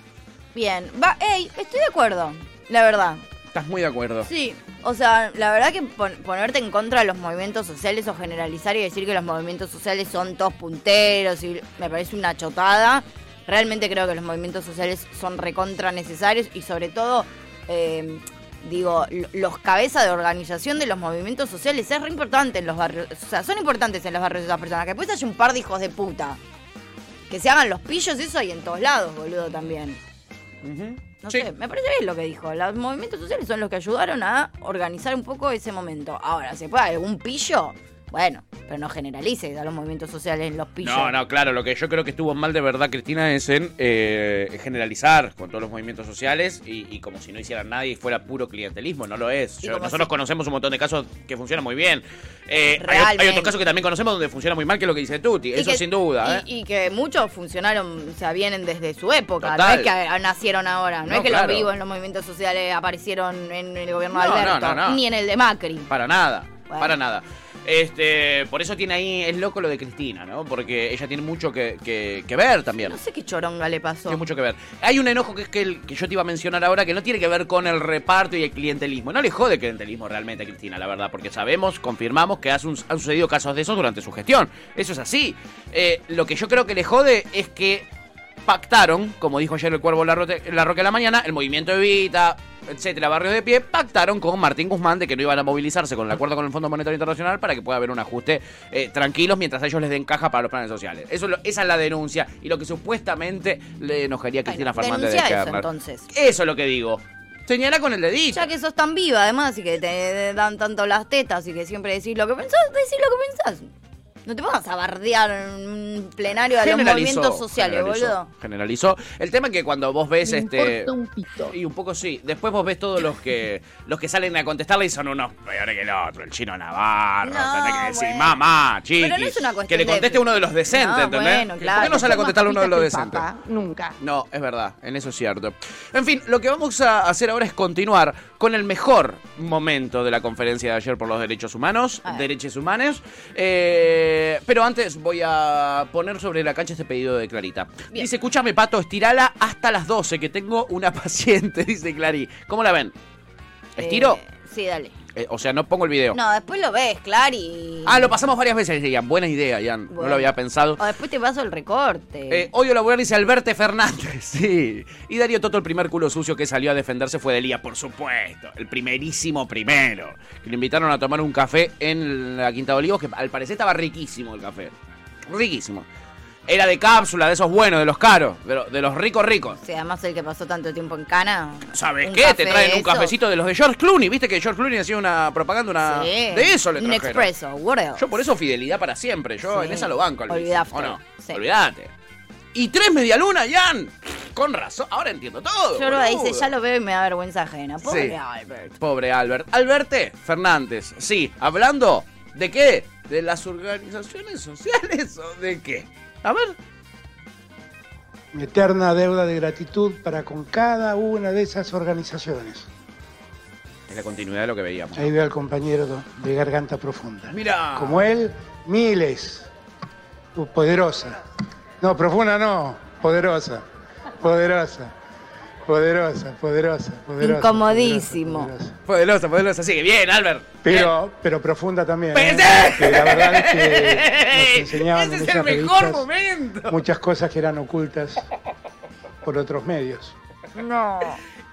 S3: Bien. Va, ey, estoy de acuerdo. La verdad.
S2: Estás muy de acuerdo.
S3: Sí, o sea, la verdad que pon- ponerte en contra de los movimientos sociales o generalizar y decir que los movimientos sociales son todos punteros y me parece una chotada. Realmente creo que los movimientos sociales son recontra necesarios y sobre todo, eh, digo, lo- los cabezas de organización de los movimientos sociales es re importante en los barrios, o sea, son importantes en los barrios esas personas, que después hay un par de hijos de puta. Que se hagan los pillos, eso hay en todos lados, boludo, también. No
S2: Sí.
S3: sé, me parece bien lo que dijo. Los movimientos sociales son los que ayudaron a organizar un poco ese momento. Ahora, ¿se puede algún pillo? Bueno, pero no generalices a los movimientos sociales en los pillos.
S2: No, no, claro, lo que yo creo que estuvo mal de verdad, Cristina, es en eh, generalizar con todos los movimientos sociales y, y como si no hiciera nadie y fuera puro clientelismo, no lo es.
S3: Y
S2: Yo-
S3: como
S2: nosotros
S3: si-
S2: conocemos un montón de casos que funcionan muy bien. Eh, hay, o- hay
S3: Realmente.
S2: otros casos que también conocemos donde funciona muy mal, que es lo que dice Tuti,
S3: Y
S2: eso
S3: que-
S2: sin duda. ¿eh?
S3: Y, y que muchos funcionaron, o sea, vienen desde su época.
S2: Total.
S3: No es que nacieron ahora. No,
S2: No,
S3: es que
S2: claro.
S3: los vivos en los movimientos sociales aparecieron en el gobierno
S2: No,
S3: de Alberto.
S2: no, no, no.
S3: Ni en el de Macri.
S2: Para nada,
S3: Bueno.
S2: para nada. Este, por eso tiene ahí, es loco lo de Cristina, ¿no? Porque ella tiene mucho que, que- que ver también.
S3: No sé qué choronga le pasó.
S2: Tiene mucho que ver. Hay un enojo que es que, el- que yo te iba a mencionar ahora que no tiene que ver con el reparto y el clientelismo. No le jode el clientelismo realmente a Cristina, la verdad, porque sabemos, confirmamos que ha su- han sucedido casos de esos durante su gestión. Eso es así. Eh, lo que yo creo que le jode es que pactaron, como dijo ayer el Cuervo Larrote- La Roca de la Mañana, el movimiento Evita, etcétera, Barrio de Pie, pactaron con Martín Guzmán de que no iban a movilizarse con el acuerdo con el Fondo Monetario Internacional para que pueda haber un ajuste eh, tranquilos mientras a ellos les den caja para los planes sociales. Eso es lo- esa es la denuncia y lo que supuestamente le enojaría a Cristina
S3: Bueno,
S2: Fernández de
S3: denuncia eso,
S2: Kirchner.
S3: entonces.
S2: Eso es lo que digo. Señala con el dedito.
S3: Ya que sos tan viva, además, y que te dan tanto las tetas y que siempre decís lo que pensás, decís lo que pensás. No te pongas a bardear en un plenario a los movimientos sociales,
S2: generalizó,
S3: boludo.
S2: generalizó. El tema es que cuando vos ves
S6: Me
S2: este.
S6: importa un pito.
S2: Y un poco sí. Después vos ves todos los que los que salen a contestarle y son unos peores que el otro. El chino Navarro.
S3: No,
S2: tenés que decir,
S3: bueno.
S2: mamá, chiqui.
S3: Pero no es una cuestión
S2: Que le
S3: de-
S2: conteste uno de los decentes,
S3: No,
S2: ¿entendés?
S3: bueno,
S2: Que-
S3: claro.
S2: ¿Por qué no sale a contestarle uno de los
S6: Más papitas que
S2: decentes?
S6: el Papa, Nunca.
S2: No, es verdad, en eso es cierto. En fin, lo que vamos a hacer ahora es continuar con el mejor momento de la conferencia de ayer por los derechos humanos,
S3: A ver.
S2: derechos humanos. Eh, pero antes voy a poner sobre la cancha este pedido de Clarita.
S3: Bien.
S2: Dice, escúchame Pato, estirala hasta las 12, que tengo una paciente, dice Clarí. ¿Cómo la ven? ¿Estiro?
S3: Eh, sí, dale.
S2: Eh, o sea, no pongo el video.
S3: No, después lo ves, Clary.
S2: Ah, lo pasamos varias veces, Ian. Buena idea, Ian. No
S3: Bueno.
S2: lo había pensado.
S3: O después te paso el recorte.
S2: Eh, odio laboral dice Alberto Fernández, sí. Y Darío Toto, el primer culo sucio que salió a defenderse fue de Lía, por supuesto. El primerísimo primero. Que lo invitaron a tomar un café en la Quinta de Olivos, que al parecer estaba riquísimo el café. Riquísimo. Era de cápsula, de esos buenos, de los caros, de, lo- de los ricos ricos.
S3: Sí, además el que pasó tanto tiempo en Cana.
S2: ¿Sabes
S3: un
S2: qué? Te
S3: café
S2: traen
S3: de
S2: un
S3: esos.
S2: cafecito de los de George Clooney. Viste que George Clooney hacía una propaganda, una...
S3: Sí.
S2: De eso le
S3: Un
S2: trajeron.
S3: expreso, whatever.
S2: Yo por eso fidelidad para siempre. Yo
S3: Sí.
S2: en esa lo banco. Luis.
S3: Olvidate.
S2: ¿O no?
S3: Sí.
S2: Olvidate. Y tres medialunas, Jan. Con razón. Ahora entiendo todo.
S3: Yo lo dice,
S2: boludo.
S3: ya lo veo y me da vergüenza ajena. Pobre
S2: Sí.
S3: Albert.
S2: Pobre Albert. Alberte Fernández. Sí. Hablando de qué? De las organizaciones sociales o de qué? A ver.
S7: Mi eterna deuda de gratitud para con cada una de esas organizaciones.
S2: Es la continuidad de lo que veíamos.
S7: Ahí veo al compañero do- de garganta profunda.
S2: Mirá.
S7: Como él, miles. Uh, Poderosa. No, profunda no. Poderosa. Poderosa. Poderosa, poderosa, poderosa.
S3: Incomodísimo.
S7: poderosa, poderosa.
S2: Poderosa, poderosa. Sigue bien, Albert.
S7: Pero, pero profunda también. ¿eh?
S2: ¡Pensé!
S7: Que la verdad es que eh, nos
S2: ¡Ey!
S7: enseñaban en
S2: Pues, Ese es
S7: esas
S2: el mejor
S7: revistas
S2: momento.
S7: muchas cosas que eran ocultas por otros medios.
S3: No.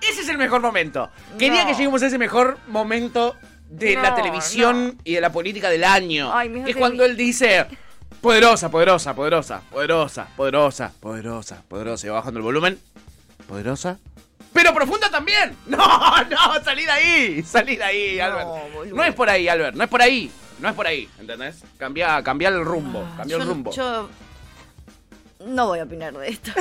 S2: Ese es el mejor momento. Quería
S3: No.
S2: que lleguemos a ese mejor momento de la
S3: No,
S2: televisión y de la política del año.
S3: Ay, mi hijo
S2: que es
S3: que
S2: cuando
S3: mi-
S2: él dice, poderosa, poderosa, poderosa, poderosa, poderosa, poderosa, poderosa, y va bajando el volumen. Poderosa. Pero profunda también. No, no, salir ahí, salir ahí, Albert.
S3: boludo.
S2: No es por ahí, Albert, no es por ahí. No es por ahí, ¿entendés? Cambia, cambia el rumbo, cambia
S3: Ah, yo,
S2: el rumbo.
S3: Yo no voy a opinar de esto.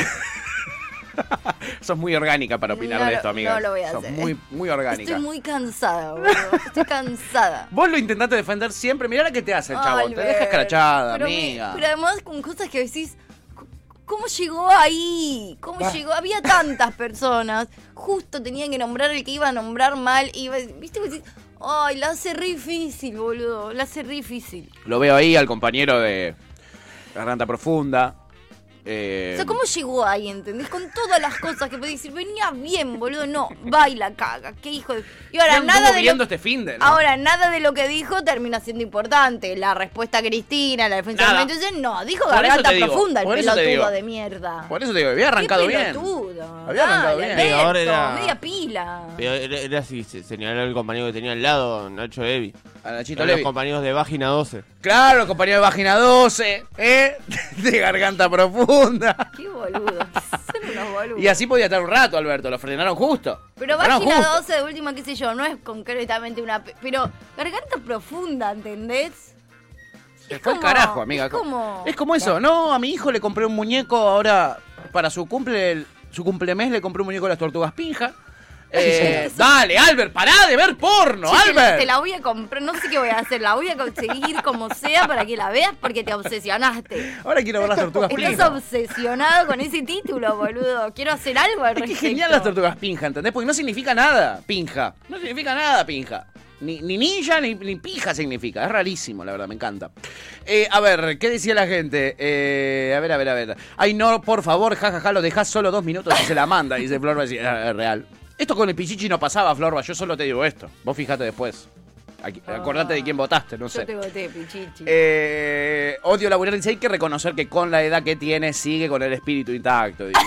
S2: Sos muy orgánica para opinar
S3: No
S2: de
S3: lo-
S2: esto, amiga.
S3: no lo voy a
S2: Sos
S3: hacer.
S2: muy, muy orgánica.
S3: Estoy muy cansada, boludo. Estoy cansada.
S2: Vos lo intentaste defender siempre. Mirá la que te hace el chavo. Te
S3: Albert,
S2: deja escrachada,
S3: pero me-
S2: amiga.
S3: pero además con cosas que decís, "C- ¿cómo llegó ahí? ¿Cómo llegó? Había tantas personas. Justo tenía que nombrar el que iba a nombrar mal. Y, iba- ¿Viste? Vos decís, Ay, la hace re difícil, boludo. La hace re difícil.
S2: Lo veo ahí al compañero de Garganta Profunda. Eh,
S3: O sea, ¿cómo llegó ahí, entendés? Con todas las cosas que podés decir, venía bien, boludo, no, baila, caga, qué hijo de... Y ahora
S2: Bien,
S3: nada
S2: estuvo
S3: de
S2: viendo
S3: lo...
S2: este finde, ¿no?
S3: Ahora nada de lo que dijo termina siendo importante. La respuesta a Cristina, la defensa
S2: Nada.
S3: de Entonces, no, dijo
S2: Por eso
S3: garganta
S2: te digo,
S3: profunda el
S2: por eso te digo.
S3: pelotudo de mierda.
S2: Por eso te digo, había arrancado
S3: qué
S2: bien.
S3: pelotudo.
S2: Había arrancado
S3: Dale,
S2: bien.
S8: Pero ahora
S3: Alberto,
S8: era-
S3: media pila.
S8: Pero era, era así, se señaló el compañero que tenía al lado, Nacho Evi.
S2: A Nachito
S8: Eran Los
S2: Levi.
S8: compañeros de Vagina 12.
S2: Claro, el compañero de Vagina 12, ¿eh? De Garganta Profunda.
S3: Qué boludo, son unos boludos.
S2: Y así podía estar un rato, Alberto. Lo frenaron justo.
S3: Pero
S2: Lo frenaron
S3: Vagina
S2: justo.
S3: 12 de última, qué sé yo, no es concretamente una... pe- Pero garganta profunda, ¿entendés?
S2: Se
S3: Es
S2: fue al
S3: como-
S2: carajo, amiga.
S3: es como-
S2: Es como eso. No, a mi hijo le compré un muñeco ahora para su cumple, el- su cumplemes le compré un muñeco de las tortugas pinja. Eh, dale, Albert, pará de ver porno,
S3: Sí, te la-
S2: Albert.
S3: Te la voy a comprar, no sé qué voy a hacer, la voy a conseguir como sea para que la veas porque te obsesionaste.
S2: Ahora quiero ver las tortugas
S3: Estás
S2: pinja.
S3: obsesionado con ese título, boludo. Quiero hacer algo al
S2: Es que
S3: respecto.
S2: genial las tortugas pinja, ¿entendés? Porque no significa nada, pinja. No significa nada, pinja. Ni, ni ninja ni, ni pija significa. Es rarísimo, la verdad, me encanta. Eh, a ver, ¿qué decía la gente? Eh, a ver, a ver, a ver. Ay, no, por favor, jajaja, lo dejás solo dos minutos y se la manda, dice Florba. Es eh, real. Esto con el pichichi no pasaba, Florba. Yo solo te digo esto. Vos fíjate después. Aquí- acordate de quién votaste, no sé.
S3: Yo te voté, pichichi.
S2: Eh, odio laburar dice, hay que reconocer que con la edad que tiene sigue con el espíritu intacto. dice.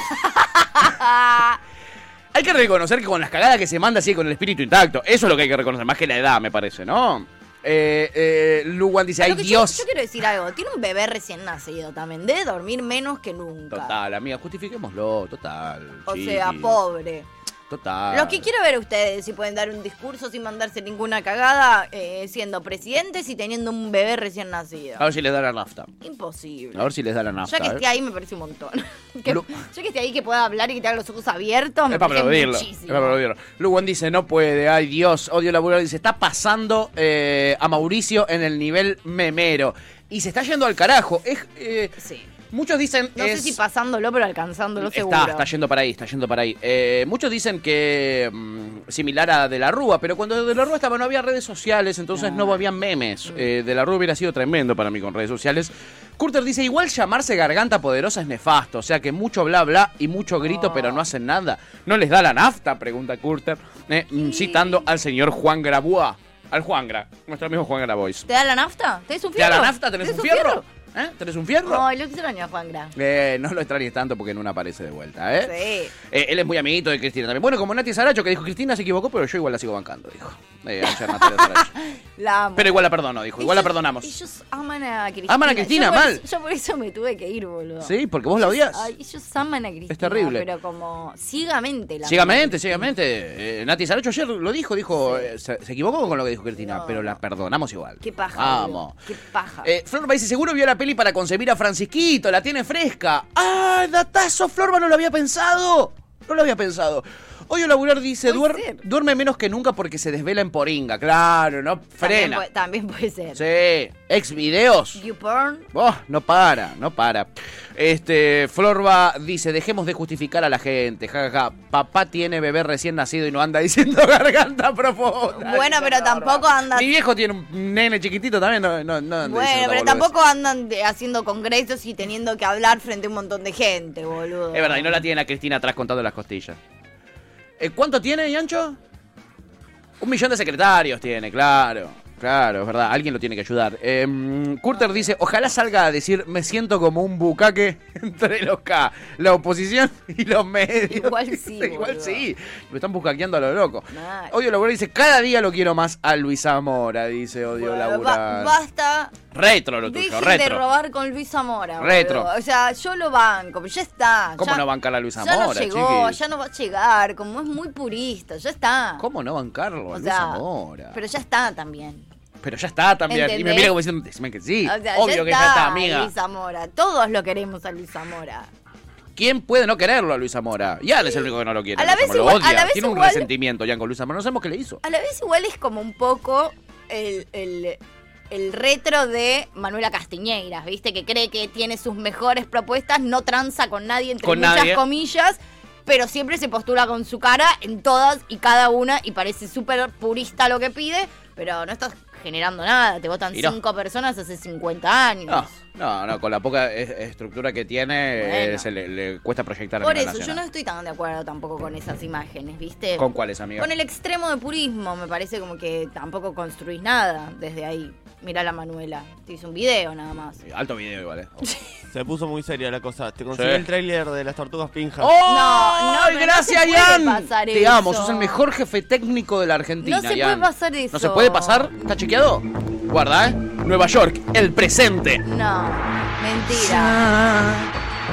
S2: hay que reconocer que con las cagadas que se manda sigue con el espíritu intacto. Eso es lo que hay que reconocer, más que la edad, me parece, ¿no? Eh, eh, Luwan dice, ay
S3: Lo que yo-
S2: Dios.
S3: Yo, quiero decir algo. Tiene un bebé recién nacido también. Debe dormir menos que nunca.
S2: Total, amiga, justifiquémoslo, total.
S3: O
S2: chiqui.
S3: sea, pobre.
S2: Total.
S3: Los que quiero ver a ustedes, si pueden dar un discurso sin mandarse ninguna cagada, eh, siendo presidentes y teniendo un bebé recién nacido.
S2: A ver si les da la nafta.
S3: Imposible.
S2: A ver si les da la nafta.
S3: ya que
S2: ¿eh?
S3: esté ahí me parece un montón. Que-
S2: Lu-
S3: ya que esté ahí que pueda hablar y que tenga los ojos abiertos, me
S2: Es para
S3: parece
S2: aplaudirlo. Es
S3: muchísimo.
S2: para aplaudirlo. Luwan dice, no puede, ay Dios, odio laboral. Dice, está pasando eh, a Mauricio en el nivel memero. Y se está yendo al carajo. Es, eh,
S3: Sí.
S2: muchos dicen...
S3: No
S2: es-
S3: sé si pasándolo, pero alcanzándolo seguro.
S2: Está, está yendo para ahí, está yendo para ahí. Eh, muchos dicen que mm, similar a De la Rúa, pero cuando De la Rúa estaba no había redes sociales, entonces no, había memes. Eh, de la Rúa hubiera sido tremendo para mí con redes sociales. Curter dice, igual llamarse garganta poderosa es nefasto, o sea que mucho bla bla y mucho grito, pero no hacen nada. ¿No les da la nafta? Pregunta Curter, eh, mm, citando al señor Juan Grabois. Al Juan Gra, nuestro amigo Juan Grabois.
S3: ¿Te da la nafta? ¿Tenés un
S2: ¿Te da
S3: fierro?
S2: la nafta? ¿Tenés un fierro? ¿Eh? ¿Tenés un fierro?
S3: No, lo extraño a Juan Gra.
S2: Eh, no lo extrañes tanto porque en una aparece de vuelta, ¿eh?
S3: Sí.
S2: Eh, él es muy amiguito de Cristina también. Bueno, como Nati Saracho, que dijo Cristina se equivocó, pero yo igual la sigo bancando, dijo. Eh, ayer Nati Saracho.
S3: La amo.
S2: pero igual la perdono, dijo. Igual la
S3: Ellos-
S2: perdonamos.
S3: Ellos aman a Cristina.
S2: Aman a Cristina,
S3: Yo por
S2: mal.
S3: eso- yo por eso me tuve que ir, boludo.
S2: Sí, porque vos la odias.
S3: Ay, ellos aman a Cristina.
S2: terrible.
S3: Pero como ciegamente la
S2: Ciegamente, ciegamente. Eh, Nati Saracho ayer lo dijo, dijo, eh, se, se equivocó con lo que dijo Cristina,
S3: No.
S2: pero la perdonamos igual.
S3: Qué paja.
S2: Vamos.
S3: boludo. Qué paja.
S2: Eh, Florba dice, seguro vio la peli para concebir a Francisquito, la tiene fresca. ¡Ah, datazo! Florba no lo había pensado. No lo había pensado. Odio laburar dice,
S3: Puede
S2: "Duer-
S3: ser.
S2: duerme menos que nunca porque se desvela en poringa. Claro, no
S3: también,
S2: frena.
S3: pu- también puede ser.
S2: Sí, ex videos. Oh,
S3: YouPorn.
S2: no para, no para. Este, Florba dice, dejemos de justificar a la gente, jajaja. Papá tiene bebé recién nacido y no anda diciendo garganta profunda.
S3: Bueno,
S2: Dice
S3: pero
S2: Florba.
S3: tampoco anda-
S2: Mi viejo tiene un nene chiquitito también, no, no, no anda
S3: Bueno,
S2: diciendo
S3: pero
S2: boludeces.
S3: tampoco andan de- haciendo congresos y teniendo que hablar frente a un montón de gente, boludo.
S2: Es verdad, y no la tienen a Cristina atrás contando las costillas. Eh, ¿Cuánto tiene, Yancho? Un millón de secretarios tiene, claro. Claro, es verdad, alguien lo tiene que ayudar. Eh, Curter dice, ojalá salga a decir, me siento como un bucaque entre los K, la oposición y los medios.
S3: Igual sí,
S2: Igual
S3: boludo.
S2: sí, me están bucaqueando a lo loco.
S3: Mal.
S2: Odio laburar, dice, cada día lo quiero más a Luis Zamora, dice, odio
S3: Bueno, ba-
S2: laburar.
S3: basta.
S2: retro lo tuyo,
S3: Dejen de
S2: retro.
S3: robar con Luis Zamora.
S2: Retro.
S3: boludo. O sea, yo lo banco, pero ya está.
S2: ¿Cómo
S3: ya-
S2: no bancar a Luis
S3: Ya
S2: Zamora,
S3: no llegó,
S2: chiquis?
S3: ya no va a llegar. Como es muy purista, ya está.
S2: ¿Cómo no bancarlo a
S3: O
S2: Luis
S3: sea,
S2: Zamora?
S3: pero ya está también.
S2: Pero ya está también. Y me
S3: ¿Entendés?
S2: mira como diciendo, decime que sí.
S3: O sea,
S2: Obvio que ya está, amiga.
S3: Luis Zamora. Todos lo queremos a Luis Zamora.
S2: ¿Quién puede no quererlo a Luis Zamora? Ya es el único que no lo quiere.
S3: A la
S2: Luis
S3: vez
S2: Zamora, lo
S3: igual- a
S2: odia.
S3: la vez
S2: Tiene un
S3: igual-
S2: resentimiento ya con Luis Zamora. No sabemos qué le hizo.
S3: A la vez igual es como un poco el, el- el retro de Manuela Castiñeiras, ¿viste? Que cree que tiene sus mejores propuestas, no tranza con nadie, entre
S2: Con
S3: muchas
S2: nadie.
S3: comillas, pero siempre se postula con su cara en todas y cada una y parece súper purista lo que pide, pero no estás generando nada, te votan
S2: Y no.
S3: cinco personas hace 50 años.
S2: No, no, no. Con la poca eh, estructura que tiene, eh,
S3: Bueno.
S2: se le, le cuesta proyectar a
S3: Por
S2: nivel
S3: eso, yo no
S2: nacional.
S3: estoy tan de acuerdo tampoco con esas imágenes, ¿viste?
S2: ¿Con cuáles, amiga?
S3: Con el extremo de purismo, me parece como que tampoco construís nada desde ahí. Mirá la Manuela, te hizo un video nada más.
S2: Alto video igual, eh.
S8: Se puso muy seria la cosa. Te conseguí
S2: Sí.
S8: el tráiler de las tortugas pinjas.
S2: ¡Oh!
S3: no, pero
S2: gracias,
S3: no se puede
S2: Ian.
S3: pasar
S2: Te
S3: eso.
S2: amo, sos el mejor jefe técnico de la Argentina.
S3: No se
S2: Ian.
S3: puede pasar
S2: No
S3: eso.
S2: se puede pasar. ¿Está chequeado? Guarda, eh. Nueva York, el presente.
S3: No, mentira.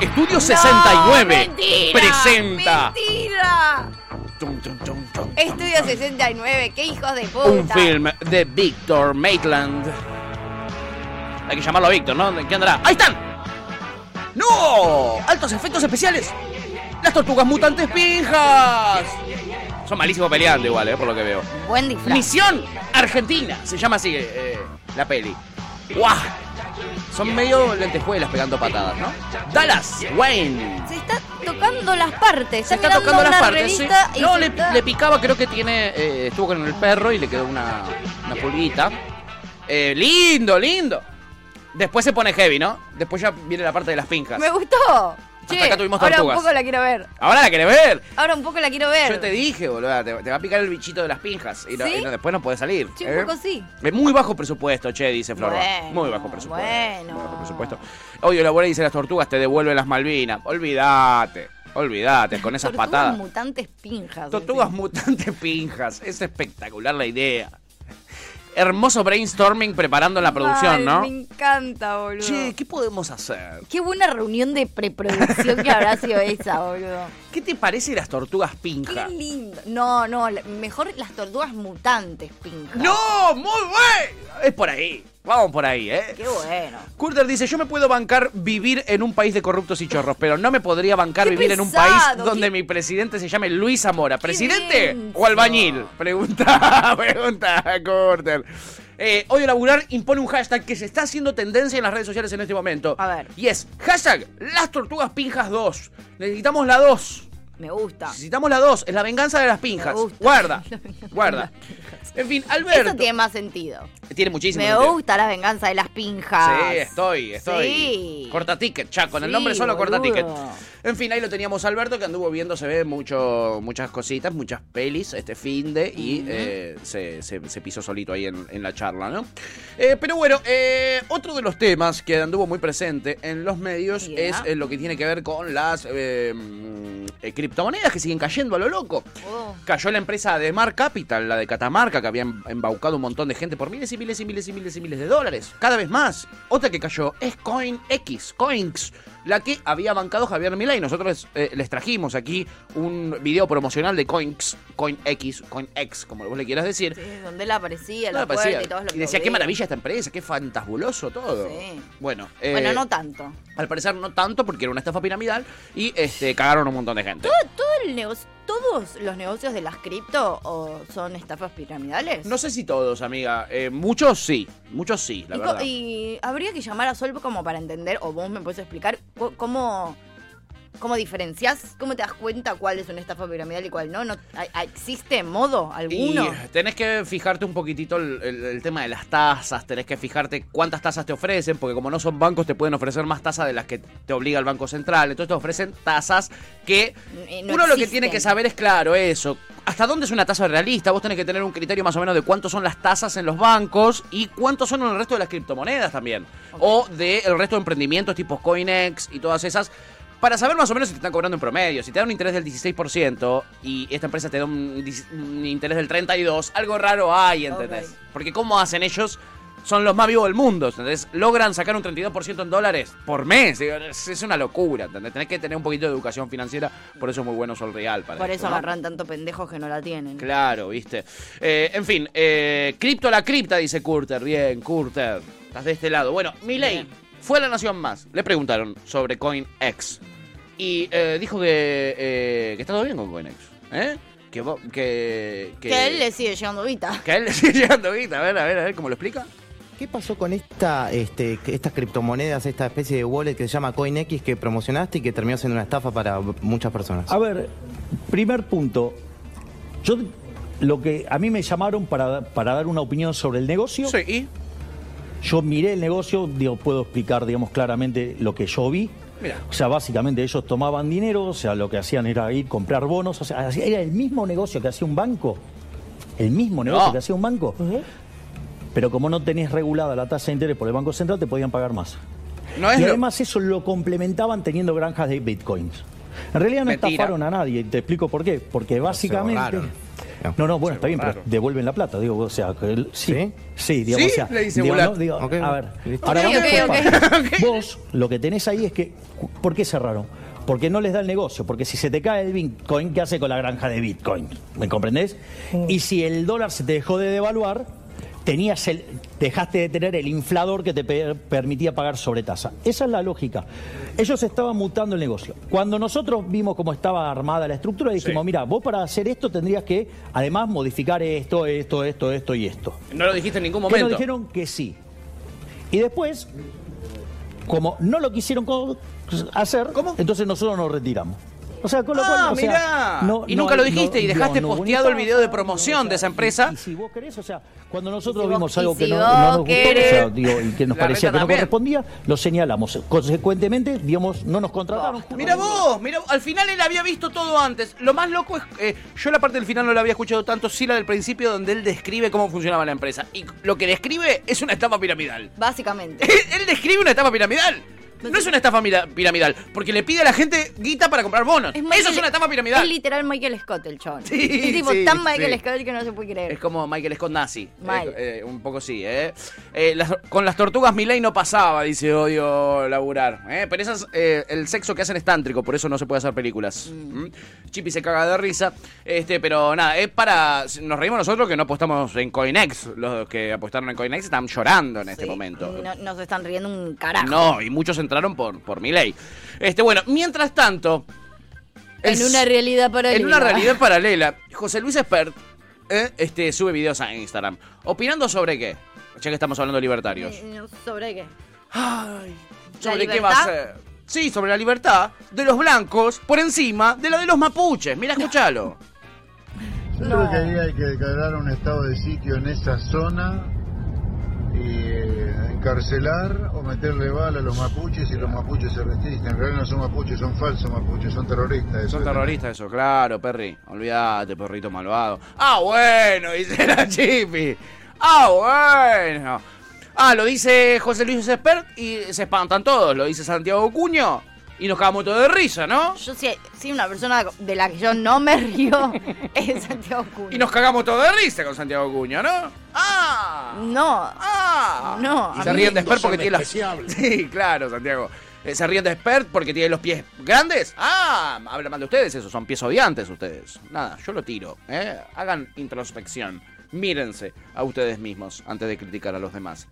S2: Estudio
S3: No,
S2: 69
S3: mentira,
S2: presenta
S3: ¡Mentira!
S2: Tum, tum, tum, tum.
S3: Estudio 69, qué hijos de puta.
S2: un film de Victor Maitland. Hay que llamarlo a Victor, ¿no? ¿De ¿Qué andará? ¡Ahí están! ¡No! ¡Altos efectos especiales! ¡Las tortugas mutantes pinjas! Son malísimos peleando igual, ¿eh? Por lo que veo.
S3: Buen disfraz.
S2: Misión Argentina, se llama así eh, la peli. ¡Guau! Son medio lentejuelas pegando patadas, ¿no? Dallas, Wayne.
S3: Se está tocando las partes.
S2: Se está tocando las partes, sí. No, le, le
S3: pica.
S2: picaba, creo que tiene. eh, estuvo con el perro y le quedó una, una pulguita. Eh, lindo, lindo. Después se pone heavy, ¿no? Después ya viene la parte de las pinjas.
S3: Me gustó. Che,
S2: acá tuvimos
S3: ahora un
S2: tortugas.
S3: poco la quiero ver.
S2: Ahora la querés ver.
S3: Ahora un poco la quiero ver.
S2: Yo te dije, boludo, te, te va a picar el bichito de las pinjas. Y, no-
S3: ¿Sí?
S2: y no- después no puede salir. ¿eh?
S3: Sí, un poco sí.
S2: Es muy bajo presupuesto, che, dice Flor.
S3: Bueno,
S2: muy bajo presupuesto.
S3: bueno.
S2: Muy bajo presupuesto. Oye, la abuela dice las tortugas te devuelven las Malvinas. Olvídate. Olvídate, con esas
S3: Tortugas
S2: patadas.
S3: mutantes pinjas.
S2: Tortugas
S3: encima.
S2: mutantes pinjas. Es espectacular la idea. hermoso brainstorming preparando la producción,
S3: Ay,
S2: ¿no?
S3: Me encanta, boludo.
S2: Che, ¿qué podemos hacer?
S3: Qué buena reunión de preproducción que habrá sido esa, boludo.
S2: ¿Qué te parece las tortugas
S3: Qué
S2: pinja?
S3: lindo. No, no, la- mejor las tortugas mutantes, pinja.
S2: ¡No! ¡Muy bueno! Es por ahí. Vamos por ahí, ¿eh?
S3: Qué bueno.
S2: Kurder dice, yo me puedo bancar vivir en un país de corruptos y chorros, pero no me podría bancar
S3: Qué
S2: vivir en un
S3: pesado,
S2: país donde
S3: qué-
S2: mi presidente se llame Luis Zamora. ¿Presidente
S3: denso.
S2: o albañil? Pregunta, pregunta, Kurder. Eh, odio laburar impone un hashtag que se está haciendo tendencia en las redes sociales en este momento.
S3: A ver.
S2: Y es hashtag las tortugas pinjas 2. Necesitamos la 2.
S3: Me gusta.
S2: Necesitamos la 2. Es la venganza de las pinjas.
S3: Me gusta.
S2: Guarda.
S3: La venganza
S2: Guarda. En fin, Alberto.
S3: Eso tiene más sentido.
S2: Tiene muchísimo
S3: Me
S2: sentido.
S3: gusta la venganza de las pinjas.
S2: Sí, estoy, estoy.
S3: Sí.
S2: Corta ticket, ya, con el
S3: Sí,
S2: nombre solo corta
S3: boludo.
S2: ticket. En fin, ahí lo teníamos a Alberto que anduvo viendo, se ve mucho, muchas cositas, muchas pelis este fin de y eh, se, se- se pisó solito ahí en, en la charla, ¿no? Eh, pero bueno, eh, otro de los temas que anduvo muy presente en los medios
S3: Yeah.
S2: es eh, lo que tiene que ver con las eh, mm, eh, criptomonedas que siguen cayendo a lo loco.
S3: Oh.
S2: Cayó la empresa de Mar Capital, la de Catamarca, que había embaucado un montón de gente por miles y miles y miles y miles y miles de dólares. Cada vez más. Otra que cayó es CoinX, Coinx, la que había bancado Javier Milei. Nosotros eh, les trajimos aquí un video promocional de Coinx, CoinX, CoinX, como vos le quieras decir.
S3: Sí, donde él aparecía,
S2: Nada,
S3: la puerta
S2: parecía-
S3: y todos los
S2: y decía, qué
S3: videos.
S2: maravilla esta empresa, qué fantabuloso todo.
S3: Sí.
S2: Bueno,
S3: Bueno,
S2: eh,
S3: no tanto.
S2: al parecer no tanto porque era una estafa piramidal y este cagaron un montón de gente.
S3: ¿Todo el negocio, ¿Todos los negocios de las cripto o son estafas piramidales?
S2: No sé si todos, amiga. Eh, muchos sí, muchos sí, la
S3: y, co-
S2: verdad.
S3: y habría que llamar a Sol como para entender, o vos me puedes explicar co- cómo, cómo diferencias, cómo te das cuenta cuál es una estafa piramidal y cuál no. no ¿Hay- hay- ¿Existe modo
S2: Y eh,
S3: alguno?
S2: tenés que fijarte un poquitito el, el- el tema de las tasas, tenés que fijarte cuántas tasas te ofrecen, porque como no son bancos te pueden ofrecer más tasas de las que te obliga el Banco Central, entonces te ofrecen tasas que
S3: Eh, no
S2: uno lo que
S3: existen.
S2: tiene que saber es claro eso, hasta dónde es una tasa realista, vos tenés que tener un criterio más o menos de cuánto son las tasas en los bancos y cuánto son en el resto de las criptomonedas también, o del resto de emprendimientos tipo CoinEx y todas esas. Para saber más o menos si te están cobrando en promedio, si te dan un interés del 16% y esta empresa te da un, dis- un interés del 32%, algo raro hay, ¿entendés?
S3: Ok.
S2: Porque ¿cómo hacen ellos? Son los más vivos del mundo, ¿entendés? Logran sacar un 32% en dólares por mes. digo, Es es una locura, ¿entendés? Tenés que tener un poquito de educación financiera, por eso es muy bueno Sol Real. Para
S3: Por
S2: esto,
S3: eso
S2: ¿no?
S3: agarran tanto pendejos que no la tienen.
S2: Claro, viste. Eh, en fin, eh, cripto la cripta, dice Curter. Bien, Curter. Estás de este lado. Bueno, Milei
S3: Bien.
S2: fue a la Nación Más. Le preguntaron sobre CoinX. Y eh, dijo que, eh, que está todo bien con CoinX. ¿Eh? Que, vo- que, que,
S3: Que a él le sigue llegando vita.
S2: que a él le sigue llegando guita. A ver, a ver, a ver cómo lo explica.
S9: ¿Qué pasó con esta, este, estas criptomonedas, esta especie de wallet que se llama CoinX que promocionaste y que terminó siendo una estafa para muchas personas?
S10: A ver, primer punto. Yo lo que a mí me llamaron para, para dar una opinión sobre el negocio.
S2: Sí, y.
S10: Yo miré el negocio, digo, puedo explicar, digamos, claramente lo que yo vi.
S2: Mirá.
S10: O sea, básicamente ellos tomaban dinero, o sea, lo que hacían era ir comprar bonos, o sea, hacía- era el mismo negocio que hacía un banco. El mismo negocio
S2: No.
S10: que hacía un banco. Pero como no tenés regulada la tasa de interés por el Banco Central, te podían pagar más.
S2: No es
S10: Y
S2: lo-
S10: además eso lo complementaban teniendo granjas de bitcoins. En realidad no
S2: Mentira.
S10: estafaron a nadie, y te explico por qué. Porque básicamente.
S9: borraron.
S10: No, no, bueno, está bien, pero
S2: borraron.
S10: devuelven la plata, digo, o sea, que el- sí,
S9: ¿Sí?
S10: sí, digamos,
S2: Sí,
S10: o sea,
S2: le dice
S10: digo,
S2: Bulat.
S10: no, digo,
S9: Ok,
S10: a ver,
S9: listo.
S10: ahora
S3: Ok,
S10: vamos
S3: ok,
S10: por partes.
S2: ok.
S10: vos lo que tenés ahí es que, ¿por qué cerraron? Porque no les da el negocio, porque si se te cae el bitcoin, ¿qué hace con la granja de bitcoin? ¿Me comprendés?
S3: Mm.
S10: Y si el dólar se te dejó de devaluar, tenías el, dejaste de tener el inflador que te pe- permitía pagar sobretasa. Esa es la lógica. Ellos estaban mutando el negocio. Cuando nosotros vimos cómo estaba armada la estructura, dijimos, mira, vos para hacer esto tendrías que, además, modificar esto, esto, esto, esto y esto.
S2: No lo dijiste en ningún
S10: Que
S2: momento.
S10: nos dijeron que sí. Y después, como no lo quisieron co- hacer, entonces nosotros nos retiramos. O sea, con lo cual,
S2: Ah,
S10: o sea,
S2: mirá.
S10: no-
S2: y
S10: no
S2: nunca lo
S10: hay-
S2: dijiste
S10: no-
S2: y dejaste
S10: no, no,
S2: posteado el
S10: bonita,
S2: video de
S10: no,
S2: promoción
S10: o sea,
S2: de esa
S10: y-
S2: empresa.
S10: Y, si vos querés, o sea, cuando nosotros
S3: Y si
S10: vimos
S3: vos- y
S10: algo que
S3: si
S10: no,
S3: vos
S10: no nos gustó, o sea,
S3: querés.
S10: digo, y que nos
S2: La
S10: parecía
S2: reta
S10: que no
S2: también.
S10: correspondía, lo señalamos. Consecuentemente, digamos, no nos contrataron.
S2: Mira vos, mira, al final él había visto todo antes. Lo más loco es, eh, yo la parte del final no la había escuchado tanto, sí la del principio donde él describe cómo funcionaba la empresa. Y lo que describe es una estafa piramidal.
S3: Básicamente.
S2: Él, él describe una estafa piramidal. No es una estafa mira- piramidal, porque le pide a la gente guita para comprar bonos. Eso es una estafa
S3: Es
S2: piramidal.
S3: literal Michael Scott el chabón.
S2: Sí,
S3: es tipo
S2: sí,
S3: tan Michael
S2: sí.
S3: Scott que no se puede creer.
S2: Es como Michael Scott nazi.
S3: Mal.
S2: Eh, eh, un poco sí, ¿eh? Eh, las- con las tortugas Milei no pasaba, dice odio laburar. ¿eh? Pero esas, eh, el sexo que hacen es tántrico, por eso no se puede hacer películas. ¿Mm? Chippy se caga de risa. Este, pero nada, es para. Nos reímos nosotros que no apostamos en Coinex. Los que apostaron en Coinex están llorando en este momento.
S3: No, nos están riendo un carajo.
S2: No, y muchos entraron por, por mi ley. Este, bueno, mientras tanto. el-
S3: en una realidad paralela.
S2: en una realidad paralela, José Luis Espert eh, este, sube videos a Instagram. ¿Opinando sobre qué? Ya que estamos hablando de libertarios.
S3: No, ¿Sobre qué?
S2: ¿Sobre qué va a ser? Sí, sobre la libertad de los blancos por encima de la de los mapuches. Mira, escúchalo.
S7: Yo creo que ahí hay que declarar un estado de sitio en esa zona y eh, encarcelar o meterle bala a los mapuches y los mapuches se resisten. En realidad no son mapuches, son falsos mapuches, son terroristas. eso
S2: Son
S7: es la-
S2: terroristas eso, claro, Perry. Olvídate, perrito malvado. Ah, bueno, dice la Chippy. Ah, bueno. Ah, lo dice José Luis Espert y se espantan todos. Lo dice Santiago Cuño y nos cagamos todos de risa, ¿no?
S3: Yo sí, sí, una persona de la que yo no me río es Santiago Cuno.
S2: Y nos cagamos todos de risa con Santiago Cuño, ¿no? Ah.
S3: No. No.
S2: Y
S3: a
S2: se
S3: mí-
S2: ríen de Spert porque tiene los... Sí, claro, Santiago. Eh, se ríen de Spert porque tiene los pies grandes. Ah, habla mal de ustedes, esos son pies odiantes ustedes. Nada, yo lo tiro. ¿eh? Hagan introspección. Mírense a ustedes mismos antes de criticar a los demás.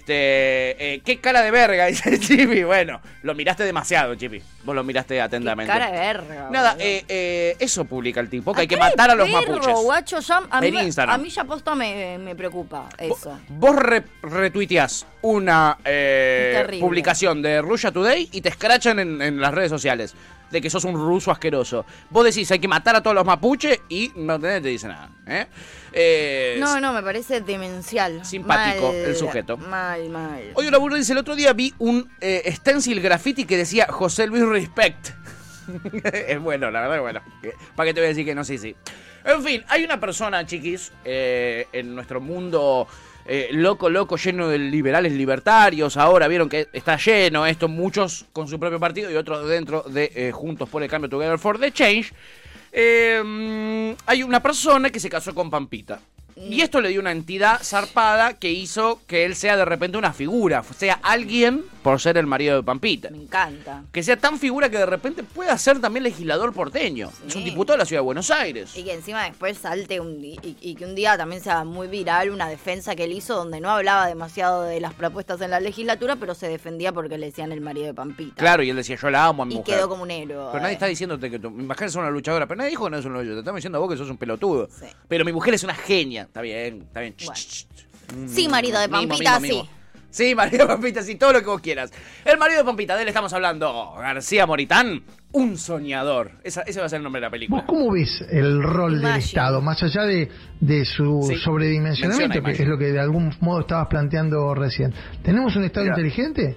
S2: Este, eh, qué cara de verga, dice Chibi. Bueno, lo miraste demasiado, Chibi. Vos lo miraste atentamente.
S3: Cara de verga.
S2: Nada,
S3: boludo.
S2: eh, eh, eso publica el tipo, que hay que
S3: Cara de
S2: matar a los
S3: perro,
S2: mapuches.
S3: guacho, ya- a, mí,
S2: En
S3: me-
S2: Instagram.
S3: a mí ya posta me, me preocupa eso.
S2: Vos re- retuiteás una eh,
S3: Terrible.
S2: publicación de Russia Today y te escrachan en, en las redes sociales de que sos un ruso asqueroso. Vos decís, hay que matar a todos los mapuches y no te, te dice nada. ¿eh? Eh,
S3: No, no, me parece demencial.
S2: Simpático
S3: Mal,
S2: el sujeto.
S3: Mal, mal.
S2: Hoy laburo dice, el otro día vi un eh, stencil graffiti que decía José Luis Respect. es bueno, la verdad es bueno. ¿Para qué te voy a decir que no? Sí, sí. En fin, hay una persona, chiquis, eh, en nuestro mundo eh, loco, loco, lleno de liberales libertarios. Ahora vieron que está lleno esto, muchos con su propio partido y otros dentro de eh, Juntos por el Cambio Together for the Change. Eh, mm, hay una persona que se casó con Pampita. Y esto le dio una entidad zarpada que hizo que él sea de repente una figura, sea alguien por ser el marido de Pampita.
S3: Me encanta.
S2: Que sea tan figura que de repente pueda ser también legislador porteño. Es un diputado de la ciudad de Buenos Aires.
S3: Y que encima después salte un di- y, y que un día también sea muy viral una defensa que él hizo donde no hablaba demasiado de las propuestas en la legislatura, pero se defendía porque le decían el marido de Pampita.
S2: Claro, y él decía, yo la amo a mi
S3: y
S2: mujer.
S3: quedó como un héroe.
S2: Pero nadie está diciéndote que tu mi mujer es una luchadora. Pero nadie dijo que no es una luchadora. Te estamos diciendo a vos que sos un pelotudo. Pero mi mujer es una genia. Está bien, está bien. Ch, ch, ch. Mm,
S3: Sí, marido de
S2: mimo,
S3: Pampita,
S2: mimo, mimo.
S3: sí.
S2: Sí, marido de Pampita, sí, todo lo que vos quieras. El marido de Pampita, de él estamos hablando. García Moritán, un soñador. Esa- ese va a ser el nombre de la película.
S7: ¿Cómo ves el rol del Estado, más allá de, de su
S2: Sí. Menciona
S7: sobredimensionamiento,
S2: imagen.
S7: que es lo que de algún modo estabas planteando recién? ¿Tenemos un Estado
S5: Mira.
S7: inteligente?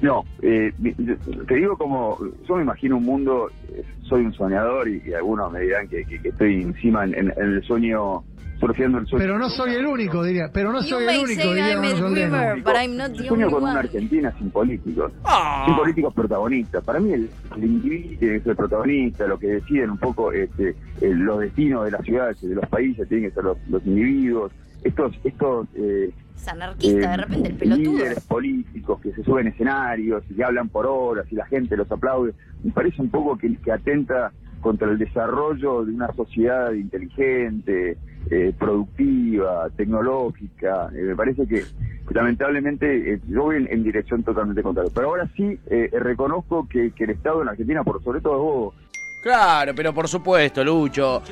S5: No, eh, mi- yo- te digo como, yo me imagino un mundo, eh, soy un soñador y, y algunos me dirán que, que- que estoy encima en, en- en el sueño, surfeando el sueño.
S7: Pero no soy el único, diría. Pero no
S3: You
S7: soy
S3: may
S7: el único,
S3: say
S7: diría
S3: I'm a
S7: Manuel Soldeno.
S3: dreamer, but I'm not the
S5: Yo sueño
S3: only
S5: con una
S3: one.
S5: Argentina sin políticos,
S2: Ah.
S5: sin políticos protagonistas. Para mí el, el individuo tiene que ser protagonista, lo que deciden un poco este, eh, los destinos de las ciudades, de los países, tienen que ser los, los individuos. Estos, estos eh,
S3: Es anarquista, de
S5: eh,
S3: repente el pelotudo.
S5: líderes políticos que se suben a escenarios y que hablan por horas y la gente los aplaude, me parece un poco que, que atenta contra el desarrollo de una sociedad inteligente, eh, productiva, tecnológica. Eh, me parece que lamentablemente eh, yo voy en, en dirección totalmente contraria. Pero ahora sí eh, reconozco que, que el Estado en Argentina, por sobre todo vos,
S2: Claro, pero por supuesto, Lucho.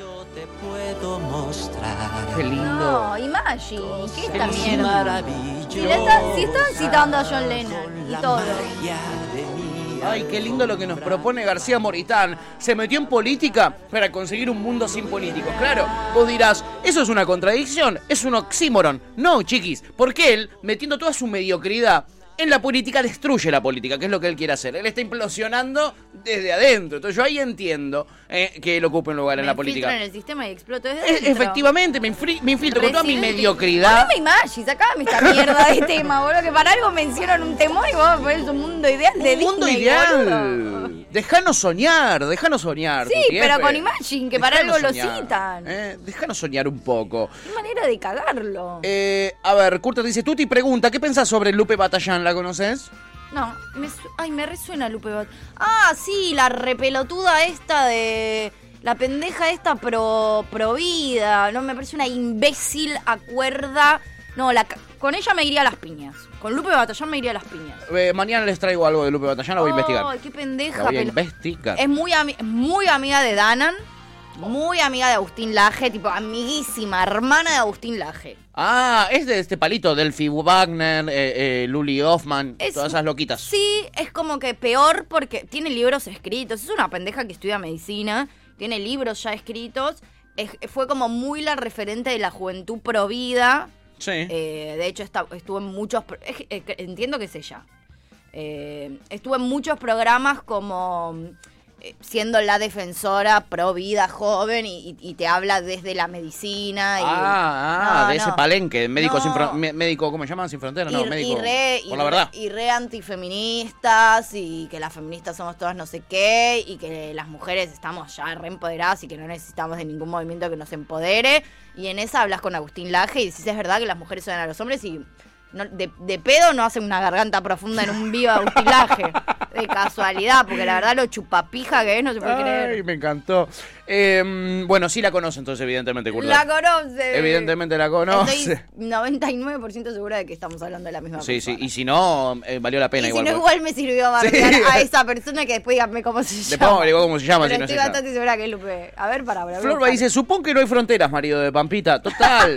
S2: Qué lindo.
S3: No, Imagine, ¿qué es esta
S11: Es
S3: mierda? Si, le está- si están citando a John Lennon y todo.
S2: Ay, qué lindo lo que nos propone García Moritán. Se metió en política para conseguir un mundo sin políticos. Claro, vos dirás, eso es una contradicción, es un oxímoron. No, chiquis, porque él, metiendo toda su mediocridad en la política destruye la política, que es lo que él quiere hacer. Él está implosionando desde adentro. Entonces yo ahí entiendo eh, que él ocupe un lugar en la
S3: Filtro
S2: política.
S3: en el sistema y exploto desde
S2: E-
S3: adentro.
S2: Efectivamente, me, infri- me infiltro con toda mi
S3: Residente.
S2: mediocridad.
S3: Poneme imagen, sacame esta mierda de tema, boludo, que para algo me hicieron un temor y vos ponés un mundo ideal de
S2: Un mundo
S3: Disney, boludo.
S2: ideal. Dejanos soñar, dejanos soñar.
S3: Sí,
S2: Gutiérrez.
S3: pero con Imagine, que para
S2: Dejanos
S3: algo lo
S2: soñar,
S3: citan.
S2: eh, Dejanos soñar un poco.
S3: Qué manera de cagarlo.
S2: Eh, a ver, Curto dice, Tuti pregunta, ¿qué pensás sobre Lupe Batallán? ¿La conoces?
S3: No, me su- ay, me resuena Lupe Bat. Ah, sí, la repelotuda esta de. La pendeja esta pro, pro vida. No, me parece una imbécil acuerda. No, la, ca- con ella me iría a las piñas. Con Lupe Batallán me iría a las piñas.
S2: Eh, mañana les traigo algo de Lupe Batallán, la voy a
S3: Ay,
S2: investigar.
S3: qué
S2: La
S3: pendeja.
S2: voy a
S3: pelo-
S2: investigar.
S3: Es muy, ami- es muy amiga de Danan. Muy amiga de Agustín Laje. Tipo, amiguísima, hermana de Agustín Laje.
S2: Ah, es de este palito, Delphi Wagner, eh, eh, Luli Hoffman,
S3: Es-
S2: todas esas loquitas.
S3: Sí, es como que peor porque tiene libros escritos. Es una pendeja que estudia medicina, tiene libros ya escritos. Es- fue como muy la referente de la juventud pro vida.
S2: Sí.
S3: Eh, de hecho, esta- estuvo en muchos. pro- es- eh, que- entiendo que es ella. Eh, estuvo en muchos programas como eh, siendo la defensora pro vida joven y, y- y te habla desde la medicina. Y,
S2: Ah, ah,
S3: No,
S2: de ese
S3: no.
S2: palenque, médico
S3: No.
S2: sin fron- me- médico, ¿cómo se llaman? Sin fronteras, no,
S3: y,
S2: médico.
S3: y re, y
S2: por la
S3: re-
S2: verdad.
S3: y re antifeministas y que las feministas somos todas no sé qué y que las mujeres estamos ya re empoderadas y que no necesitamos de ningún movimiento que nos empodere. Y en esa hablas con Agustín Laje y decís es verdad que las mujeres suenan a los hombres y no- de, de pedo no hacen una garganta profunda en un vivo Agustín Laje. De casualidad, porque la verdad lo chupapija que es no se puede
S2: Ay,
S3: creer.
S2: me encantó. Eh, bueno, sí la conoce entonces, evidentemente, Curto.
S3: La conoce.
S2: Evidentemente la conoce.
S3: Estoy 99% segura de que estamos hablando de la misma
S2: Sí, sí, y si no, eh, valió la pena
S3: Y
S2: igual.
S3: si no,
S2: porque-
S3: igual me sirvió bardear
S2: Sí.
S3: a esa persona que después dígame cómo se
S2: Después
S3: llama.
S2: averiguo cómo se llama,
S3: Pero
S2: si no
S3: estoy
S2: se llama.
S3: bastante segura que es Lupe. A ver, para, para.
S2: Florba dice, supón que no hay fronteras, marido de Pampita. Total,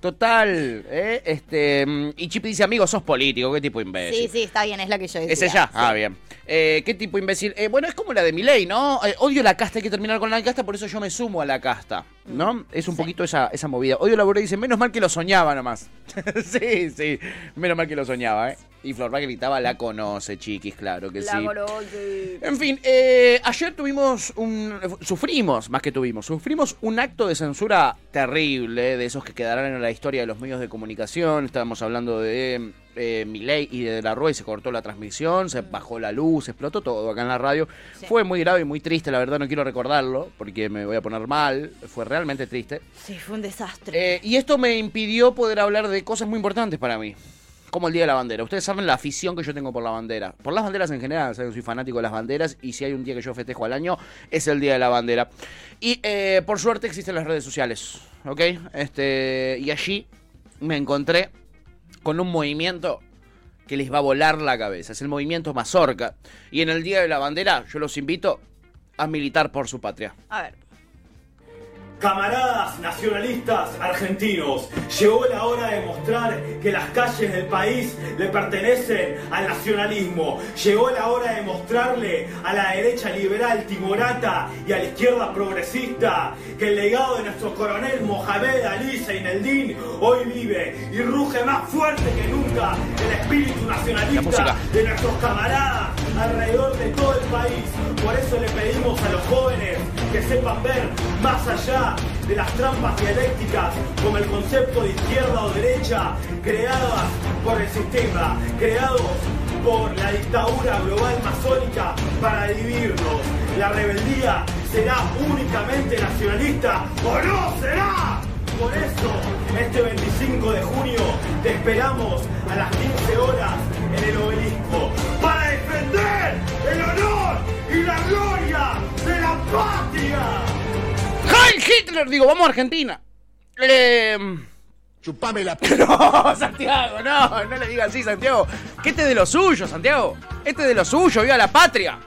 S2: total. ¿eh? Este, mm, y Chip dice, amigo, sos político, qué tipo de imbécil.
S3: Sí, sí, está bien, es la que yo decía.
S2: ¿Es ella? Ah, bien. Eh, ¿Qué tipo de imbécil? Eh, bueno, es como la de Miley, ¿no? Eh, odio la casta, hay que terminar con la casta, por eso yo me sumo a la casta,
S3: Mm.
S2: ¿no? Es un poquito esa, esa movida. Odio la burla y dice, menos mal que lo soñaba nomás. sí, sí, menos mal que lo soñaba, ¿eh? Y Florba gritaba, la conoce, chiquis, claro que
S3: La
S2: sí.
S3: conoce.
S2: En fin, eh, ayer tuvimos un. Sufrimos, más que tuvimos, sufrimos un acto de censura terrible, de esos que quedarán en la historia de los medios de comunicación. Estábamos hablando de eh, Milei y de, la Rue, y se cortó la transmisión, se bajó la luz, explotó todo acá en la radio. Fue muy grave y muy triste, la verdad, no quiero recordarlo porque me voy a poner mal. Fue realmente triste.
S3: Sí, fue un desastre.
S2: Eh, y esto me impidió poder hablar de cosas muy importantes para mí. Como el Día de la Bandera. Ustedes saben la afición que yo tengo por la bandera. Por las banderas en general. Saben, soy fanático de las banderas. Y si hay un día que yo festejo al año, es el Día de la Bandera. Y eh, por suerte existen las redes sociales. ¿Ok? Este, y allí me encontré con un movimiento que les va a volar la cabeza. Es el movimiento Mazorca. Y en el Día de la Bandera, yo los invito a militar por su patria.
S3: A ver.
S12: Camaradas nacionalistas argentinos, llegó la hora de mostrar que las calles del país le pertenecen al nacionalismo. Llegó la hora de mostrarle a la derecha liberal timorata y a la izquierda progresista que el legado de nuestro coronel Mohamed Ali Zaineldin hoy vive y ruge más fuerte que nunca el espíritu nacionalista
S2: música.
S12: de nuestros camaradas alrededor de todo el país. Por eso le pedimos a los jóvenes que sepan ver más allá de las trampas dialécticas como el concepto de izquierda o derecha creadas por el sistema, creados por la dictadura global masónica para dividirnos. La rebeldía será únicamente nacionalista o no será. Por eso, este 25 de junio te esperamos a las 15 horas en el obelisco para defender el honor y la gloria de la patria.
S2: ¡Heil Hitler! Digo, vamos a Argentina. Eh... Chupame la No, Santiago, no, no le digas así, Santiago. Que este es de lo suyo, Santiago. Este es de lo suyo, viva la patria.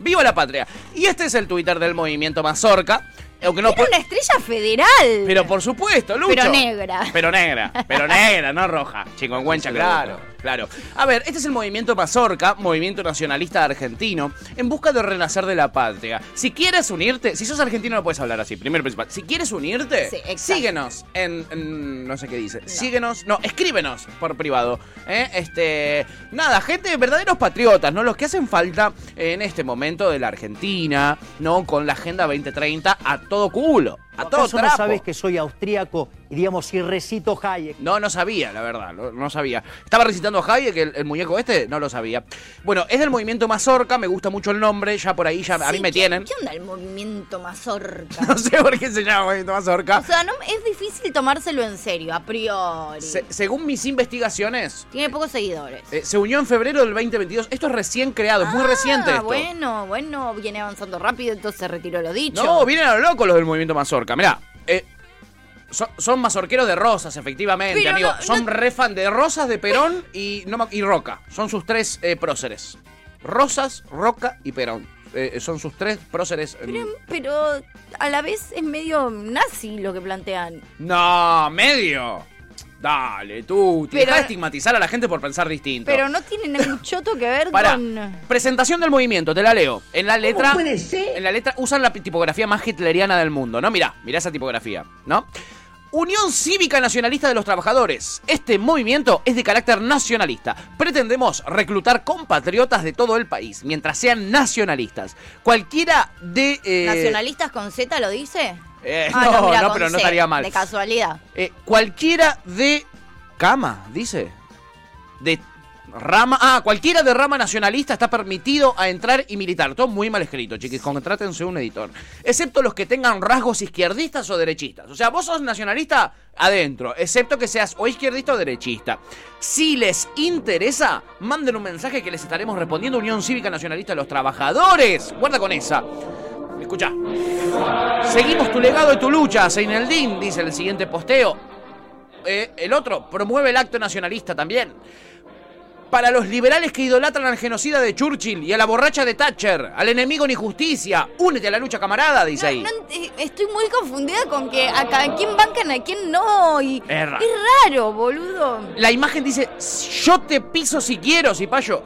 S2: Viva la patria. Y este es el Twitter del movimiento Mazorca. aunque no
S3: Era
S2: pu-
S3: una estrella federal.
S2: Pero por supuesto, Lucho.
S3: Pero negra.
S2: Pero negra, pero negra, no roja. Chiconguencha,
S13: Sí, sí,
S2: claro, claro. A ver, este es el movimiento Mazorca, movimiento nacionalista argentino, en busca de renacer de la patria. Si quieres unirte, si sos argentino no puedes hablar así, primero principal. Si quieres unirte,
S3: Sí, exacto.
S2: síguenos en, en- no sé qué dice. Síguenos, no, escríbenos por privado. ¿eh? Este, nada, gente, verdaderos patriotas, ¿no? Los que hacen falta en este momento de la Argentina, ¿no? Con la Agenda 2030 a todo culo. A todo
S14: ¿Acaso no
S2: trapo.
S14: sabes que soy austríaco y digamos si recito Hayek?
S2: No, no sabía, la verdad, no, no sabía. Estaba recitando a Hayek, el, el muñeco este, no lo sabía. Bueno, es del movimiento Mazorca, me gusta mucho el nombre, ya por ahí, ya a mí
S3: Sí,
S2: me
S3: ¿qué-
S2: tienen.
S3: ¿Qué onda el movimiento mazorca?
S2: No sé por qué se llama movimiento Mazorca.
S3: O sea, no, es difícil tomárselo en serio, a priori.
S2: Se- según mis investigaciones,
S3: Tiene pocos seguidores.
S2: eh, se unió en febrero del 2022. Esto es recién creado, es muy reciente
S3: Ah,
S2: esto.
S3: bueno, bueno, viene avanzando rápido, entonces retiró lo dicho.
S2: No, vienen a lo loco los del movimiento Mazorca. Mirá, eh, son, son mazorqueros de Rosas, efectivamente,
S3: Pero
S2: amigo.
S3: no-
S2: son re fan de Rosas, de Perón y, no me- y Roca. Son sus tres eh, próceres. Rosas, Roca y Perón. Eh, son sus tres próceres. eh,
S3: Pero a la vez es medio nazi lo que plantean.
S2: No, medio. Dale, tú.
S3: Pero-
S2: Deja de estigmatizar a la gente por pensar distinto.
S3: Pero no tienen mucho que ver
S2: Pará. Eh,
S3: con.
S2: Presentación del movimiento, te la leo. En la letra.
S3: puede
S2: En la letra usan la tipografía más hitleriana del mundo, ¿no? Mirá, mirá esa tipografía, ¿no? Unión Cívica Nacionalista de los Trabajadores. Este movimiento es de carácter nacionalista. Pretendemos reclutar compatriotas de todo el país, mientras sean nacionalistas. Cualquiera de. eh,
S3: ¿Nacionalistas con Z lo dice?
S2: eh,
S3: Ah,
S2: no,
S3: mira,
S2: no,
S3: con
S2: pero no
S3: C,
S2: estaría mal.
S3: De casualidad.
S2: Eh, cualquiera de cama, dice. De rama. Ah, cualquiera de rama nacionalista está permitido a entrar y militar. Todo muy mal escrito, chiquis. Contrátense un editor. Excepto los que tengan rasgos izquierdistas o derechistas. O sea, vos sos nacionalista adentro. Excepto que seas o izquierdista o derechista. Si les interesa, manden un mensaje que les estaremos respondiendo. Unión Cívica Nacionalista de los Trabajadores. Guarda con esa. Escucha. Seguimos tu legado y tu lucha, Seineldin, dice el siguiente posteo. Eh, el otro promueve el acto nacionalista también. Para los liberales que idolatran al genocida de Churchill y a la borracha de Thatcher, al enemigo ni justicia, únete a la lucha camarada, dice ahí.
S3: No ent- eh, Estoy muy confundida con que a ca- quién bancan, a quién no. Y
S2: Es raro.
S3: raro, boludo.
S2: La imagen dice, yo te piso si quiero, Cipayo.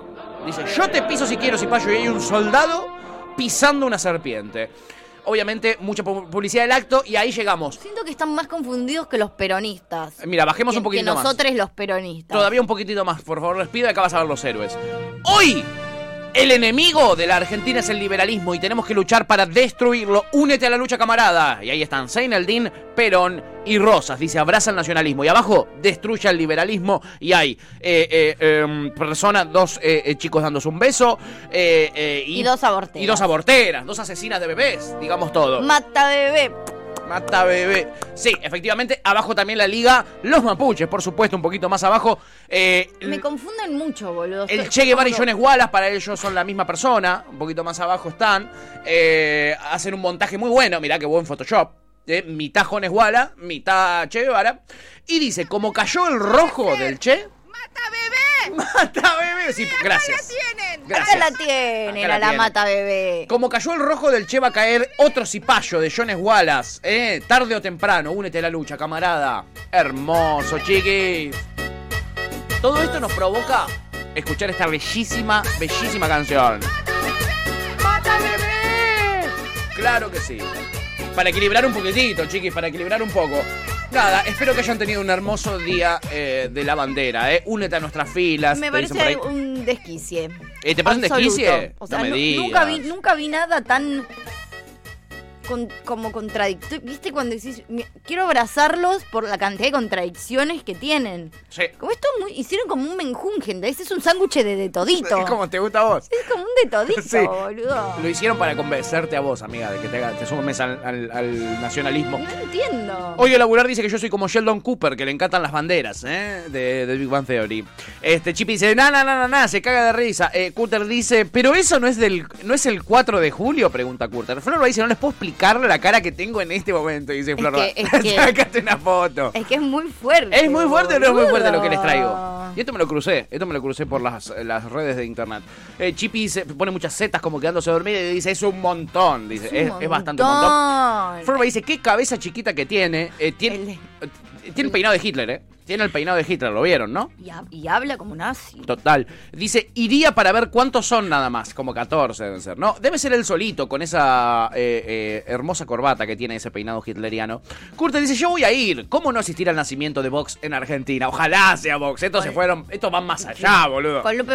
S2: Dice, yo te piso si quiero, Cipayo. Y hay un soldado pisando una serpiente. Obviamente, mucha pu- publicidad del acto y ahí llegamos.
S3: Siento que están más confundidos que los peronistas.
S2: Mira, bajemos
S3: que,
S2: un poquito
S3: que
S2: más.
S3: nosotros los peronistas.
S2: Todavía un poquitito más, por favor, les pido, y acá vas a ver los héroes. Hoy, el enemigo de la Argentina es el liberalismo y tenemos que luchar para destruirlo. Únete a la lucha, camarada. Y ahí están Seineldin, Perón y Rosas. Dice, abraza el nacionalismo. Y abajo, destruye el liberalismo. Y hay eh, eh, em, personas, dos eh, eh, chicos dándose un beso. eh, eh,
S3: Y dos aborteras.
S2: Y dos aborteras, dos asesinas de bebés, digamos todo.
S3: Mata bebé.
S2: Mata bebé. Sí, efectivamente, abajo también la liga. Los mapuches, por supuesto, un poquito más abajo. Eh,
S3: Me confunden mucho, boludo.
S2: el
S3: Estoy-
S2: Che Guevara y
S3: cuando-
S2: Jones Wallace, para ellos son la misma persona. Un poquito más abajo están. Eh, hacen un montaje muy bueno. Mirá qué buen Photoshop. Eh, mitad Jones Wallace, mitad Che Guevara. Y dice, como cayó el rojo del Che... ¡Mata bebé! ¡Mata bebé! Sí, gracias.
S3: Acá la
S2: Gracias.
S3: tienen,
S2: Acá la
S3: a la
S2: tienen.
S3: mata bebé.
S2: Como cayó el rojo del Che va a caer otro cipayo de Jones Wallace. ¿eh? Tarde o temprano, únete a la lucha, camarada. Hermoso, chiquis. Todo esto nos provoca escuchar esta bellísima, bellísima canción.
S15: ¡Mata bebé!
S2: Claro que sí. Para equilibrar un poquitito, chiquis, para equilibrar un poco. Nada, espero que hayan tenido un hermoso día eh, de la bandera, ¿eh? Únete a nuestras filas.
S3: Me
S2: te dicen por
S3: parece
S2: ahí.
S3: un desquicie.
S2: Eh, ¿Te parece un
S3: Absoluto.
S2: desquicie?
S3: O sea,
S2: no me
S3: nu-
S2: digas.
S3: nunca, vi, nunca vi nada tan. con- como contradictorio. ¿Viste cuando decís. "Mi- Quiero abrazarlos por la cantidad de contradicciones que tienen?
S2: Sí.
S3: Como esto muy- hicieron como un menjungen. Ese es un sándwich de, de todito.
S2: Es como te gusta a vos.
S3: Es como un de todito,
S2: Sí.
S3: boludo.
S2: Lo hicieron para convencerte a vos, amiga, de que te, haga- te sumes al, al- al nacionalismo.
S3: No entiendo.
S2: Hoy el laburar dice que yo soy como Sheldon Cooper, que le encantan las banderas, ¿eh? De, de Big Bang Theory. Este, Chippy dice, na, na, na, na, na", se caga de risa. Eh, Cutter dice, pero eso no es del no es el 4 de julio, pregunta Cutter. Florba dice, no les puedo explicar la cara que tengo en este momento, dice Florba.
S3: que- es que-
S2: Sácate una foto.
S3: Es que es muy fuerte.
S2: Es muy fuerte o no es muy fuerte lo que les
S3: boludo.
S2: traigo. Y esto me lo crucé, esto me lo crucé por las, eh, las redes de internet. Eh, Chipi se pone muchas setas como quedándose dormida y dice, es un montón. Dice, es,
S3: un
S2: es bastante un montón. Florba dice, qué cabeza chiquita que tiene. Eh, tiene, eh, tiene el peinado de Hitler, ¿eh? Tiene el peinado de Hitler, lo vieron, ¿no?
S3: Y, hab- y habla como un asio.
S2: Total. Dice, iría para ver cuántos son nada más. Como 14 deben ser, ¿no? Debe ser él solito con esa eh, eh, hermosa corbata que tiene ese peinado hitleriano. Curte dice, yo voy a ir. ¿Cómo no asistir al nacimiento de Vox en Argentina? Ojalá sea Vox. Estos se fueron, estos van más allá, boludo.
S3: Con Lupe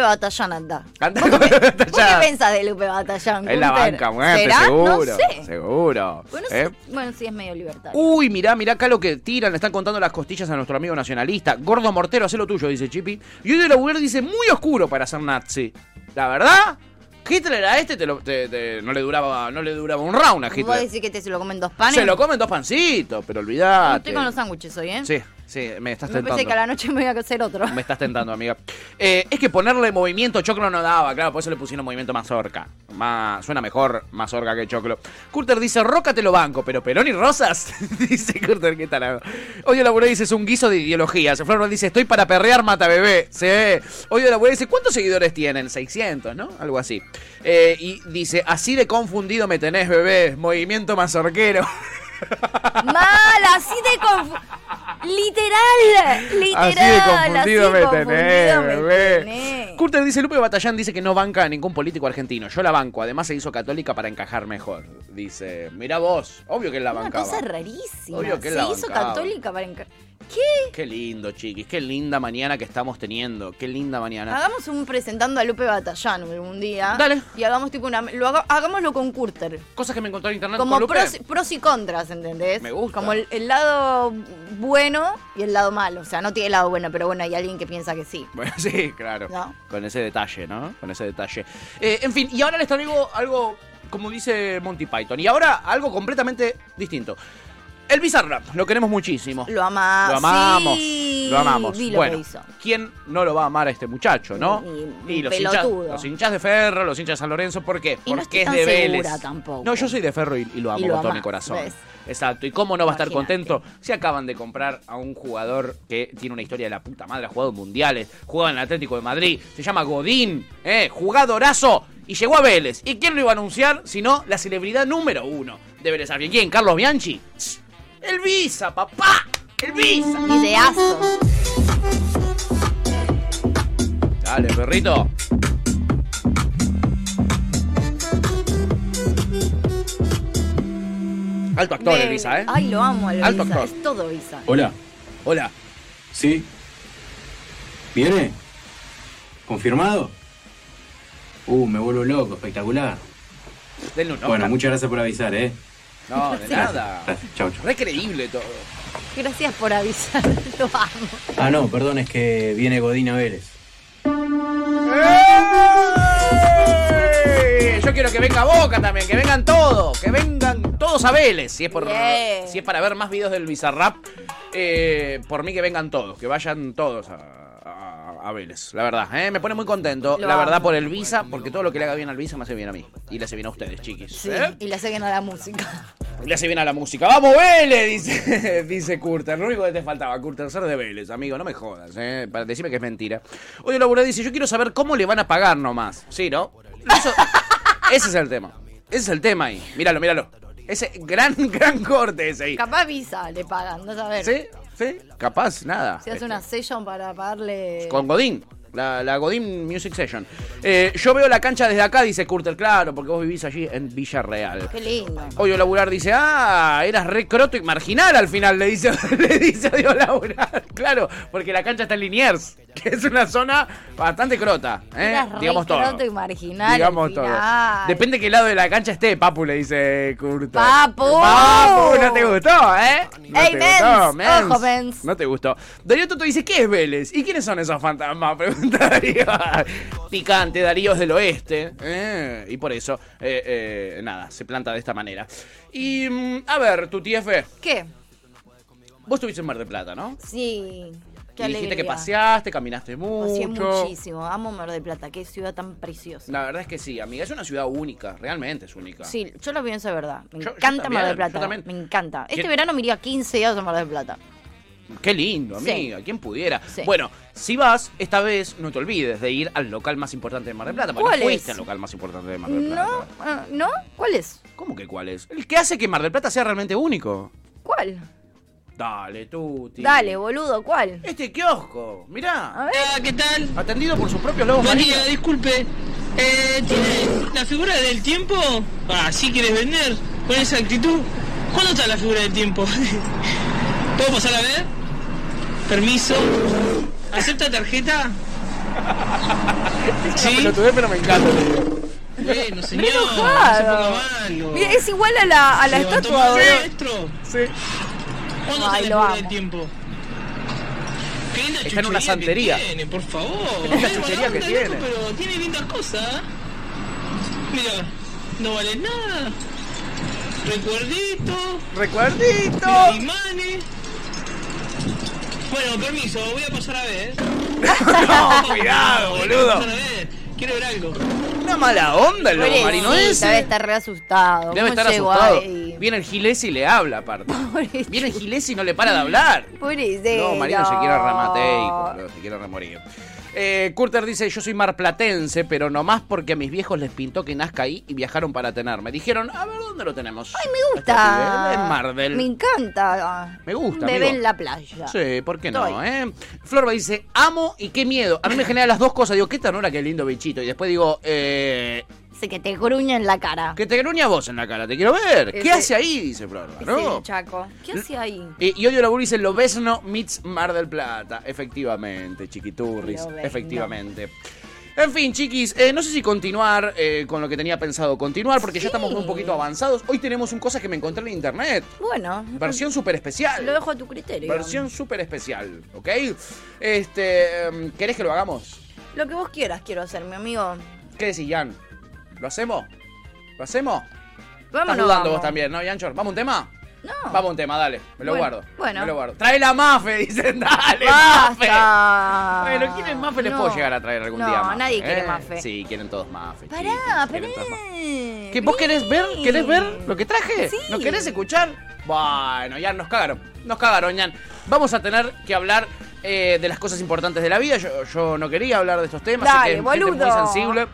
S3: Batallán anda.
S2: Anda-
S3: ¿Vos qué pensás de Lupe Batallán?
S2: En la
S3: Gunter?
S2: banca muerte,
S3: ¿Será?
S2: seguro.
S3: No sé.
S2: Seguro.
S3: Bueno,
S2: ¿Eh? Uh,
S3: sí- bueno, sí es medio libertario.
S2: Uy, mirá, mirá acá lo que tiran. Le están contando las costillas a nuestro amigo nacionalista. Gordo Mortero, hace lo tuyo, dice Chipi. Y hoy de la Buguer dice muy oscuro para ser nazi. La verdad, Hitler a este te lo- te- te- no, le duraba, no le duraba un round a
S3: ¿Vos
S2: Hitler.
S3: decís que te se lo comen dos panes?
S2: Se lo comen dos pancitos, pero olvidate.
S3: Estoy con los sándwiches hoy, ¿eh?
S2: Sí, sí, me estás
S3: Me parece que
S2: tentando.
S3: a la noche me voy a hacer otro.
S2: Me estás tentando, amiga. Eh, es que ponerle movimiento choclo no daba, claro, por eso le pusieron movimiento mazorca. Más, suena mejor mazorca que choclo. Curter dice, roca te lo banco, pero Perón y Rosas, dice Curter, qué talado. Odio la dice, es un guiso de ideologías. Flor dice, estoy para perrear mata bebé. Sí. Odio la dice, ¿cuántos seguidores tienen? 600, ¿no? Algo así. Eh, y dice, así de confundido me tenés, bebé. Movimiento mazorquero.
S3: Mal, así de confu- Literal, literal.
S2: Así de confundido me tenés,
S3: confundido me
S2: bebé.
S3: tenés.
S2: Curter dice, Lupe Batallán dice que no banca a ningún político argentino. Yo la banco. Además se hizo católica para encajar mejor. Dice, mira vos. Obvio que él la
S3: Una
S2: bancaba.
S3: cosa rarísima.
S2: Obvio que
S3: Se
S2: la
S3: hizo
S2: bancaba.
S3: católica para encar- ¿Qué?
S2: Qué lindo, chiquis. Qué linda mañana que estamos teniendo. Qué linda mañana.
S3: Hagamos un presentando a Lupe Batallán algún día.
S2: Dale.
S3: Y hagamos tipo una. Lo haga- hagámoslo con Curter.
S2: Cosas que me encontró en internet
S3: Como
S2: con Lupe.
S3: pros, pros y contras, ¿entendés?
S2: Me gusta.
S3: Como el, el lado bueno y el lado malo. O sea, no tiene el lado bueno, pero bueno, hay alguien que piensa que sí.
S2: Bueno, sí, claro.
S3: No.
S2: Con ese detalle, ¿no? Con ese detalle. Eh, en fin, y ahora les traigo algo, como dice Monty Python. Y ahora algo completamente distinto. El Bizarrap, lo queremos muchísimo.
S3: Lo amamos.
S2: Lo amamos.
S3: Sí.
S2: Lo amamos.
S3: Vi lo
S2: bueno,
S3: que hizo.
S2: ¿quién no lo va a amar a este muchacho, no?
S3: Y- y
S2: los hinchas,
S3: pelotudo.
S2: los hinchas de Ferro, los hinchas de San Lorenzo, ¿por qué?
S3: Y no
S2: Porque
S3: estoy
S2: es
S3: tan
S2: de Vélez.
S3: segura tampoco.
S2: No, yo soy de Ferro y, y lo amo
S3: lo
S2: con todo mi
S3: amás,
S2: corazón.
S3: ¿ves?
S2: Exacto. ¿Y cómo no va a estar
S3: Imagínate.
S2: contento si acaban de comprar a un jugador que tiene una historia de la puta madre, ha jugado en mundiales, juega en el Atlético de Madrid, se llama Godín, ¿eh? jugadorazo, y llegó a Vélez. ¿Y quién lo iba a anunciar? Sino la celebridad número uno de Vélez. ¿Alguien? ¿Quién? ¿Carlos Bianchi? Tss, ¡El Visa, papá! ¡El Visa!
S3: Ideazo.
S2: Dale, perrito. Alto actor el
S3: Ven.
S2: Visa, ¿eh?
S3: Ay, lo amo al
S2: Alto
S3: Visa.
S2: actor.
S3: Es todo Visa.
S13: Hola,
S2: Hola.
S13: ¿sí? ¿Viene? ¿Confirmado? Uh, me vuelvo loco, espectacular.
S2: Denle un
S13: bueno,
S2: Oscar.
S13: muchas gracias por avisar, ¿eh?
S2: No, de
S3: Sí.
S2: nada.
S13: Chau,
S2: Re creíble todo.
S3: Gracias por avisar. Lo amo.
S13: Ah, no, perdón, es que viene Godina Vélez.
S2: Eh, Yo quiero que venga Boca también, que vengan todos, que vengan todos a Vélez. Si es, por,
S3: Bien.
S2: si es para ver más videos del Bizarrap, eh, por mí que vengan todos, que vayan todos a, a- a Vélez. La verdad, eh, me pone muy contento,
S3: Lo
S2: la verdad,
S3: amo.
S2: por el Visa, porque todo lo que le haga bien al Visa me hace bien a mí. Y le hace bien a ustedes, chiquis.
S3: Sí,
S2: ¿eh?
S3: y le siguen a la música.
S2: Le hace bien a la música. ¡Vamos, Vélez! Dice, dice Curter. Lo único que te faltaba, Curter, ser de Vélez, amigo. No me jodas, ¿eh? Para decirme que es mentira. Oye, Laura dice: Yo quiero saber cómo le van a pagar nomás. Sí, ¿no? Eso- ese es el tema. Ese es el tema ahí. Míralo, míralo. Ese gran, gran corte ese ahí.
S3: Capaz Visa le pagan, no sabes.
S2: ¿Sí? ¿Sí? Capaz, nada. Eh,
S3: Se hace una session para pagarle.
S2: Con Godín. La, la Godín Music Session. Eh, yo veo la cancha desde acá, dice Curter. Claro, porque vos vivís allí en Villarreal.
S3: Qué lindo.
S2: Odio Laburar dice, ah, eras re croto y marginal al final, le dice, le dice Odio Laburar. Claro, porque la cancha está en Liniers, que es una zona bastante crota, ¿eh?
S3: Eras re
S2: digamos todo.
S3: croto y marginal.
S2: digamos
S3: al
S2: todo.
S3: final.
S2: Depende de qué lado de la cancha esté, Papu, le dice Curto.
S3: Papu.
S2: Papu, no te gustó, ¿eh? No
S3: Ey,
S2: te
S3: Mens,
S2: gustó,
S3: ojo, Mens.
S2: No te gustó. Darío Toto dice, ¿qué es Vélez? ¿Y quiénes son esos fantasmas? Pregunta Darío. Picante, Darío es del oeste. ¿eh? Y por eso, eh, eh, nada, se planta de esta manera. Y, mm, a ver, tu TF,
S3: ¿Qué?
S2: vos estuviste en Mar del Plata, ¿no?
S3: Sí. Qué
S2: Y dijiste que
S3: alegría.
S2: paseaste, caminaste
S3: Paseé
S2: mucho.
S3: muchísimo. Amo Mar del Plata. Qué ciudad tan preciosa.
S2: La verdad es que sí, amiga, es una ciudad única, realmente es única.
S3: Sí, yo lo pienso de verdad. Me
S2: Yo- yo
S3: encanta Mar
S2: también,
S3: del
S2: yo
S3: Plata.
S2: también.
S3: Me encanta. Este
S2: ¿Qué-
S3: verano me iría 15 días a Mar del Plata.
S2: Qué lindo,
S3: Sí.
S2: amiga, quien pudiera.
S3: Sí.
S2: Bueno, si vas, esta vez no te olvides de ir al local más importante de Mar del Plata, porque
S3: ¿Cuál
S2: no fuiste
S3: es?
S2: al local más importante de Mar del Plata.
S3: ¿No? ah, ¿No? ¿Cuál es?
S2: ¿Cómo que cuál es? El que hace que Mar del Plata sea realmente único.
S3: ¿Cuál?
S2: Dale, Tuti.
S3: Dale, boludo, ¿cuál?
S2: Este kiosco, mirá.
S3: A ver.
S16: ¿Qué tal?
S2: Atendido por sus propios lobos
S16: Buen
S2: marinos.
S16: día, disculpe. Eh, ¿Tiene la figura del tiempo? Ah, ¿sí quieres vender? Con esa actitud. ¿Cuándo está la figura del tiempo? ¿Puedo pasar a ver? Permiso. ¿Acepta tarjeta? Sí.
S2: Lo tuve, pero me encanta.
S16: Bueno, señor.
S3: Re enojado.
S16: no se ponga malo.
S3: Mira, es igual a la, a la
S16: Se levantó
S3: estatua,
S16: un
S3: boludo.
S16: maestro. ¿Cuándo está la
S3: Ay, lo
S16: figura del
S3: amo.
S16: tiempo? Qué
S2: Está
S16: linda
S2: en
S16: chuchería
S2: una
S16: que
S2: santería.
S16: tiene, por favor.
S2: Es la
S16: Qué mala
S2: chuchería que
S16: onda,
S2: tiene.
S16: loco, Pero tiene lindas cosas. Mira, no vale nada. Recuerdito.
S2: Recuerdito.
S16: Imanes. Bueno, permiso, voy a pasar a ver.
S2: No, cuidado,
S16: Voy a
S2: boludo.
S16: pasar a ver. Quiero ver algo.
S2: Una mala onda el lobo
S3: Pobrecito,
S2: marino
S3: Debe
S2: ese.
S3: estar re asustado.
S2: Debe
S3: ¿Cómo
S2: estar
S3: llegó
S2: asustado.
S3: ahí?
S2: Viene el Gilesi y le habla, aparte. Viene el Gilesi y no le para de hablar.
S3: Pobrecito.
S2: No, Marino se quiere ramateico, boludo, se quiere remorir. Eh, Curter dice, yo soy marplatense, pero nomás porque a mis viejos les pintó que nazca ahí y viajaron para tenerme. Dijeron, a ver, ¿dónde lo tenemos? Ay,
S3: Me gusta.
S2: En Marvel.
S3: Me encanta.
S2: Me gusta,
S3: Un bebé
S2: amigo.
S3: en la playa.
S2: Sí, ¿por qué no?
S3: Estoy.
S2: Eh? Florba dice, amo y qué miedo. A mí me genera las dos cosas. Digo, qué ternura, qué lindo bichito. Y después digo, eh,
S3: Así que te gruñe en la cara.
S2: que te gruña vos en la cara, te quiero ver. ¿Qué
S3: Ese-
S2: hace ahí? Dice Florba,
S3: Sí,
S2: ¿no?
S3: Chaco. ¿Qué hace ahí?
S2: Eh, Y Odio Labur dice Lobesno meets Mar del Plata. Efectivamente, chiquiturris.
S3: Lobezno.
S2: Efectivamente. En fin, chiquis, eh, no sé si continuar eh, con lo que tenía pensado continuar, porque ya estamos un poquito avanzados. Hoy tenemos un cosa que me encontré en internet.
S3: Bueno.
S2: Versión super especial.
S3: Lo dejo a tu criterio.
S2: Versión super especial, ¿ok? Este, em, ¿Querés que lo hagamos?
S3: Lo que vos quieras quiero hacer, mi amigo.
S2: ¿Qué decís, Jan? ¿Lo hacemos? ¿Lo hacemos?
S3: Vamos,
S2: Estás
S3: no
S2: dudando
S3: vamos.
S2: vos también, ¿no, Yanchor? ¿Vamos a un tema? No. Vamos a un tema, dale. Me lo
S3: Bueno,
S2: guardo.
S3: bueno.
S2: Me lo guardo. Trae la mafe, dicen. Dale,
S3: ¡Basta!
S2: mafe. Bueno, quieren mafe les
S3: No.
S2: puedo llegar a traer algún
S3: No,
S2: día. Mafe,
S3: nadie quiere
S2: ¿eh?
S3: Mafe.
S2: Sí, quieren todos mafe.
S3: Pará,
S2: chicos,
S3: pará.
S2: quieren todos Mafe. ¿Qué, ¿Vos querés ver? ¿Querés ver lo que traje? ¿No querés escuchar? Bueno, ya nos cagaron. Nos cagaron, Jan. Vamos a tener que hablar eh, de las cosas importantes de la vida. Yo, yo no quería hablar de estos temas. sé
S3: Dale,
S2: que es gente
S3: boludo.
S2: muy sensible.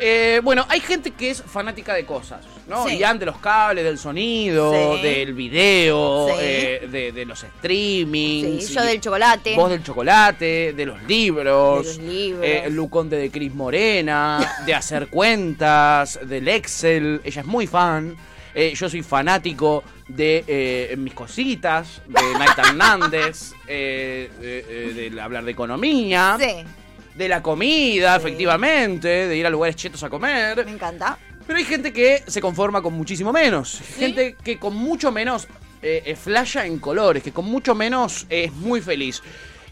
S2: Eh, bueno, hay gente que es fanática de cosas, ¿no?
S3: Sí.
S2: Jan de los cables, del sonido,
S3: Sí.
S2: del video,
S3: Sí.
S2: eh, de, de los streamings.
S3: Sí, yo
S2: y-
S3: del chocolate.
S2: Vos del chocolate, de los libros.
S3: De los libros.
S2: eh, Lu Conde de Cris Morena, de hacer cuentas, del Excel. Ella es muy fan. Eh, yo soy fanático de eh, mis cositas, de Naita Hernández, eh, eh, eh, de hablar de economía.
S3: Sí.
S2: De la comida, efectivamente, de ir a lugares chetos a comer. Me
S3: encanta.
S2: Pero hay gente que se conforma con muchísimo menos. Gente que con mucho menos eh, eh, flasha en colores, que con mucho menos eh, es muy feliz.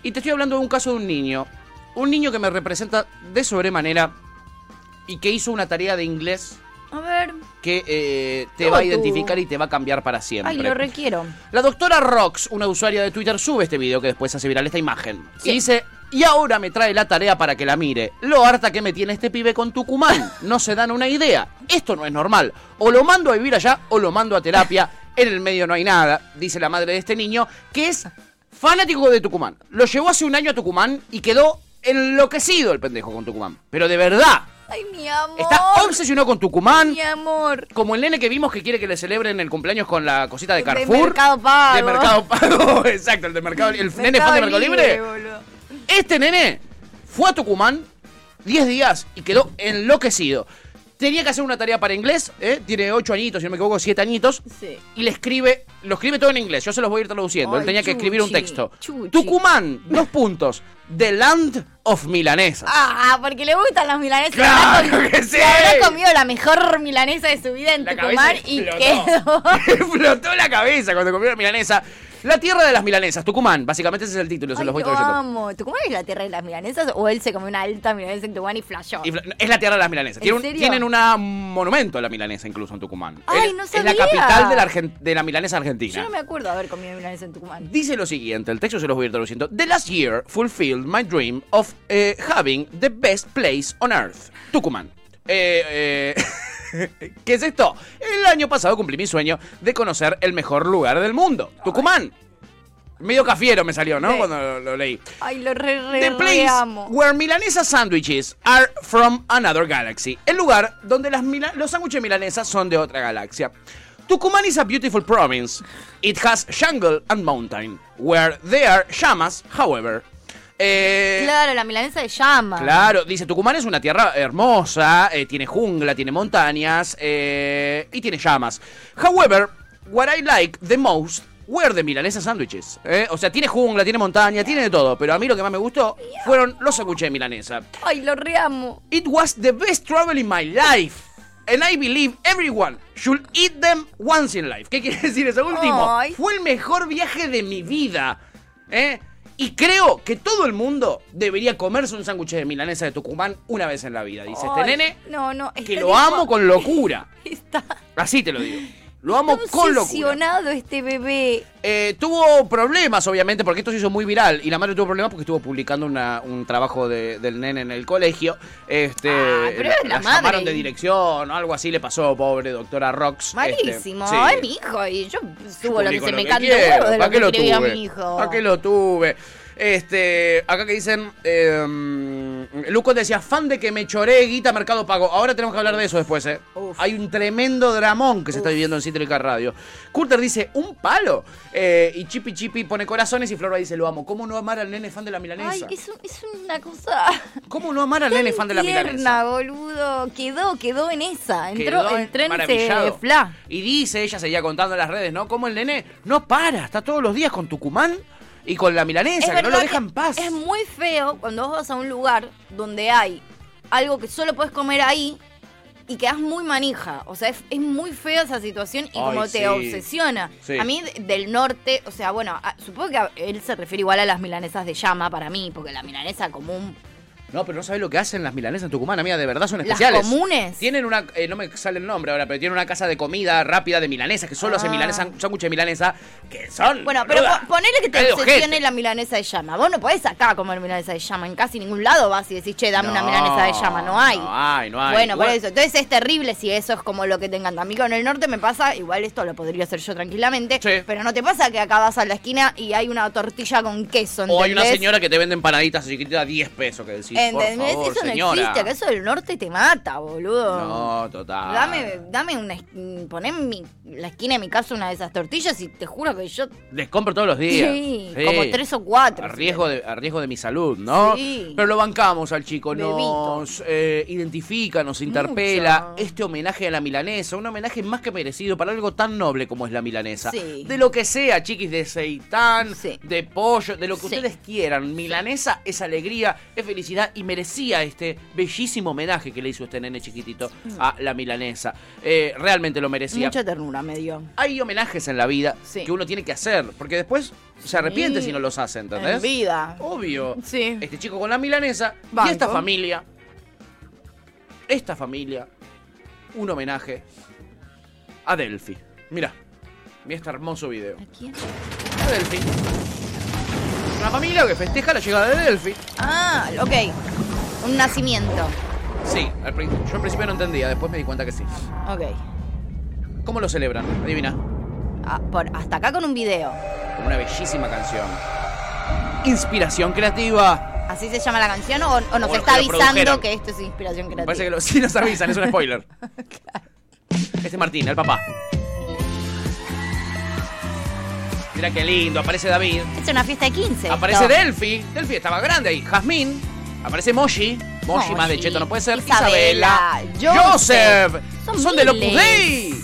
S2: Y te estoy hablando de un caso de un niño. Un niño que me representa de sobremanera y que hizo una tarea de inglés
S3: A ver.
S2: que eh, te
S3: Todo
S2: va a
S3: tuvo.
S2: identificar y te va a cambiar para siempre.
S3: Ay, lo requiero.
S2: La doctora Rox, una usuaria de Twitter, sube este video que después hace viral esta imagen. Y dice, y ahora me trae la tarea para que la mire. Lo harta que me tiene este pibe con Tucumán. No se dan una idea. Esto no es normal. O lo mando a vivir allá o lo mando a terapia. En el medio no hay nada, dice la madre de este niño, que es fanático de Tucumán. Lo llevó hace un año a Tucumán y quedó enloquecido el pendejo con Tucumán. Pero de verdad.
S3: Ay, mi amor.
S2: Está obsesionado con Tucumán.
S3: Mi amor.
S2: Como el nene que vimos que quiere que le celebren el cumpleaños con la cosita de Carrefour.
S3: De Mercado Pago.
S2: De Mercado Pago, exacto, el de Mercado El nene fan de Mercado Libre.
S3: boludo.
S2: Este nene fue a Tucumán 10 días y quedó enloquecido. Tenía que hacer una tarea para inglés, ¿eh? tiene 8 añitos, si no me equivoco, 7 añitos.
S3: Sí.
S2: Y le escribe, lo escribe todo en inglés, yo se los voy a ir traduciendo. Él
S3: Ay,
S2: tenía que escribir un
S3: chuchi,
S2: texto.
S3: chuchi.
S2: Tucumán, dos puntos. The land of milanesas.
S3: Ah, porque le gustan las milanesas.
S2: Claro
S3: Habrá comi-
S2: que sí.
S3: Habrá comido la mejor milanesa de su vida en
S2: La cabeza
S3: Tucumán y quedó.
S2: explotó la cabeza cuando comió la milanesa. La tierra de las milanesas, Tucumán, básicamente ese es el título, se
S3: Ay,
S2: los voy
S3: lo
S2: trayendo.
S3: amo. ¿Tucumán es la tierra de las milanesas o él se comió una alta milanesa en Tucumán y flashó?
S2: Y fla- Es la tierra de las milanesas.
S3: ¿En
S2: Tienen, un-
S3: serio?
S2: tienen una monumento a la milanesa incluso en Tucumán.
S3: Ay,
S2: Es-
S3: no
S2: Es la
S3: sabía.
S2: capital de la, Argen- de la milanesa argentina.
S3: Yo no me acuerdo haber comido milanesa en Tucumán.
S2: Dice lo siguiente, el texto se los voy a ir traduciendo. The last year fulfilled my dream of eh, having the best place on earth. Tucumán. Eh, eh, ¿Qué es esto? El año pasado cumplí mi sueño de conocer el mejor lugar del mundo. Tucumán. Medio cafiero me salió, ¿no? Cuando lo, lo leí.
S3: Ay, lo re, re,
S2: The
S3: re
S2: place
S3: amo.
S2: where milanesa sandwiches are from another galaxy. El lugar donde las mila- los sándwiches milanesas son de otra galaxia. Tucumán is a beautiful province. It has jungle and mountain, where there are llamas, however. Eh,
S6: Claro, la milanesa de llama.
S2: Claro, dice Tucumán es una tierra hermosa, eh, tiene jungla, tiene montañas eh, y tiene llamas. However, what I like the most were the milanesa sándwiches. eh. O sea, tiene jungla, tiene montaña, tiene de todo, pero a mí lo que más me gustó fueron los sándwiches de milanesa.
S3: Ay, lo re amo.
S2: It was the best travel in my life. And I believe everyone should eat them once in life. ¿Qué quiere decir eso último?
S3: Ay.
S2: Fue el mejor viaje de mi vida. ¿eh? Y creo que todo el mundo debería comerse un sándwich de milanesa de Tucumán una vez en la vida, dice este
S3: Ay,
S2: nene.
S3: No, no. está
S2: Que
S3: tipo
S2: lo amo con locura. Así te lo digo. Lo amo con locura.
S3: Obsesionado este bebé.
S2: Eh, tuvo problemas, obviamente, porque esto se hizo muy viral. Y la madre tuvo problemas porque estuvo publicando una- un trabajo de- del nene en el colegio. Este,
S6: pero
S2: la,
S6: es la
S2: la
S6: madre.
S2: llamaron de dirección o algo así le pasó, pobre doctora Rox. este,
S6: Malísimo,
S2: sí.
S6: es mi hijo y yo subo lo que
S2: Publico
S6: se me
S2: que
S6: canta un
S2: quiero,
S6: huevo de
S2: ¿Para
S6: lo
S2: qué
S6: que
S2: lo
S6: escribí a
S2: tuve?
S6: mi hijo.
S2: ¿Para qué lo tuve? Este, acá que dicen, eh, Lucas decía, fan de que me choré guita Mercado Pago. Ahora tenemos que hablar de eso después, ¿eh? Hay un tremendo dramón que se está viviendo en Cítrica Radio. Curter dice, un palo. Eh, y Chipi Chipi pone corazones y Flora dice, lo amo. ¿Cómo no amar al nene fan de la
S3: Ay,
S2: milanesa?
S3: es, un- es una cosa.
S2: ¿Cómo no amar al
S3: tan
S2: nene fan de la
S3: tierna,
S2: milanesa?
S3: boludo. Quedó, quedó en esa. Entró,
S2: Quedó
S3: el tren se
S2: maravillado.
S3: fla.
S2: Y dice, ella seguía contando en las redes, ¿no? Cómo el nene no para, está todos los días con Tucumán y con la milanesa, que no lo
S3: verdad
S2: dejan
S3: que
S2: paz.
S3: Es muy feo cuando vos vas a un lugar donde hay algo que solo puedes comer ahí y quedás muy manija. O sea, es, es muy feo esa situación y
S6: Ay,
S3: como
S6: sí.
S3: te obsesiona.
S6: Sí.
S3: A mí de- del norte, o sea, bueno, a- supongo que a- él se refiere igual a las milanesas de llama para mí, porque la milanesa común.
S2: No, pero no sabés lo que hacen las milanesas en Tucumán, amiga, de verdad son
S3: Las
S2: especiales.
S3: comunes.
S2: Tienen una, eh, no me sale el nombre ahora, pero tienen una casa de comida rápida de milanesas, que solo hace
S3: Ah.
S2: milanesa, sándwiches de milanesa, que son.
S3: Bueno, pero
S2: boluda,
S3: po- ponele que te
S2: es de ojete.
S3: obsesione la milanesa de llama. Vos no podés acá comer milanesa de llama. En casi ningún lado vas y decís, che, dame una
S2: No,
S3: milanesa de llama. No hay.
S2: No hay, no hay.
S3: Bueno, por
S2: Igual-
S3: eso. Entonces es terrible si eso es como lo que te encanta. A mí con el norte me pasa, igual esto lo podría hacer yo tranquilamente, pero no te pasa que acá vas a la esquina y hay una tortilla con queso, ¿entendés?
S2: O hay una señora que te vende empanaditas así que te da 10 pesos, que decís, por
S3: ¿Entendés?
S2: favor,
S3: eso no
S2: señora.
S3: existe, que eso del norte te mata, boludo.
S2: No, total.
S3: Dame, dame una, es- mm, poné en mi- la esquina de mi casa una de esas tortillas y te juro que yo
S2: Les compro todos los días.
S3: Sí, como tres o cuatro,
S2: A
S3: si
S2: riesgo, de, a riesgo de mi salud, ¿no?
S3: Sí.
S2: Pero lo bancamos al chico,
S3: Bebito.
S2: nos eh, identifica, nos interpela. Este homenaje a la milanesa, un homenaje más que merecido para algo tan noble como es la milanesa.
S3: Sí.
S2: De lo que sea, chiquis, de seitán, de pollo, de lo que
S3: Sí.
S2: ustedes quieran. Milanesa es alegría, es felicidad y merecía este bellísimo homenaje que le hizo este nene chiquitito a la milanesa. Eh, realmente lo merecía
S3: mucha ternura me dio.
S2: hay homenajes en la vida que uno tiene que hacer, porque después se arrepiente
S3: Sí.
S2: si no los hace,
S3: En
S2: ¿entendés?
S3: vida.
S2: Obvio.
S3: Sí.
S2: Este chico con la milanesa
S3: Banco.
S2: y esta familia. Esta familia. Un homenaje a Delphi. Mira, mira este hermoso video. A Delphi. Una familia que festeja la llegada de Delphi.
S3: Ah, ok. Un nacimiento.
S2: Sí, al prin- yo al principio no entendía, después me di cuenta que sí.
S3: Ok.
S2: ¿Cómo lo celebran? Adivina.
S3: Ah, por- hasta acá con un video.
S2: Con una bellísima canción. Inspiración creativa.
S3: ¿Así se llama la canción o, o nos
S2: O los
S3: está
S2: que lo
S3: avisando
S2: produjeron.
S3: que esto es inspiración creativa?
S2: Parece que lo, sí nos avisan, es un spoiler. Este es Martín, el papá. Mira qué lindo, aparece David.
S3: Es una fiesta de 15.
S2: Aparece
S3: esto.
S2: Delphi. Delphi estaba grande ahí. Jazmín. Aparece Moshi. Moshi,
S3: Moshi.
S2: más de cheto no puede ser.
S3: Isabela,
S2: Isabela.
S15: Joseph.
S2: Joseph.
S15: Son
S2: Son, del Opus
S15: miles.
S2: Dei.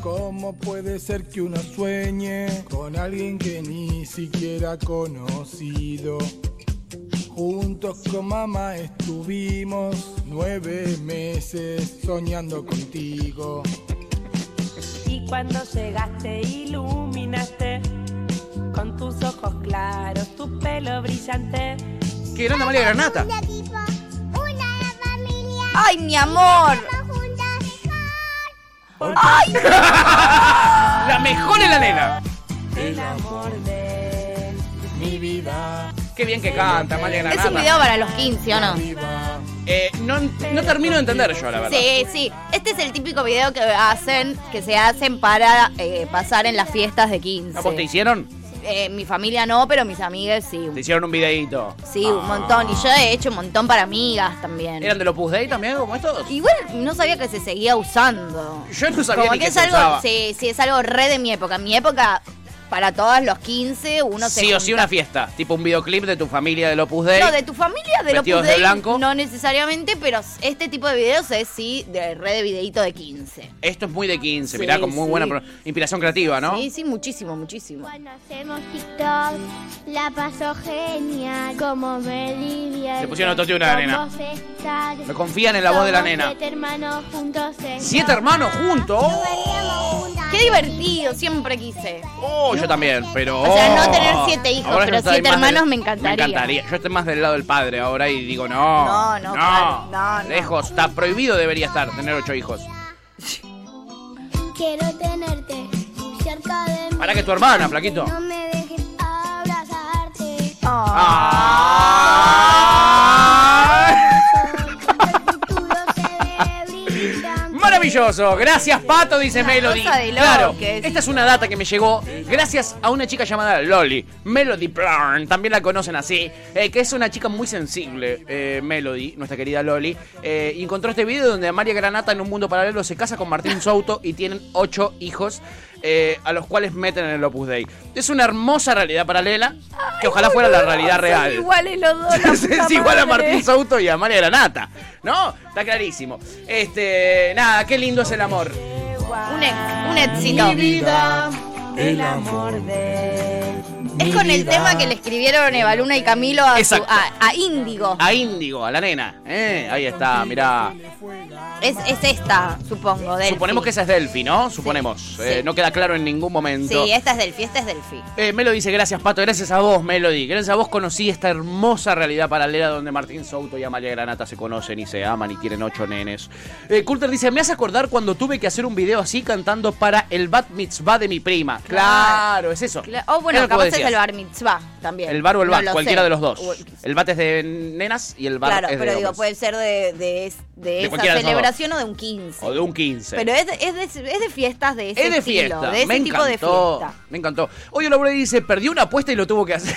S15: ¿Cómo puede ser que uno sueñe con alguien que ni siquiera ha conocido? Juntos con mamá estuvimos nueve meses soñando contigo.
S17: Y cuando llegaste iluminaste con tus ojos claros, tu pelo brillante.
S2: Qué grande Amalia Granata.
S3: ¡Ay, mi amor! ¡Ay!
S2: La mejor es la nena.
S17: El amor de mi vida.
S2: Qué bien que canta, Amalia Granata.
S3: Es un video para los 15, ¿o no?
S2: Eh, no, no termino de entender yo, la verdad.
S3: Sí, sí. Este es el típico video que hacen, que se hacen para eh, pasar en las fiestas de 15.
S2: ¿A vos te hicieron?
S3: eh, mi familia no, pero mis amigas sí.
S2: Te hicieron un videíto.
S3: Sí, un
S2: Ah.
S3: montón. Y yo he hecho un montón para amigas también.
S2: ¿Eran de los Opus Dei también, como estos?
S3: Igual no sabía que se seguía usando.
S2: Yo no sabía
S3: Como
S2: ni
S3: que
S2: que
S3: es
S2: se
S3: algo,
S2: usaba.
S3: Sí, sí, es algo re de mi época. En mi época, para todos los 15, uno se
S2: sí o sí una fiesta, tipo un videoclip de tu familia del Opus Dei.
S3: No, de tu familia, de
S2: Vestidos
S3: Opus
S2: de
S3: Dei,
S2: blanco.
S3: no necesariamente, pero este tipo de videos es sí de red de videíto de 15.
S2: Esto es muy de 15,
S3: Sí,
S2: mirá, con muy
S3: sí.
S2: buena pro- inspiración creativa, ¿no?
S3: Sí, sí, muchísimo, muchísimo.
S18: Hacemos TikTok, la paso genial, como Melivia.
S2: Le pusieron autotune a la nena.
S18: nena.
S2: Me confían en la voz de la nena.
S18: Siete hermanos juntos en
S2: Siete hermanos juntos. Oh,
S3: Qué divertido, siempre quise.
S2: Oh, yo también, pero.
S3: O sea, no
S2: oh.
S3: tener siete hijos,
S2: Ahora yo
S3: pero
S2: estoy
S3: siete
S2: más
S3: hermanos
S2: del-
S3: me encantaría.
S2: Me encantaría. Yo estoy más del lado del padre ahora y digo, no.
S3: No, no, claro, no, no.
S2: Lejos, está prohibido debería estar tener ocho hijos.
S18: Quiero tenerte cerca de mí.
S2: Para que tu hermana, flaquito.
S18: No me dejes abrazarte.
S2: Ah. Maravilloso, gracias Pato, dice
S3: Una
S2: Melody.
S3: cosa de
S2: claro,
S3: locos,
S2: esta es una data que me llegó gracias a una chica llamada Loli, Melody Plurn, también la conocen así, eh, que es una chica muy sensible, eh, Melody, nuestra querida Loli. eh, y encontró este video donde María Granata en un mundo paralelo se casa con Martín Souto y tienen ocho hijos. eh, a los cuales meten en el Opus Dei. Es una hermosa realidad paralela que ojalá fuera la realidad real.
S3: Iguales los dos. la
S2: Entonces,
S3: puta
S2: es igual a
S3: madre.
S2: Martín Souto y a María Granata. ¿No? Está clarísimo. Este, nada, qué lindo es el amor.
S3: Un, ex, un éxito.
S17: el amor de
S3: Es con el tema que le escribieron Evaluna y Camilo a, su,
S2: Exacto. Ah.
S3: a, a Índigo.
S2: A Índigo, a la nena. Eh, ahí está, mirá.
S3: Es, es esta, supongo, Delphi.
S2: Suponemos que esa es Delphi, ¿no? Suponemos. Eh, no queda claro en ningún momento.
S3: Sí, esta es Delphi, esta es Delphi.
S2: Eh, Melo dice, gracias Pato, gracias a vos Melody, gracias a vos conocí esta hermosa realidad paralela donde Martín Souto y Amalia Granata se conocen y se aman y tienen ocho nenes. Eh, Coulter dice, me hace acordar cuando tuve que hacer un video así cantando para el bat mitzvah de mi prima. Claro, es eso.
S3: Cla- Oh, bueno,
S2: Era lo que vos
S3: capaz es
S2: decías.
S3: el bar mitzvah también.
S2: El bar o el
S3: No
S2: bat,
S3: lo
S2: cualquiera
S3: sé.
S2: de los dos.
S3: O-
S2: El bat es de nenas y el bar
S3: Claro,
S2: es de
S3: pero digo,
S2: hombres.
S3: puede ser de, de, es- de esa
S2: cualquiera de esos
S3: celebración o de un 15.
S2: O de un 15.
S3: Pero es de, es, de, es de fiestas de ese
S2: Es de
S3: estilo,
S2: fiesta,
S3: de ese
S2: me
S3: tipo de
S2: encantó,
S3: fiesta.
S2: me encantó. Hoy Brady dice, perdió una apuesta y lo tuvo que hacer.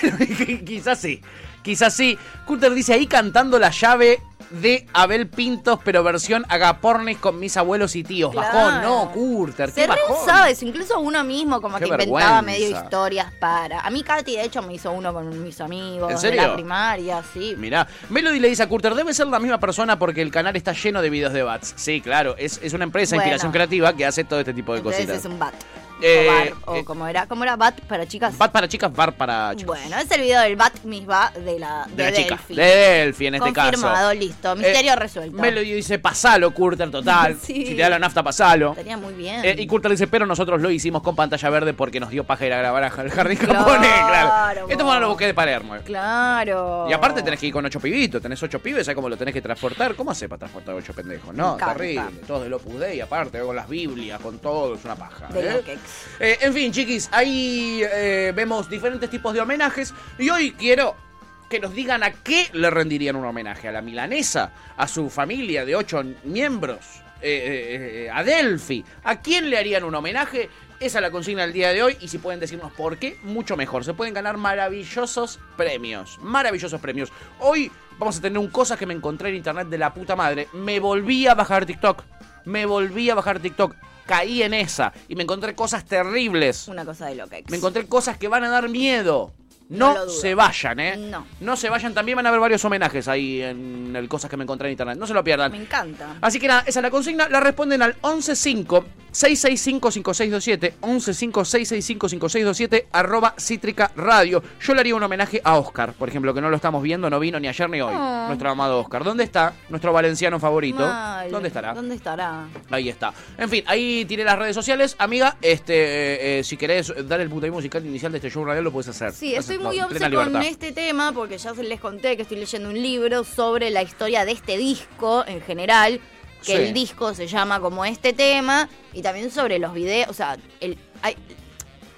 S2: quizás sí, quizás sí. Cutter dice, ahí cantando la llave de Abel Pintos, pero versión agapornis con mis abuelos y tíos. Bajón,
S3: Claro.
S2: no, Curter, qué
S3: Se re
S2: bajón.
S3: usaba eso, incluso uno mismo como
S2: Qué
S3: que inventaba
S2: vergüenza.
S3: medio historias para. A mí Katy de hecho me hizo uno con mis amigos
S2: ¿En
S3: de
S2: serio?
S3: la primaria, sí.
S2: Mirá, Melody le dice a Curter, debe ser la misma persona porque el canal está lleno de videos de bats. Sí, claro, es, es una empresa,
S3: Bueno.
S2: Inspiración Creativa, que hace todo este tipo de
S3: Entonces
S2: cositas.
S3: es un bat.
S2: Eh,
S3: o
S2: eh,
S3: como era, como era bat para chicas.
S2: bat para chicas, bar para chicas.
S3: Bueno, es el video del bat misba de la de,
S2: de la chica,
S3: Delphi.
S2: de Delphi en este caso.
S3: Confirmado, listo. Misterio resuelto.
S2: Eh, Melody dice, pasalo, Curter, total.
S3: Sí.
S2: Si te da la nafta, pasalo.
S3: Estaría muy bien.
S2: Eh, y Curter dice, pero nosotros lo hicimos con pantalla verde porque nos dio paja ir a grabar al jardín
S3: Claro,
S2: japonés, claro. Esto fue lo busqué de Palermo. eh.
S3: Claro.
S2: Y aparte tenés que ir con ocho pibitos, tenés ocho pibes, ¿sabes cómo lo tenés que transportar? ¿Cómo hace para transportar ocho pendejos? No,
S3: Me encanta.
S2: terrible. Todos del Opus Dei, aparte, con las Biblias, con todo, es una paja.
S3: De
S2: ¿eh?
S3: lo que-
S2: Eh, en fin, chiquis, ahí eh, vemos diferentes tipos de homenajes y hoy quiero que nos digan a qué le rendirían un homenaje, a la milanesa, a su familia de ocho miembros, eh, eh, eh, a Delphi, a quién le harían un homenaje. Esa es la consigna del día de hoy y si pueden decirnos por qué, mucho mejor. Se pueden ganar maravillosos premios, maravillosos premios. Hoy vamos a tener un cosa que me encontré en internet de la puta madre. Me volví a bajar TikTok, me volví a bajar TikTok, caí en esa y me encontré cosas terribles.
S3: Una cosa de loca.
S2: ¿eh? Me encontré cosas que van a dar miedo. No,
S3: No lo dudo.
S2: se vayan, ¿eh?
S3: No.
S2: No se vayan. También van a haber varios homenajes ahí en el Cosas que me encontré en internet. No se lo pierdan.
S3: Me encanta.
S2: Así que nada, esa es la consigna. La responden al 115-665-5627. 115-665-5627. Arroba Cítrica Radio. Yo le haría un homenaje a Oscar, por ejemplo, que no lo estamos viendo, no vino ni ayer ni hoy.
S3: Ah.
S2: Nuestro amado Oscar. ¿Dónde está nuestro valenciano favorito?
S3: Mal.
S2: ¿Dónde estará?
S3: ¿Dónde estará?
S2: Ahí está. En fin, ahí tiene las redes sociales. Amiga, este, eh, eh, si querés dar el puntapié musical inicial de este show radial, lo puedes hacer.
S3: Sí,
S2: Estás
S3: estoy
S2: en-
S3: muy
S2: en plena
S3: obse con
S2: libertad.
S3: este tema porque ya se les conté que estoy leyendo un libro sobre la historia de este disco en general, que
S2: Sí.
S3: el disco se llama como este tema y también sobre los videos, o sea, el, hay-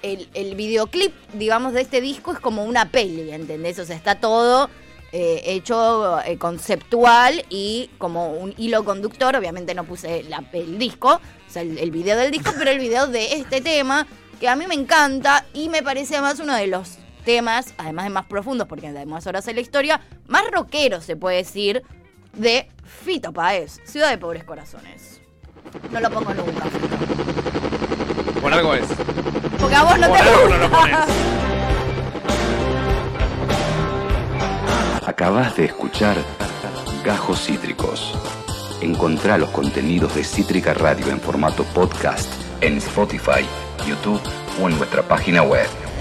S3: el, el videoclip, digamos, de este disco es como una peli, ¿entendés? O sea, está todo eh, hecho eh, conceptual y como un hilo conductor, obviamente no puse la- el disco, o sea, el, el video del disco, pero el video de este tema que a mí me encanta y me parece además uno de los temas, además de más profundos, porque además ahora sé la historia, más rockero se puede decir, de Fito Paez, Ciudad de Pobres Corazones. No lo pongo nunca.
S2: Por algo es.
S3: Porque a vos no
S2: Por
S3: te
S2: algo no
S3: gusta.
S2: lo pones.
S1: Acabas de escuchar Gajos Cítricos. Encontrá los contenidos de Cítrica Radio en formato podcast en Spotify, YouTube o en nuestra página web.